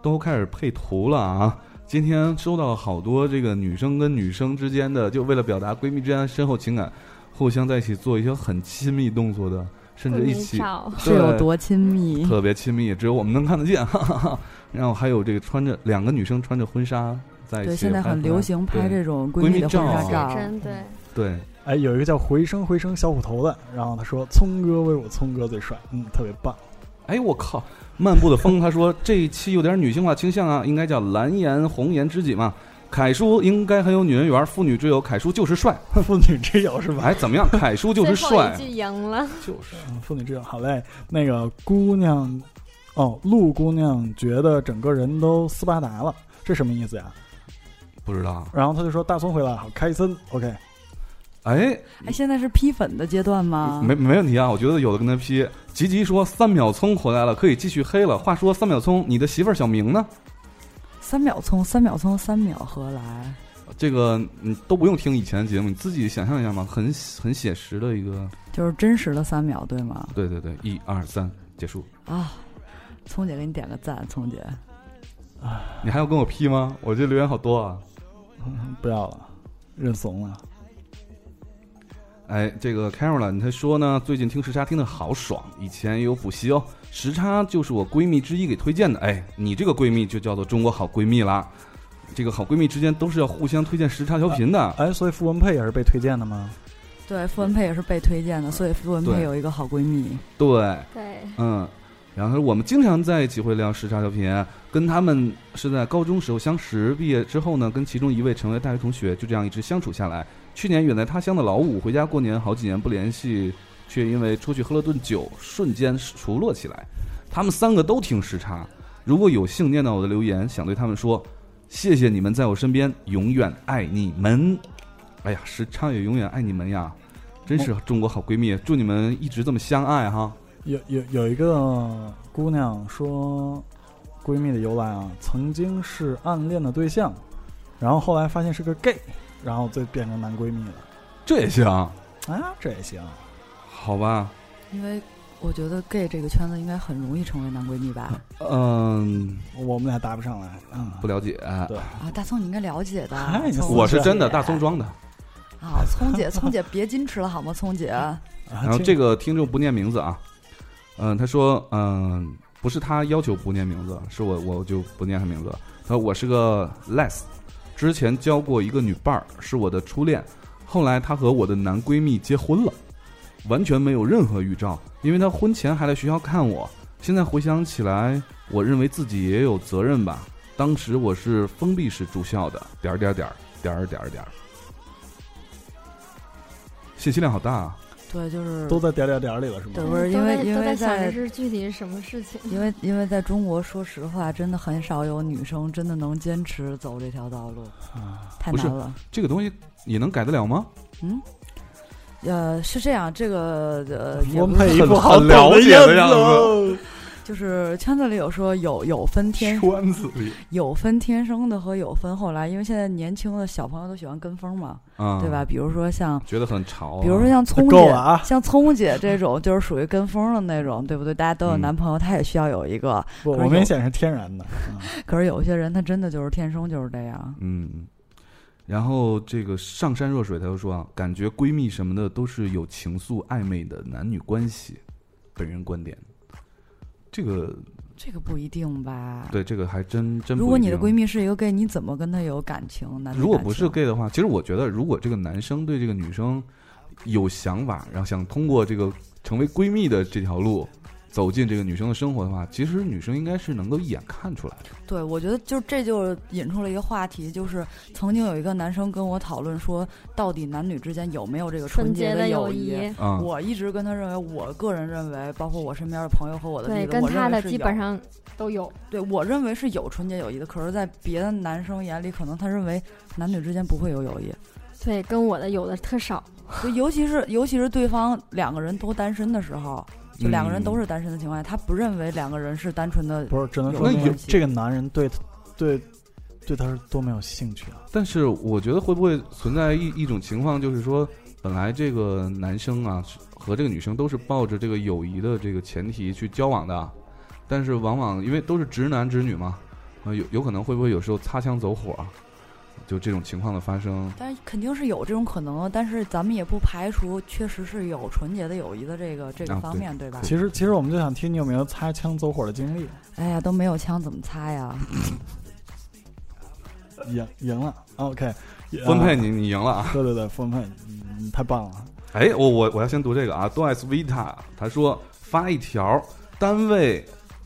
Speaker 1: 都开始配图了啊。今天收到好多这个女生跟女生之间的，就为了表达闺蜜之间的深厚情感，互相在一起做一些很亲密动作的，甚至一
Speaker 3: 你
Speaker 1: 起
Speaker 3: 少，
Speaker 4: 是有多亲密？
Speaker 1: 特别亲密，只有我们能看得见。哈哈 哈。然后还有这个穿着两个女生穿着婚纱在一起，
Speaker 4: 对，现在很流行拍这种
Speaker 1: 闺
Speaker 4: 闺
Speaker 1: 蜜
Speaker 4: 蜜的婚
Speaker 1: 照
Speaker 4: 纱
Speaker 1: 啊
Speaker 4: 照。
Speaker 3: 真对，
Speaker 1: 对。
Speaker 2: 哎，有一个叫回声回声小虎头的，然后他说：“聪哥为我聪哥最帅，嗯，特别棒。
Speaker 1: 哎，我靠！漫步的风，他说这一期有点女性化倾向啊，应该叫蓝颜红颜知己嘛。凯叔应该很有女人缘，妇女之友，凯叔就是帅。”
Speaker 2: 妇女之友是吧？
Speaker 1: 哎，怎么样？凯叔就是
Speaker 3: 最后
Speaker 1: 帅
Speaker 3: 一，句赢了，
Speaker 1: 就是
Speaker 2: 嗯，妇女之友，好嘞。那个姑娘，哦，陆姑娘觉得整个人都斯巴达了，这什么意思呀？
Speaker 1: 不知道。
Speaker 2: 然后他就说大葱回来，好开森，OK，
Speaker 1: 哎，
Speaker 4: 哎，现在是批粉的阶段吗？
Speaker 1: 没没问题啊，我觉得有的跟他批。吉吉说三秒葱回来了，可以继续黑了。话说三秒葱，你的媳妇儿小明呢？
Speaker 4: 三秒葱，三秒葱，三秒何来？
Speaker 1: 这个你都不用听以前的节目，你自己想象一下嘛，很很写实的一个。
Speaker 4: 就是真实的三秒，对吗？
Speaker 1: 对对对，一二三，结束。
Speaker 4: 啊，聪姐给你点个赞，聪姐。
Speaker 1: 你还要跟我批吗？我这留言好多啊。
Speaker 2: 嗯不要了，认怂了。
Speaker 1: 哎，这个 Caroline 她说呢，最近听时差听的好爽，以前也有补习哦。时差就是我闺蜜之一给推荐的，哎，你这个闺蜜就叫做中国好闺蜜啦。这个好闺蜜之间都是要互相推荐时差调频的。
Speaker 2: 哎，所以傅文佩也是被推荐的吗？
Speaker 4: 对，傅文佩也是被推荐的，所以傅文
Speaker 1: 嗯对
Speaker 4: 佩有一个好闺蜜。
Speaker 1: 对，
Speaker 3: 对，
Speaker 1: 嗯，然后她说我们经常在一起会聊时差调频，跟他们是在高中时候相识，毕业之后呢，跟其中一位成为大学同学，就这样一直相处下来。去年远在他乡的老五回家过年，好几年不联系，却因为出去喝了顿酒，瞬间熟络起来。他们三个都听时差，如果有幸念到我的留言，想对他们说，谢谢你们在我身边，永远爱你们。哎呀，时差也永远爱你们呀！真是中国好闺蜜，祝你们一直这么相爱哈！
Speaker 2: 有有有一个姑娘说，闺蜜的由来啊，曾经是暗恋的对象，然后后来发现是个 gay，然后就变成男闺蜜了。
Speaker 1: 这也行，
Speaker 2: 啊，这也行。
Speaker 1: 好吧？
Speaker 4: 因为我觉得 gay 这个圈子应该很容易成为男闺蜜吧？
Speaker 1: 嗯，
Speaker 2: 我们俩搭不上来啊
Speaker 1: 不！了解，
Speaker 4: 啊，大葱你应该了解的。
Speaker 2: 哎你
Speaker 4: 聪姐
Speaker 1: 我是真的大葱装的。
Speaker 4: 啊，聪姐，聪姐别矜持了好吗？聪姐，
Speaker 1: 然
Speaker 2: 然
Speaker 1: 后啊这个听众不念名字啊，嗯，他说，嗯，不是他要求不念名字，是我我就不念他名字了。他说我是个 les，之前交过一个女伴儿，是我的初恋，后来她和我的男闺蜜结婚了，完全没有任何预兆，因为她婚前还来学校看我。现在回想起来，我认为自己也有责任吧。当时我是封闭式住校的，点儿点儿点儿点儿点儿点儿，信息量好大啊！
Speaker 4: 对，就是
Speaker 2: 都在点点点里了是吗？
Speaker 4: 对，
Speaker 3: 都
Speaker 4: 不是因
Speaker 3: 在
Speaker 4: 为因
Speaker 3: 都
Speaker 4: 为
Speaker 3: 在想着是具体是什么事情，
Speaker 4: 因为因为在中国，说实话，真的很少有女生真的能坚持走这条道路，
Speaker 2: 啊。
Speaker 4: 太
Speaker 1: 不是
Speaker 4: 难了。
Speaker 1: 这个东西也能改得了吗？
Speaker 4: 嗯，呃，是这样，这个呃，也
Speaker 2: 我
Speaker 4: 不
Speaker 2: 们配
Speaker 4: 是
Speaker 2: 一副
Speaker 1: 很
Speaker 2: 好
Speaker 1: 很
Speaker 2: 懂
Speaker 1: 了解
Speaker 2: 样
Speaker 1: 的样
Speaker 2: 子，
Speaker 4: 就是圈子里有说有有分天
Speaker 1: 圈子里
Speaker 4: 有分天生的和有分后来，因为现在年轻的小朋友都喜欢跟风嘛，
Speaker 1: 啊，
Speaker 4: 对吧？？比如说像。
Speaker 1: 觉得很潮、啊，
Speaker 4: 比如说像聪
Speaker 2: 够
Speaker 4: 姐，
Speaker 2: 了啊
Speaker 4: 像聪姐这种就是属于跟风的那种，对不对？大家都有
Speaker 1: 嗯
Speaker 4: 男朋友，她也需要有一个。
Speaker 2: 不，
Speaker 4: 可是
Speaker 2: 我
Speaker 4: 有
Speaker 2: 明显是天然的。
Speaker 4: 可是有些人他真的就是天生就是这样。
Speaker 1: 嗯，然后这个上善若水，他就说啊，感觉闺蜜什么的都是有情愫暧昧的男女关系，本人观点，这个
Speaker 4: 这个不一定吧？
Speaker 1: 对这个还真真不一定。
Speaker 4: 如果你的闺蜜是一个 gay，你怎么跟她有感情？男女
Speaker 1: 如果
Speaker 4: 感
Speaker 1: 不是
Speaker 4: 情
Speaker 1: gay 的话，其实我觉得，如果这个男生对这个女生有想法，然后想通过这个成为闺蜜的这条路走进这个女生的生活的话，其实女生应该是能够一眼看出来的。
Speaker 4: 对，我觉得就这就引出了一个话题，就是曾经有一个男生跟我讨论说，到底男女之间有没有这个
Speaker 3: 纯洁
Speaker 4: 洁
Speaker 3: 的
Speaker 4: 友
Speaker 3: 友谊，
Speaker 1: 啊、
Speaker 4: 我一直跟他认为，我个人认为，包括我身边的朋友和我的例
Speaker 3: 对，
Speaker 4: 子，
Speaker 3: 跟
Speaker 4: 我认
Speaker 3: 他
Speaker 4: 为
Speaker 3: 的
Speaker 4: 是
Speaker 3: 基
Speaker 4: 有
Speaker 3: 本上都有。
Speaker 4: 对我认为是有纯洁友谊的。可是，在别的男生眼里，可能他认为男女之间不会有友谊，
Speaker 3: 对，跟我的有的特少。
Speaker 4: 就尤其是尤其是对方两个人都单身的时候，就两个人
Speaker 1: 嗯
Speaker 4: 都是单身的情况下，他不认为两个人是单纯的。
Speaker 2: 不是，只能
Speaker 4: 有
Speaker 2: 说
Speaker 1: 那
Speaker 2: 明
Speaker 4: 有
Speaker 2: 这个男人对对对他是多没有兴趣啊！
Speaker 1: 但是我觉得会不会存在一一种情况，就是说，本来这个男生啊是和这个女生都是抱着这个友谊的这个前提去交往的啊，但是往往因为都是直男直女嘛，呃，有有可能会不会有时候擦枪走火啊，就这种情况的发生。
Speaker 4: 但是肯定是有这种可能，啊但是咱们也不排除确实是有纯洁的友谊的这个这
Speaker 1: 啊
Speaker 4: 个方
Speaker 1: 对
Speaker 4: 面，对吧？
Speaker 2: 其实其实我们就想听你有没有擦枪走火的经历，
Speaker 4: 哎呀，都没有枪怎么 擦呀？
Speaker 2: 赢赢了，OK，
Speaker 1: 分配
Speaker 2: 你。
Speaker 1: 你，你赢了啊！
Speaker 2: 对对对，分配，嗯，太棒了！
Speaker 1: 哎，我我我要先读这个啊，Dois Vita，他说发一条，单位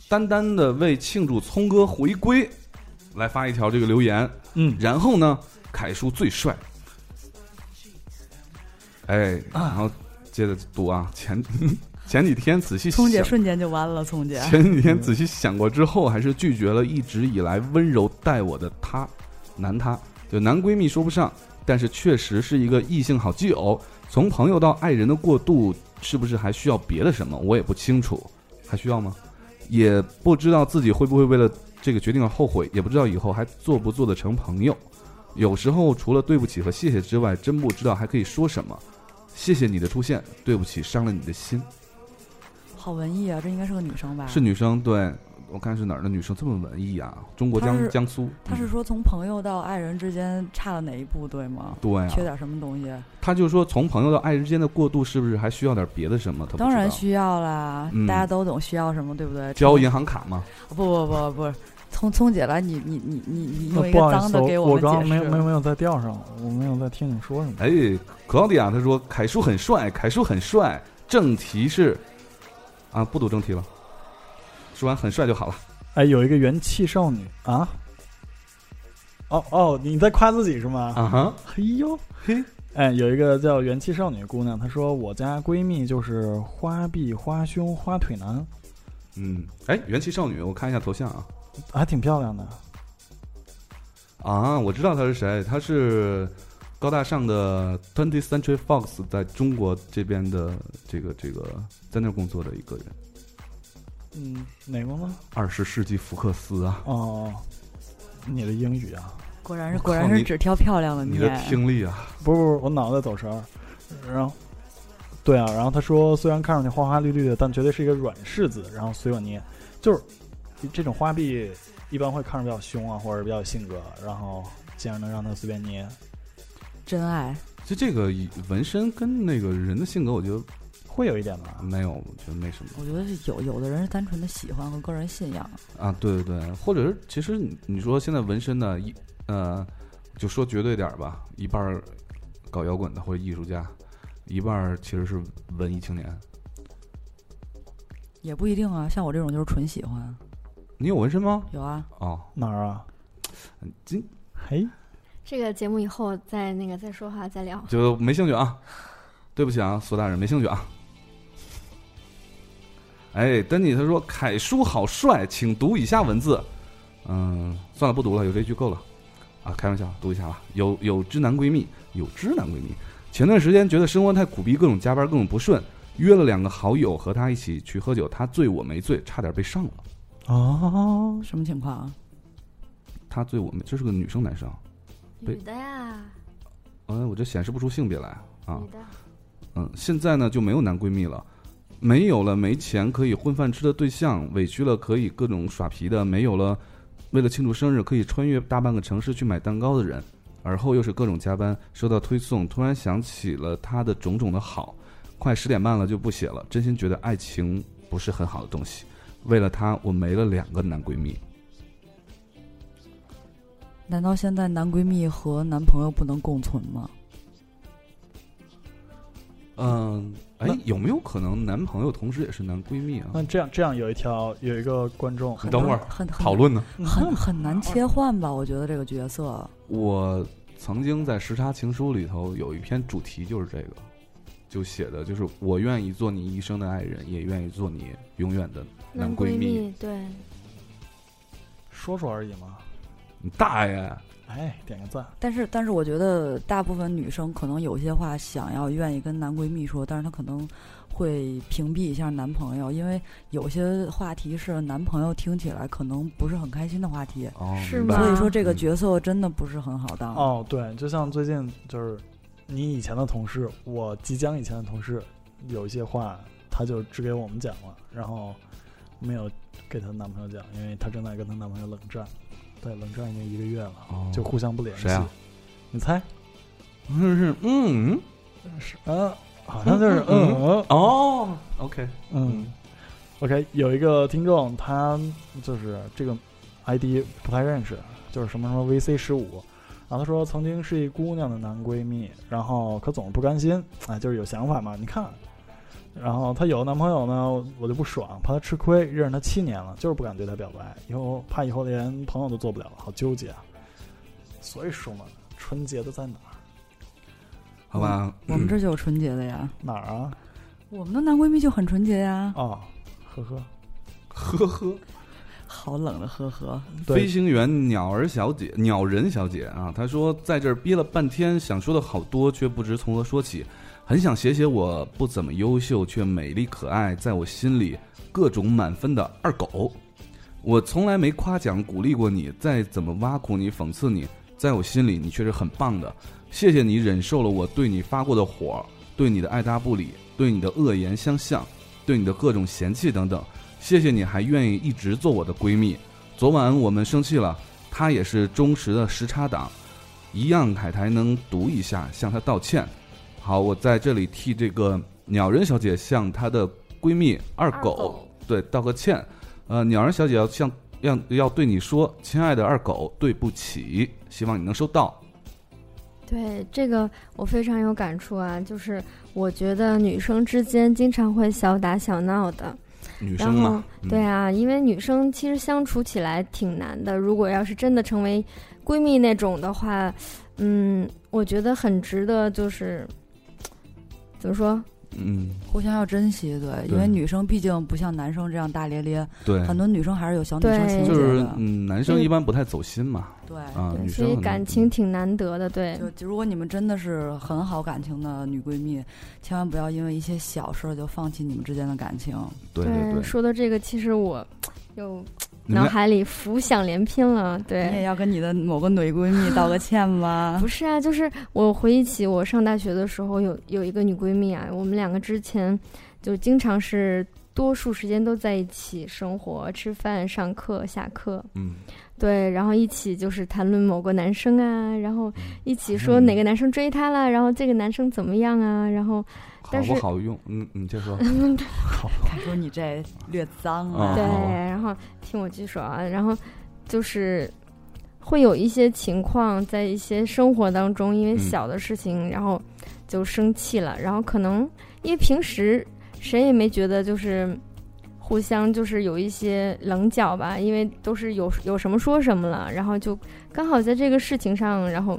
Speaker 1: 单单的为庆祝聪哥回归，来发一条这个留言，
Speaker 2: 嗯，
Speaker 1: 然后呢，凯叔最帅，哎，
Speaker 4: 啊
Speaker 1: 然后接着读啊，前 前几天仔细想
Speaker 4: 聪，姐瞬间就弯了，聪姐。
Speaker 1: 前几天仔细想过之后，还是拒绝了一直以来温柔待我的他，男他就男闺蜜说不上，但是确实是一个异性好基友。从朋友到爱人的过渡，是不是还需要别的什么？我也不清楚，还需要吗？也不知道自己会不会为了这个决定而后悔，也不知道以后还做不做得成朋友。有时候除了对不起和谢谢之外，真不知道还可以说什么。谢谢你的出现，对不起伤了你的心。
Speaker 4: 好文艺啊，这应该是个女生吧？
Speaker 1: 是，女生，对我看是哪儿的女生这么文艺啊？中国
Speaker 4: 她
Speaker 1: 江
Speaker 4: 是
Speaker 1: 江苏，
Speaker 4: 她是
Speaker 1: 嗯
Speaker 4: 说从朋友到爱人之间差了哪一步，对吗？
Speaker 1: 对
Speaker 4: 缺
Speaker 1: 啊，
Speaker 4: 点什么东西？
Speaker 1: 她就说从朋友到爱人之间的过渡，是不是还需要点别的什么？她不
Speaker 4: 当然
Speaker 1: 知道
Speaker 4: 需要啦，
Speaker 1: 嗯
Speaker 4: 大家都懂需要什么，对不对？
Speaker 1: 交银行卡嘛，
Speaker 4: 不不不不，聪聪姐来，你你你你你用一
Speaker 2: 不
Speaker 4: 个
Speaker 2: 好意
Speaker 4: 脏
Speaker 2: 思，
Speaker 4: 的给
Speaker 2: 我
Speaker 4: 们
Speaker 2: 刚刚
Speaker 4: 解释。
Speaker 2: 没有没有没有在调上，我没有在听你说什么。
Speaker 1: 哎，克劳迪亚他说凯叔很帅，凯叔很帅。正题是啊，不读正题了，说完很帅就好了。
Speaker 2: 哎，有一个元气少女啊！哦哦，你在夸自己是吗？
Speaker 1: 啊哈，
Speaker 2: 嘿呦，
Speaker 1: 嘿，
Speaker 2: 哎，有一个叫元气少女姑娘，她说我家闺蜜就是花臂、花胸、花腿男，
Speaker 1: 嗯，哎，元气少女，我看一下头像啊
Speaker 2: 还挺漂亮的。
Speaker 1: 啊，我知道她是谁，她是。高大上的 Twenty Century Fox 在中国这边的这个这个在那儿工作的一个人，
Speaker 2: 嗯，哪个呢？
Speaker 1: 二十世纪福克斯啊，
Speaker 2: 哦，你的英语啊，
Speaker 4: 果然是
Speaker 1: 我
Speaker 4: 果然
Speaker 1: 靠
Speaker 4: 是
Speaker 1: 你
Speaker 4: 只挑漂亮的
Speaker 1: 你
Speaker 4: 你
Speaker 1: 的听力啊，
Speaker 2: 不是不是，我脑袋走神儿。然后，对啊，然后她说虽然看上去花花绿绿的，但绝对是一个软柿子。然后随我捏，就是这种花臂一般会看着比较凶啊，或者比较有性格，然后竟然能让她随便捏。
Speaker 4: 真爱，
Speaker 1: 就这个纹身跟那个人的性格，我觉得
Speaker 2: 会有一点吧。
Speaker 1: 没有，我觉得没什么
Speaker 4: 我觉得是有有的人是单纯的喜欢和个人信仰，
Speaker 1: 啊。对对对，或者是其实你你说现在纹身的，一呃，就说绝对点儿吧，一半儿搞摇滚的或者艺术家，一半儿其实是文艺青年。
Speaker 4: 也不一定啊。像我这种就是纯喜欢，
Speaker 1: 你有纹身吗？
Speaker 4: 有啊，
Speaker 1: 哦，
Speaker 2: 哪儿啊？
Speaker 1: 今
Speaker 2: 嘿，
Speaker 3: 这个节目以后再那个再说话再 聊。
Speaker 1: 就没兴趣啊，对不起啊，索大人没兴趣啊。哎，丹尼他说凯叔好帅，请读以下文字。嗯，算了，不读了，有这句够了。啊，开玩笑，读一下吧。有有知男闺蜜，有知男闺蜜。前段时间觉得生活太苦逼，各种加班，各种不顺，约了两个好友和他一起去喝酒，他醉我没醉，差点被上了。
Speaker 2: 哦，
Speaker 4: 什么情况啊？
Speaker 1: 他醉我没，这是个女生男生。对
Speaker 3: 女的呀，
Speaker 1: 哎，我这显示不出性别来啊。
Speaker 3: 女的，
Speaker 1: 嗯，现在呢就没有男闺蜜了，没有了没钱可以混饭吃的对象，委屈了可以各种耍皮的，没有了为了庆祝生日可以穿越大半个城市去买蛋糕的人，而后又是各种加班，收到推送，突然想起了他的种种的好。快十点半了就不写了，真心觉得爱情不是很好的东西。为了他，我没了两个男闺蜜。
Speaker 4: 难道现在男闺蜜和男朋友不能共存吗？
Speaker 1: 嗯，哎
Speaker 2: 那，呃
Speaker 1: 有没有可能男朋友同时也是男闺蜜啊？
Speaker 2: 那这样这样有一条有一个观众
Speaker 1: 你等会儿
Speaker 4: 很很
Speaker 1: 讨论呢？
Speaker 4: 很很难切换吧？我觉得这个角色，
Speaker 1: 我曾经在《时差情书》里头有一篇主题就是这个，就写的就是我愿意做你一生的爱人，也愿意做你永远的男闺
Speaker 3: 闺
Speaker 1: 蜜。，
Speaker 3: 对，
Speaker 2: 说说而已嘛。
Speaker 1: 你大爷！啊
Speaker 2: 哎，点个赞，
Speaker 4: 但是但是我觉得大部分女生可能有些话想要愿意跟男闺蜜说，但是她可能会屏蔽一下男朋友，因为有些话题是男朋友听起来可能不是很开心的话题，
Speaker 1: 哦，
Speaker 3: 是
Speaker 1: 明白
Speaker 3: 吗
Speaker 4: 所以说这个角色真的不是很好当。
Speaker 2: 哦，对，就像最近就是你以前的同事，我即将以前的同事，有一些话她就只给我们讲了，然后没有给她男朋友讲，因为她正在跟她男朋友冷战，对，冷战已经一个月了，
Speaker 1: 哦
Speaker 2: 就互相不联系。
Speaker 1: 谁啊
Speaker 2: 你猜
Speaker 1: 是是嗯
Speaker 2: 是嗯，好像就是嗯嗯
Speaker 1: 哦，OK，
Speaker 2: 嗯。OK，有一个听众，他就是这个 ID 不太认识，就是什么什么 VC 十五，然后他说曾经是一姑娘的男闺蜜，然后可总是不甘心，哎，就是有想法嘛，你看，然后她有男朋友呢，我就不爽，怕她吃亏，认识她七年了，就是不敢对她表白，以后怕以后连朋友都做不了了，好纠结啊。所以说嘛，纯洁的在哪儿？
Speaker 1: 好吧，
Speaker 4: 我们这就有纯洁的呀，
Speaker 2: 哪儿啊？
Speaker 4: 我们的男闺蜜就很纯洁呀
Speaker 1: 哦
Speaker 2: 啊、。呵呵，
Speaker 1: 呵呵，
Speaker 4: 好冷的呵呵，
Speaker 1: 飞
Speaker 2: 对，
Speaker 1: 行员鸟儿小姐、鸟人小姐啊，她说在这儿憋了半天，想说的好多，却不知从何说起。很想写写我不怎么优秀却美丽可爱，在我心里各种满分的二狗。我从来没夸奖鼓励过你，再怎么挖苦你、讽刺你，在我心里你却是很棒的。谢谢你忍受了我对你发过的火，对你的爱答不理，对你的恶言相向，对你的各种嫌弃等等。谢谢你还愿意一直做我的闺蜜。昨晚我们生气了，她也是忠实的时差党，一样凯台能读一下，向她道歉。好，我在这里替这个鸟人小姐向她的闺蜜二狗
Speaker 3: 二狗
Speaker 1: 对道个歉。呃，鸟人小姐要向要要对你说，亲爱的二狗，对不起，希望你能收到。
Speaker 3: 对这个我非常有感触啊，就是我觉得女生之间经常会小打小闹的，
Speaker 1: 女
Speaker 3: 然
Speaker 1: 生
Speaker 3: 后
Speaker 1: 嘛，嗯
Speaker 3: 对，啊，因为女生其实相处起来挺难的，如果要是真的成为闺蜜那种的话，嗯，我觉得很值得，就是怎么说，
Speaker 1: 嗯，
Speaker 4: 互相要珍惜，对，因为女生毕竟不像男生这样大咧咧，
Speaker 1: 对，
Speaker 4: 很多女生还是有小女生
Speaker 3: 对
Speaker 4: 情
Speaker 1: 就
Speaker 4: 节
Speaker 1: 是
Speaker 4: 的。
Speaker 1: 嗯，男生一般不太走心嘛，
Speaker 4: 对，
Speaker 1: 啊，
Speaker 3: 对
Speaker 1: 女
Speaker 3: 所
Speaker 1: 生
Speaker 3: 以
Speaker 1: 可能
Speaker 3: 感情挺难得的，对，
Speaker 4: 就就如果你们真的是很好感情的女闺蜜，千万不要因为一些小事儿就放弃你们之间的感情。
Speaker 1: 对对对，
Speaker 3: 说到这个，其实我又
Speaker 1: 你
Speaker 3: 脑
Speaker 1: 们
Speaker 3: 海里浮想联翩了，对，
Speaker 4: 你也要跟你的某个女闺蜜道个歉 吧
Speaker 3: 不。是啊，就是我回忆起我上大学的时候有，有一个女闺蜜啊，我们两个之前就经常是多数时间都在一起生活、吃饭、上课、下课，
Speaker 1: 嗯，
Speaker 3: 对，然后一起就是谈论某个男生啊，然后一起说
Speaker 1: 嗯
Speaker 3: 哪个男生追她了，然后这个男生怎么样啊，然后
Speaker 1: 好
Speaker 3: 但
Speaker 1: 不
Speaker 3: 是
Speaker 1: 好用？嗯，你先说，
Speaker 4: 看说你这略脏啊，
Speaker 1: 啊
Speaker 3: 对，
Speaker 1: 好吧
Speaker 3: 然后听我继续说啊，然后就是会有一些情况，在一些生活当中，因为
Speaker 1: 嗯
Speaker 3: 小的事情，然后就生气了，然后可能因为平时谁也没觉得就是互相就是有一些棱角吧，因为都是有有什么说什么了，然后就刚好在这个事情上，然后。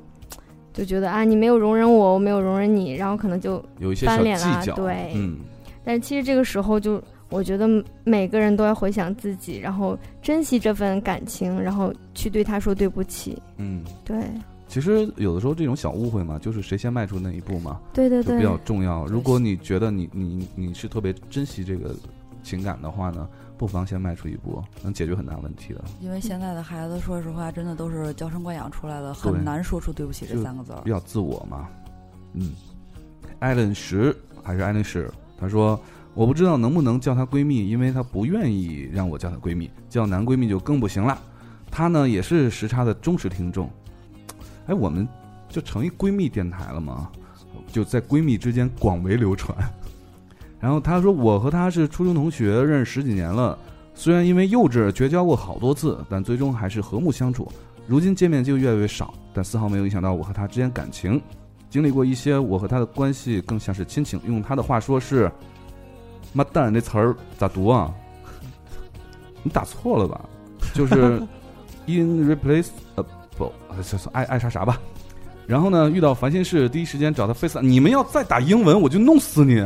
Speaker 3: 就觉得啊，你没有容忍我，我没有容忍你，然后可能就
Speaker 1: 有一些
Speaker 3: 翻
Speaker 1: 小
Speaker 3: 脸啦
Speaker 1: 计较，
Speaker 3: 对
Speaker 1: 嗯，
Speaker 3: 但其实这个时候就，我觉得每个人都要回想自己，然后珍惜这份感情，然后去对他说对不起。
Speaker 1: 嗯，
Speaker 3: 对，
Speaker 1: 其实有的时候这种小误会嘛，就是谁先迈出那一步嘛，
Speaker 3: 对对
Speaker 1: 就比
Speaker 3: 对，
Speaker 1: 较重要。如果你觉得你你你是特别珍惜这个情感的话呢，不妨先迈出一步，能解决很大问题的。
Speaker 4: 因为现在的孩子，说实话，真的都是娇生惯养出来的，
Speaker 1: 对
Speaker 4: 很难说出对不起这
Speaker 1: 就
Speaker 4: 三个字儿
Speaker 1: 比。较自我嘛。嗯，艾伦石还是艾伦石，她说我不知道能不能叫她闺蜜，因为她不愿意让我叫她闺蜜，叫男闺蜜就更不行了。她呢也是时差的忠实听众。哎，我们就成一闺蜜电台了嘛，就在闺蜜之间广为流传。 然后她说，我和她是初中同学，认识十几年了，虽然因为幼稚绝交过好多次，但最终还是和睦相处。如今见面就越来越少，但丝毫没有影响到我和她之间感情。经历过一些，我和她的关系更像是亲情。用她的话说是“妈蛋”那词儿咋读啊？你打错了吧？就是 “irreplaceable”，呃算算爱爱啥啥吧。然后呢，遇到烦心事，第一时间找她 face。你们要再打英文，我就弄死你！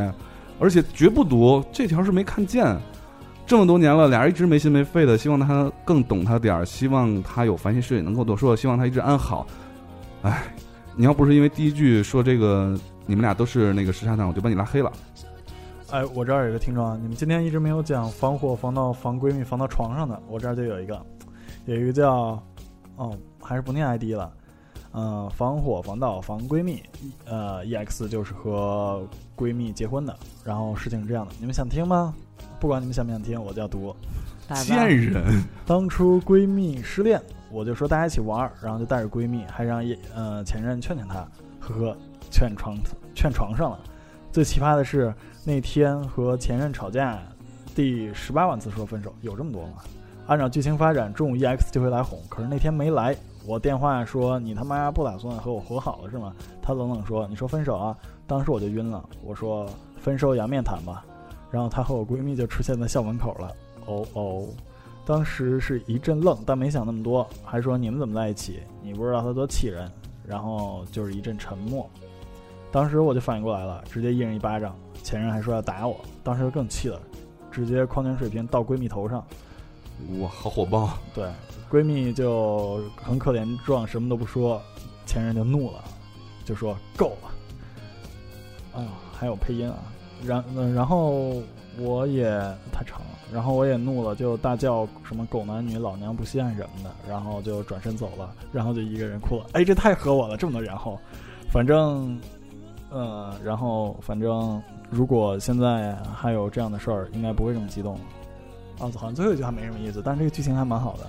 Speaker 1: 而且绝不读这条是没看见。这么多年了，俩人一直没心没肺的，希望他更懂他点儿，希望他有烦心事也能跟我多说，希望他一直安好。哎，你要不是因为第一句说这个你们俩都是那个时差党，我就把你拉黑了。
Speaker 2: 哎，我这儿有一个听众啊，你们今天一直没有讲防火防盗防闺蜜防到床上的，我这儿就有一个，有一个叫，哦，还是不念 ID 了，呃，防火防盗防闺蜜，呃，EX 就是和闺蜜结婚的，然后事情是这样的，你们想听吗？不管你们想不想听，我就要读。
Speaker 4: 拜拜
Speaker 1: 贱人，
Speaker 2: 当初闺蜜失恋，我就说大家一起玩儿，然后就带着闺蜜，还让一呃前任劝劝她，呵呵，劝床劝床上了。最奇葩的是那天和前任吵架，第十八万次说分手，有这么多吗？按照剧情发展，中午 EX 就会来哄，可是那天没来。我电话说你他妈不打算和我和好了是吗？他冷冷说你说分手啊，当时我就晕了。我说分手颜面谈吧，然后她和我闺蜜就出现在校门口了。哦哦。当时是一阵愣，但没想那么多，还说你们怎么在一起？你不知道他多气人。然后就是一阵沉默。当时我就反应过来了，直接一人一巴掌。前任还说要打我，当时就更气了，直接矿泉水瓶倒闺蜜头上。
Speaker 1: 哇，好火
Speaker 4: 哦
Speaker 1: 爆！
Speaker 2: 对，闺蜜就很可怜状，什么都不说，前任就怒了，就说够了。哎呦，还有配音啊，然、呃然后我也太长了，然后我也怒了，就大叫什么狗男女、老娘不稀罕什么的，然后就转身走了，然后就一个人哭了。哎，这太合我了，这么多然后，反正，呃，然后反正如果现在还有这样的事儿，应该不会这么激动了。啊，好像最后一句还没什么意思，但是这个剧情还蛮好的。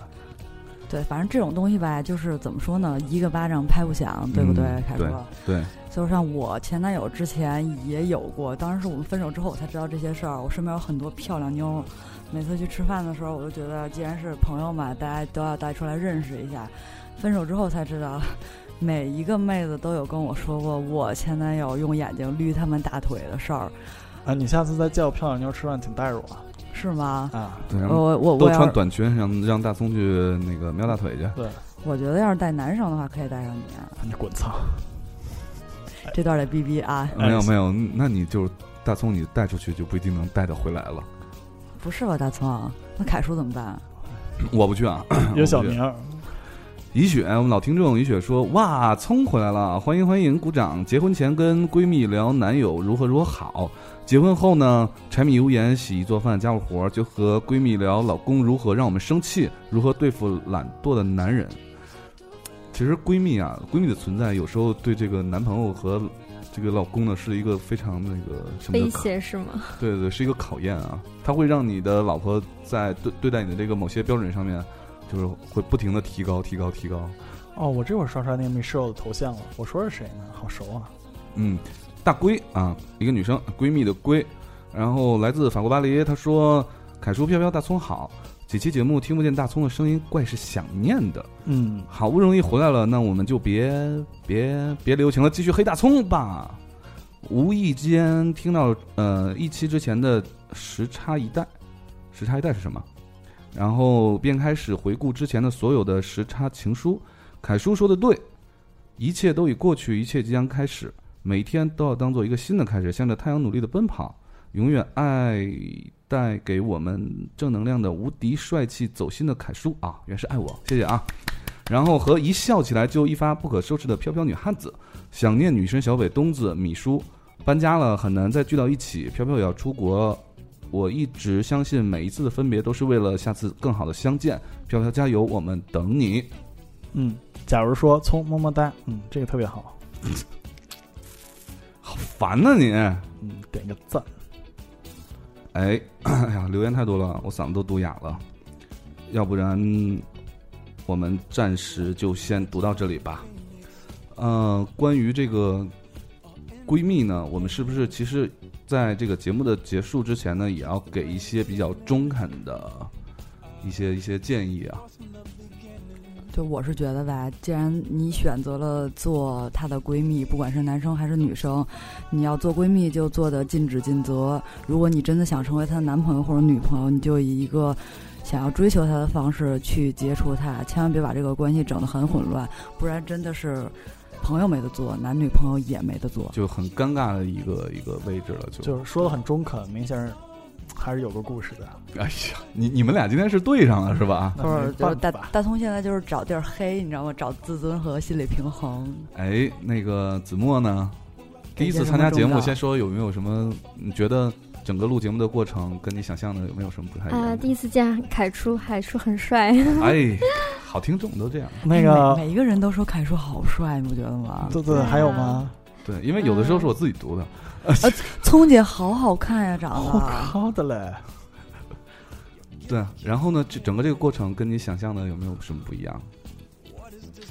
Speaker 4: 对，反正这种东西吧，就是怎么说呢，一个巴掌拍不响，对不对，
Speaker 1: 嗯
Speaker 4: 凯
Speaker 1: 对
Speaker 4: 哥？
Speaker 1: 对，
Speaker 4: 就像我前男友之前也有过，当时是我们分手之后我才知道这些事儿。我身边有很多漂亮妞儿，每次去吃饭的时候，我就觉得既然是朋友嘛，大家都要带出来认识一下。分手之后才知道，每一个妹子都有跟我说过我前男友用眼睛捋他们大腿的事儿，
Speaker 2: 啊，你下次再叫漂亮妞吃饭，请带着我啊
Speaker 4: 是吗？
Speaker 2: 啊。
Speaker 1: 对，然后
Speaker 4: 我我
Speaker 1: 嗯都
Speaker 4: 我要
Speaker 1: 穿
Speaker 4: 是
Speaker 1: 短裙，让让大葱去那个瞄大腿去。
Speaker 2: 对，
Speaker 4: 我觉得要是带男生的话，可以带上你、啊。
Speaker 2: 你滚操！
Speaker 4: 这段得逼逼啊！
Speaker 2: 哎
Speaker 1: 没有没有，那你就大葱，你带出去就不一定能带得回来了。
Speaker 4: 不是吧，大葱？那凯叔怎么办？
Speaker 1: 我不去啊，
Speaker 2: 有小名儿，
Speaker 1: 雨雪，我们老听众雨雪说：“哇，葱回来了，欢迎欢迎，鼓掌！结婚前跟闺蜜聊男友如何如何好，结婚后呢，柴米油盐、洗衣做饭、家务活儿，就和闺蜜聊老公如何让我们生气，如何对付懒惰的男人。其实闺蜜啊，闺蜜的存在有时候对这个男朋友和这个老公呢，是一个非常那个什么
Speaker 3: 威
Speaker 1: 叫考
Speaker 3: 胁是吗？
Speaker 1: 对对，是一个考验啊，它会让你的老婆在对对待你的这个某些标准上面，就是会不停的提高、提高、提高。
Speaker 2: 哦，我这会儿刷刷那个 Michelle 的头像了，我说是谁呢？好熟啊！
Speaker 1: 嗯，大闺啊，一个女生，闺蜜的闺，然后来自法国巴黎。她说：“凯叔、飘飘、大葱好，几期节目听不见大葱的声音，怪是想念的。
Speaker 2: 嗯，
Speaker 1: 好不容易回来了，那我们就别别别留情了，继续黑大葱吧。”无意间听到呃一期之前的时差一代，时差一代是什么？然后便开始回顾之前的所有的时差情书。凯叔说的对，一切都已过去，一切即将开始。每天都要当做一个新的开始，向着太阳努力的奔跑，永远爱带给我们正能量的无敌帅气走心的凯叔啊，原是爱我，谢谢啊。然后和一笑起来就一发不可收拾的飘飘女汉子，想念女神小北东子米叔，搬家了很难再聚到一起，飘飘也要出国。我一直相信每一次的分别都是为了下次更好的相见，飘飘加油，我们等你。
Speaker 2: 嗯，假如说葱么么哒，嗯，这个特别好，
Speaker 1: 烦呐、你！
Speaker 2: 嗯，点个赞。
Speaker 1: 哎， 哎呀，留言太多了，我嗓子都堵哑了，要不然我们暂时就先读到这里吧。呃，关于这个闺蜜呢，我们是不是其实在这个节目的结束之前呢，也要给一些比较中肯的一些一些建议啊？
Speaker 4: 就我是觉得吧，既然你选择了做她的闺蜜，不管是男生还是女生，你要做闺蜜就做的尽职尽责。如果你真的想成为她的男朋友或者女朋友，你就以一个想要追求她的方式去接触她，千万别把这个关系整得很混乱，不然真的是朋友没得做，男女朋友也没得做。
Speaker 1: 就很尴尬的一个一个位置了，就
Speaker 2: 就是说的很中肯，明显是还是有个故事的。
Speaker 1: 哎呀，你你们俩今天是对上了是吧？
Speaker 2: 那
Speaker 4: 或者
Speaker 2: 没
Speaker 4: 就是大
Speaker 2: 办法
Speaker 4: 大通现在就是找地儿黑，你知道吗？找自尊和心理平衡。
Speaker 1: 哎，那个子墨呢，
Speaker 3: 哎
Speaker 1: 第一
Speaker 4: 给
Speaker 1: 次
Speaker 4: 些什
Speaker 1: 参
Speaker 4: 么
Speaker 1: 加节
Speaker 4: 忠
Speaker 1: 目，
Speaker 4: 告
Speaker 1: 先说有没有什么？你觉得整个录节目的过程跟你想象的有没有什么不太一样
Speaker 3: 啊，
Speaker 1: 的？
Speaker 3: 第一次见凯叔，凯叔很帅，
Speaker 1: 哎，好听众都这样。
Speaker 2: 那个
Speaker 4: 哎每每一个人都说凯叔好帅，你不觉得吗？
Speaker 2: 对对，
Speaker 3: 对
Speaker 2: 还有
Speaker 3: 啊
Speaker 2: 吗？
Speaker 1: 对，因为有的时候是我自己读的，
Speaker 4: 聪姐好好看呀、长
Speaker 2: 我
Speaker 4: 得。
Speaker 2: 哦靠的嘞！
Speaker 1: 对。然后呢，这整个这个过程跟你想象的有没有什么不一样？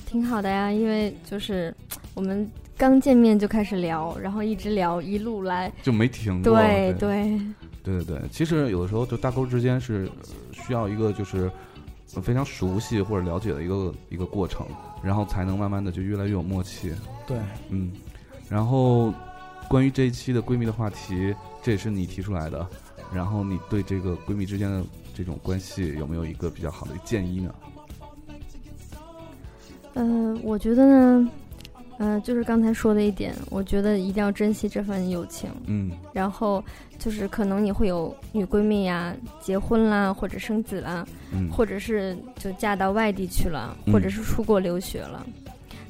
Speaker 3: 挺好的呀。因为就是我们刚见面就开始聊，然后一直聊一路来，
Speaker 1: 就没停过。
Speaker 3: 对
Speaker 1: 啊对
Speaker 3: 对，
Speaker 1: 对对对，其实有的时候就搭沟之间是呃需要一个就是呃非常熟悉或者了解的一个一个过程，然后才能慢慢的就越来越有默契。
Speaker 2: 对，
Speaker 1: 嗯，然后关于这一期的闺蜜的话题，这也是你提出来的。然后你对这个闺蜜之间的这种关系有没有一个比较好的建议呢？
Speaker 3: 嗯、我觉得呢，呃，就是刚才说的一点，我觉得一定要珍惜这份友情。
Speaker 1: 嗯，
Speaker 3: 然后就是可能你会有女闺蜜呀、结婚啦，或者生子啦，
Speaker 1: 嗯
Speaker 3: 或者是就嫁到外地去了，
Speaker 1: 嗯
Speaker 3: 或者是出国留学了。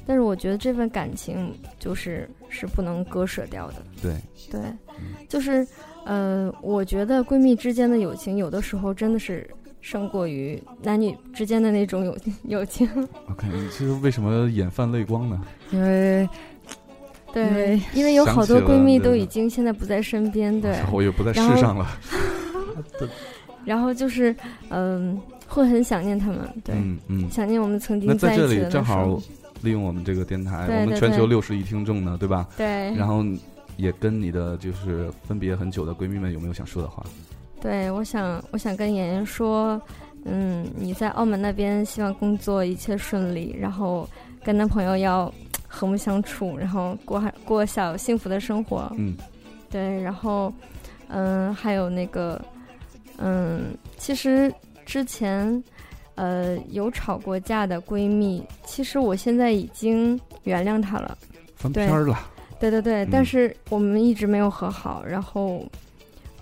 Speaker 3: 但是我觉得这份感情就是是不能割舍掉的。
Speaker 1: 对，
Speaker 3: 对，
Speaker 1: 嗯
Speaker 3: 就是呃，我觉得闺蜜之间的友情，有的时候真的是胜过于男女之间的那种友友情。
Speaker 1: OK，其实为什么眼泛泪光呢？
Speaker 4: 因为因
Speaker 3: 对
Speaker 4: 为，
Speaker 3: 因为有
Speaker 1: 想
Speaker 3: 好
Speaker 1: 起
Speaker 3: 多
Speaker 1: 了
Speaker 3: 闺蜜
Speaker 1: 对
Speaker 3: 都
Speaker 1: 的
Speaker 3: 已经现在不在身 边，对。
Speaker 1: 我也不在世
Speaker 3: 然后
Speaker 1: 上了。
Speaker 3: 然后就是，嗯、会很想念他们，对，
Speaker 1: 嗯嗯。
Speaker 3: 想念我们曾
Speaker 1: 那
Speaker 3: 经
Speaker 1: 在
Speaker 3: 一
Speaker 1: 这
Speaker 3: 起的
Speaker 1: 里
Speaker 3: 那
Speaker 1: 正
Speaker 3: 时候
Speaker 1: 好利用我们这个电台，
Speaker 3: 对
Speaker 1: 我们
Speaker 3: 对
Speaker 1: 全球
Speaker 3: 对嗯
Speaker 1: 六十亿听众呢，对吧？
Speaker 3: 对，
Speaker 1: 然后也跟你的就是分别很久的闺蜜们有没有想说的话？
Speaker 3: 对，我想，我想跟妍妍说，嗯，你在澳门那边，希望工作一切顺利，然后跟男朋友要和睦相处，然后过过小幸福的生活，
Speaker 1: 嗯，
Speaker 3: 对，然后，嗯，还有那个，嗯，其实之前，呃，有吵过架的闺蜜，其实我现在已经原谅她了。
Speaker 1: 翻
Speaker 3: 对
Speaker 1: 篇儿了。
Speaker 3: 对对对，
Speaker 1: 嗯
Speaker 3: 但是我们一直没有和好，然后，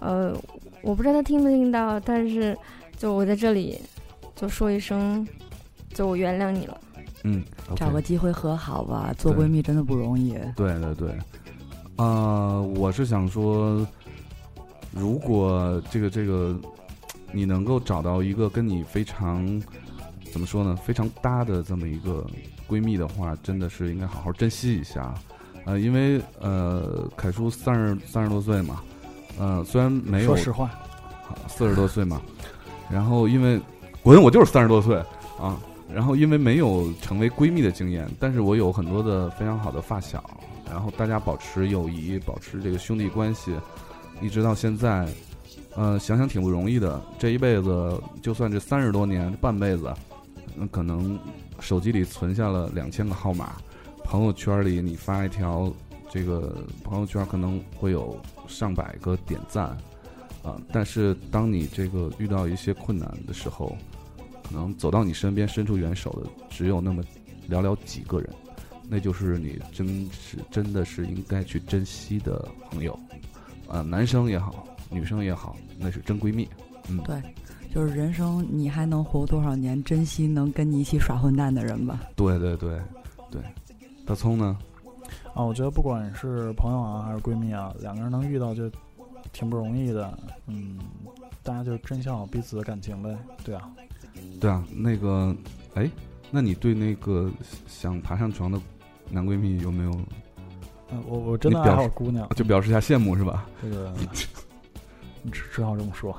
Speaker 3: 呃，我不知道他听没听到，但是就我在这里就说一声，就我原谅你了。
Speaker 1: 嗯，OK，
Speaker 4: 找个机会和好吧，做
Speaker 1: 对
Speaker 4: 闺蜜真的不容易。
Speaker 1: 对对对，啊、我是想说，如果这个这个，你能够找到一个跟你非常怎么说呢，非常搭的这么一个闺蜜的话，真的是应该好好珍惜一下。呃，因为呃，凯叔三十三十多岁嘛，呃，虽然没有
Speaker 2: 说实话，
Speaker 1: 四十多岁嘛，然后因为滚，我就是三十多岁啊，然后因为没有成为闺蜜的经验，但是我有很多的非常好的发小，然后大家保持友谊，保持这个兄弟关系，一直到现在，呃，想想挺不容易的，这一辈子就算这三十多年，半辈子，嗯，可能手机里存下了两千个号码，朋友圈里你发一条。这个朋友圈可能会有上百个点赞，啊，但是当你这个遇到一些困难的时候，可能走到你身边伸出援手的只有那么寥寥几个人，那就是你真是真的是应该去珍惜的朋友，啊，男生也好，女生也好，那是真闺蜜。
Speaker 4: 对，就是人生你还能活多少年？珍惜能跟你一起耍混蛋的人吧。
Speaker 1: 对对对对，大葱呢？
Speaker 2: 啊，我觉得不管是朋友啊还是闺蜜啊，两个人能遇到就挺不容易的。嗯，大家就珍惜好彼此的感情呗。对啊，
Speaker 1: 对啊，那个，哎，那你对那个想爬上床的男闺蜜有没有
Speaker 2: 呃我我真的
Speaker 1: 你表
Speaker 2: 爱
Speaker 1: 示
Speaker 2: 好姑娘，
Speaker 1: 就表示一下羡慕是吧？
Speaker 2: 这个只只好这么说。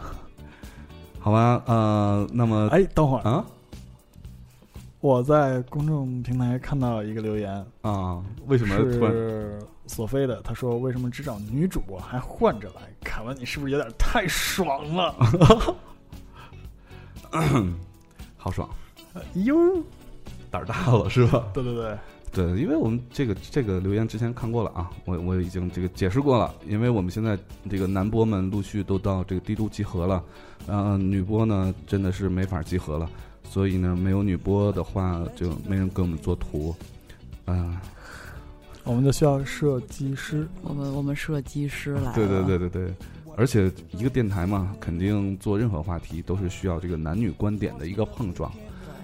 Speaker 1: 好吧，呃，那么
Speaker 2: 哎，等会儿，
Speaker 1: 啊，
Speaker 2: 我在公众平台看到一个留言，
Speaker 1: 啊，为什么突然？
Speaker 2: 是索菲的，他说为什么只找女主播还换着来？凯文，你是不是有点太爽 了？
Speaker 1: 好爽，
Speaker 2: 哟，
Speaker 1: 胆儿大了是吧？
Speaker 2: 对对对，
Speaker 1: 对，因为我们这个这个留言之前看过了啊，我我已经这个解释过了，因为我们现在这个男播们陆续都到这个帝都集合了，嗯、女播呢真的是没法集合了，所以呢没有女播的话就没人给我们做图，嗯、
Speaker 2: 我们就需要设计师。
Speaker 4: 我们我们设计师来了，
Speaker 1: 对对对对对，而且一个电台嘛，肯定做任何话题都是需要这个男女观点的一个碰撞，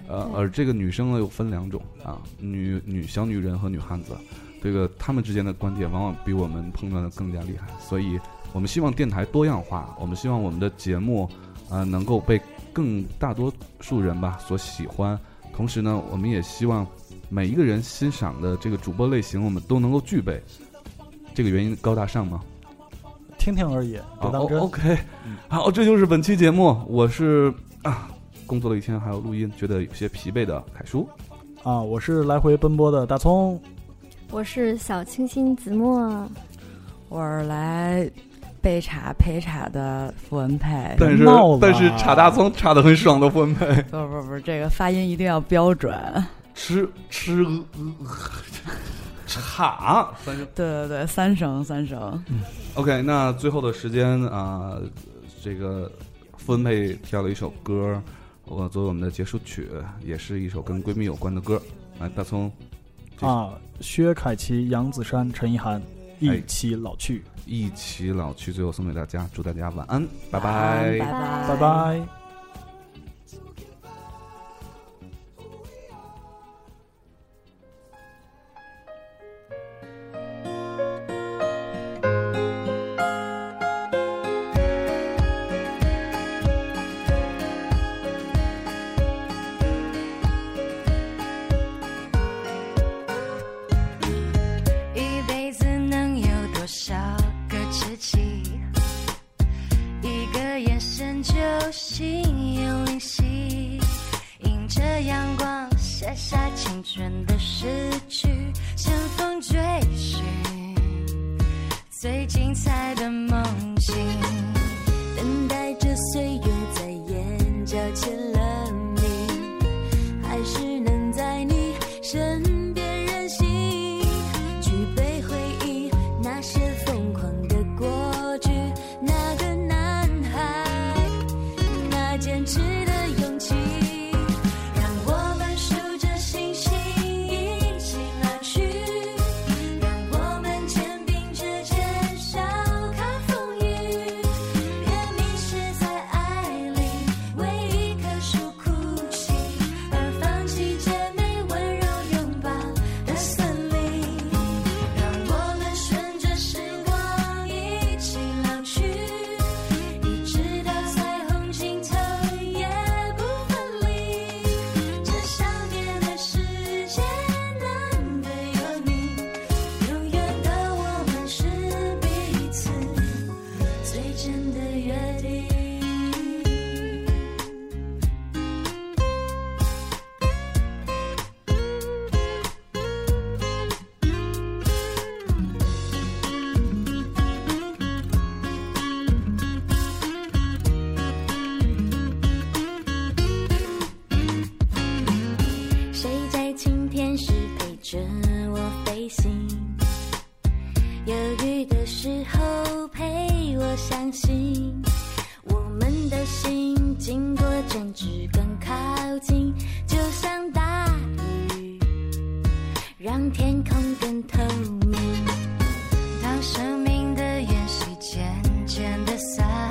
Speaker 1: 呃，而这个女生呢又分两种啊，女女小女人和女汉子，这个她们之间的观点往往比我们碰撞的更加厉害，所以我们希望电台多样化，我们希望我们的节目，呃，能够被更大多数人吧所喜欢，同时呢，我们也希望每一个人欣赏的这个主播类型，我们都能够具备。这个原因高大上吗？
Speaker 2: 听听而已，别
Speaker 1: 哦
Speaker 2: 当真。
Speaker 1: OK，
Speaker 2: 嗯
Speaker 1: 好，这就是本期节目。我是啊，工作了一天还有录音，觉得有些疲惫的凯叔。
Speaker 2: 啊，我是来回奔波的大葱，
Speaker 3: 我是小清新子墨，
Speaker 4: 我是来备茶陪茶的傅文佩，
Speaker 1: 但是
Speaker 2: 闹了
Speaker 1: 但是插大葱插的很爽的分配，
Speaker 4: 不是不是不是，这个发音一定要标准。
Speaker 1: 吃吃呃呃插 三声。
Speaker 4: 对对对，三声三声，
Speaker 1: OK，那最后的时间啊、这个分配挑了一首歌，我作为我们的结束曲，也是一首跟闺蜜有关的歌。来，大葱这
Speaker 2: 啊，薛凯琪、杨子姗、陈意涵一起老去，
Speaker 1: 一起老去，最后送给大家，祝大家晚安，拜
Speaker 4: 拜
Speaker 3: 拜
Speaker 4: 拜
Speaker 2: 拜拜。
Speaker 5: 一辈子能有多少个知己？一个眼神就心有灵犀，迎着阳光写下青春的诗句，乘风追寻最精彩的梦境。等待着岁月在眼角牵了你，还是能在你身边任性，举杯回忆那些疯狂的过去，那个男孩，那坚持的勇气，让我们数着星星一起老去，让我们肩并着肩笑看风雨。别迷失在爱里，为一棵树哭泣，而放弃姐妹温柔拥抱的森林。让我们顺着时光一起老去，一直到彩虹尽头也不分离。这想念的世界难得有你，永远的我们是彼此。最真的约定。谁在晴天时陪着我飞行？犹豫的时候陪我相信，我们的心经过争执更靠近，就像大雨，让天空更透明。当生命的延续渐渐的散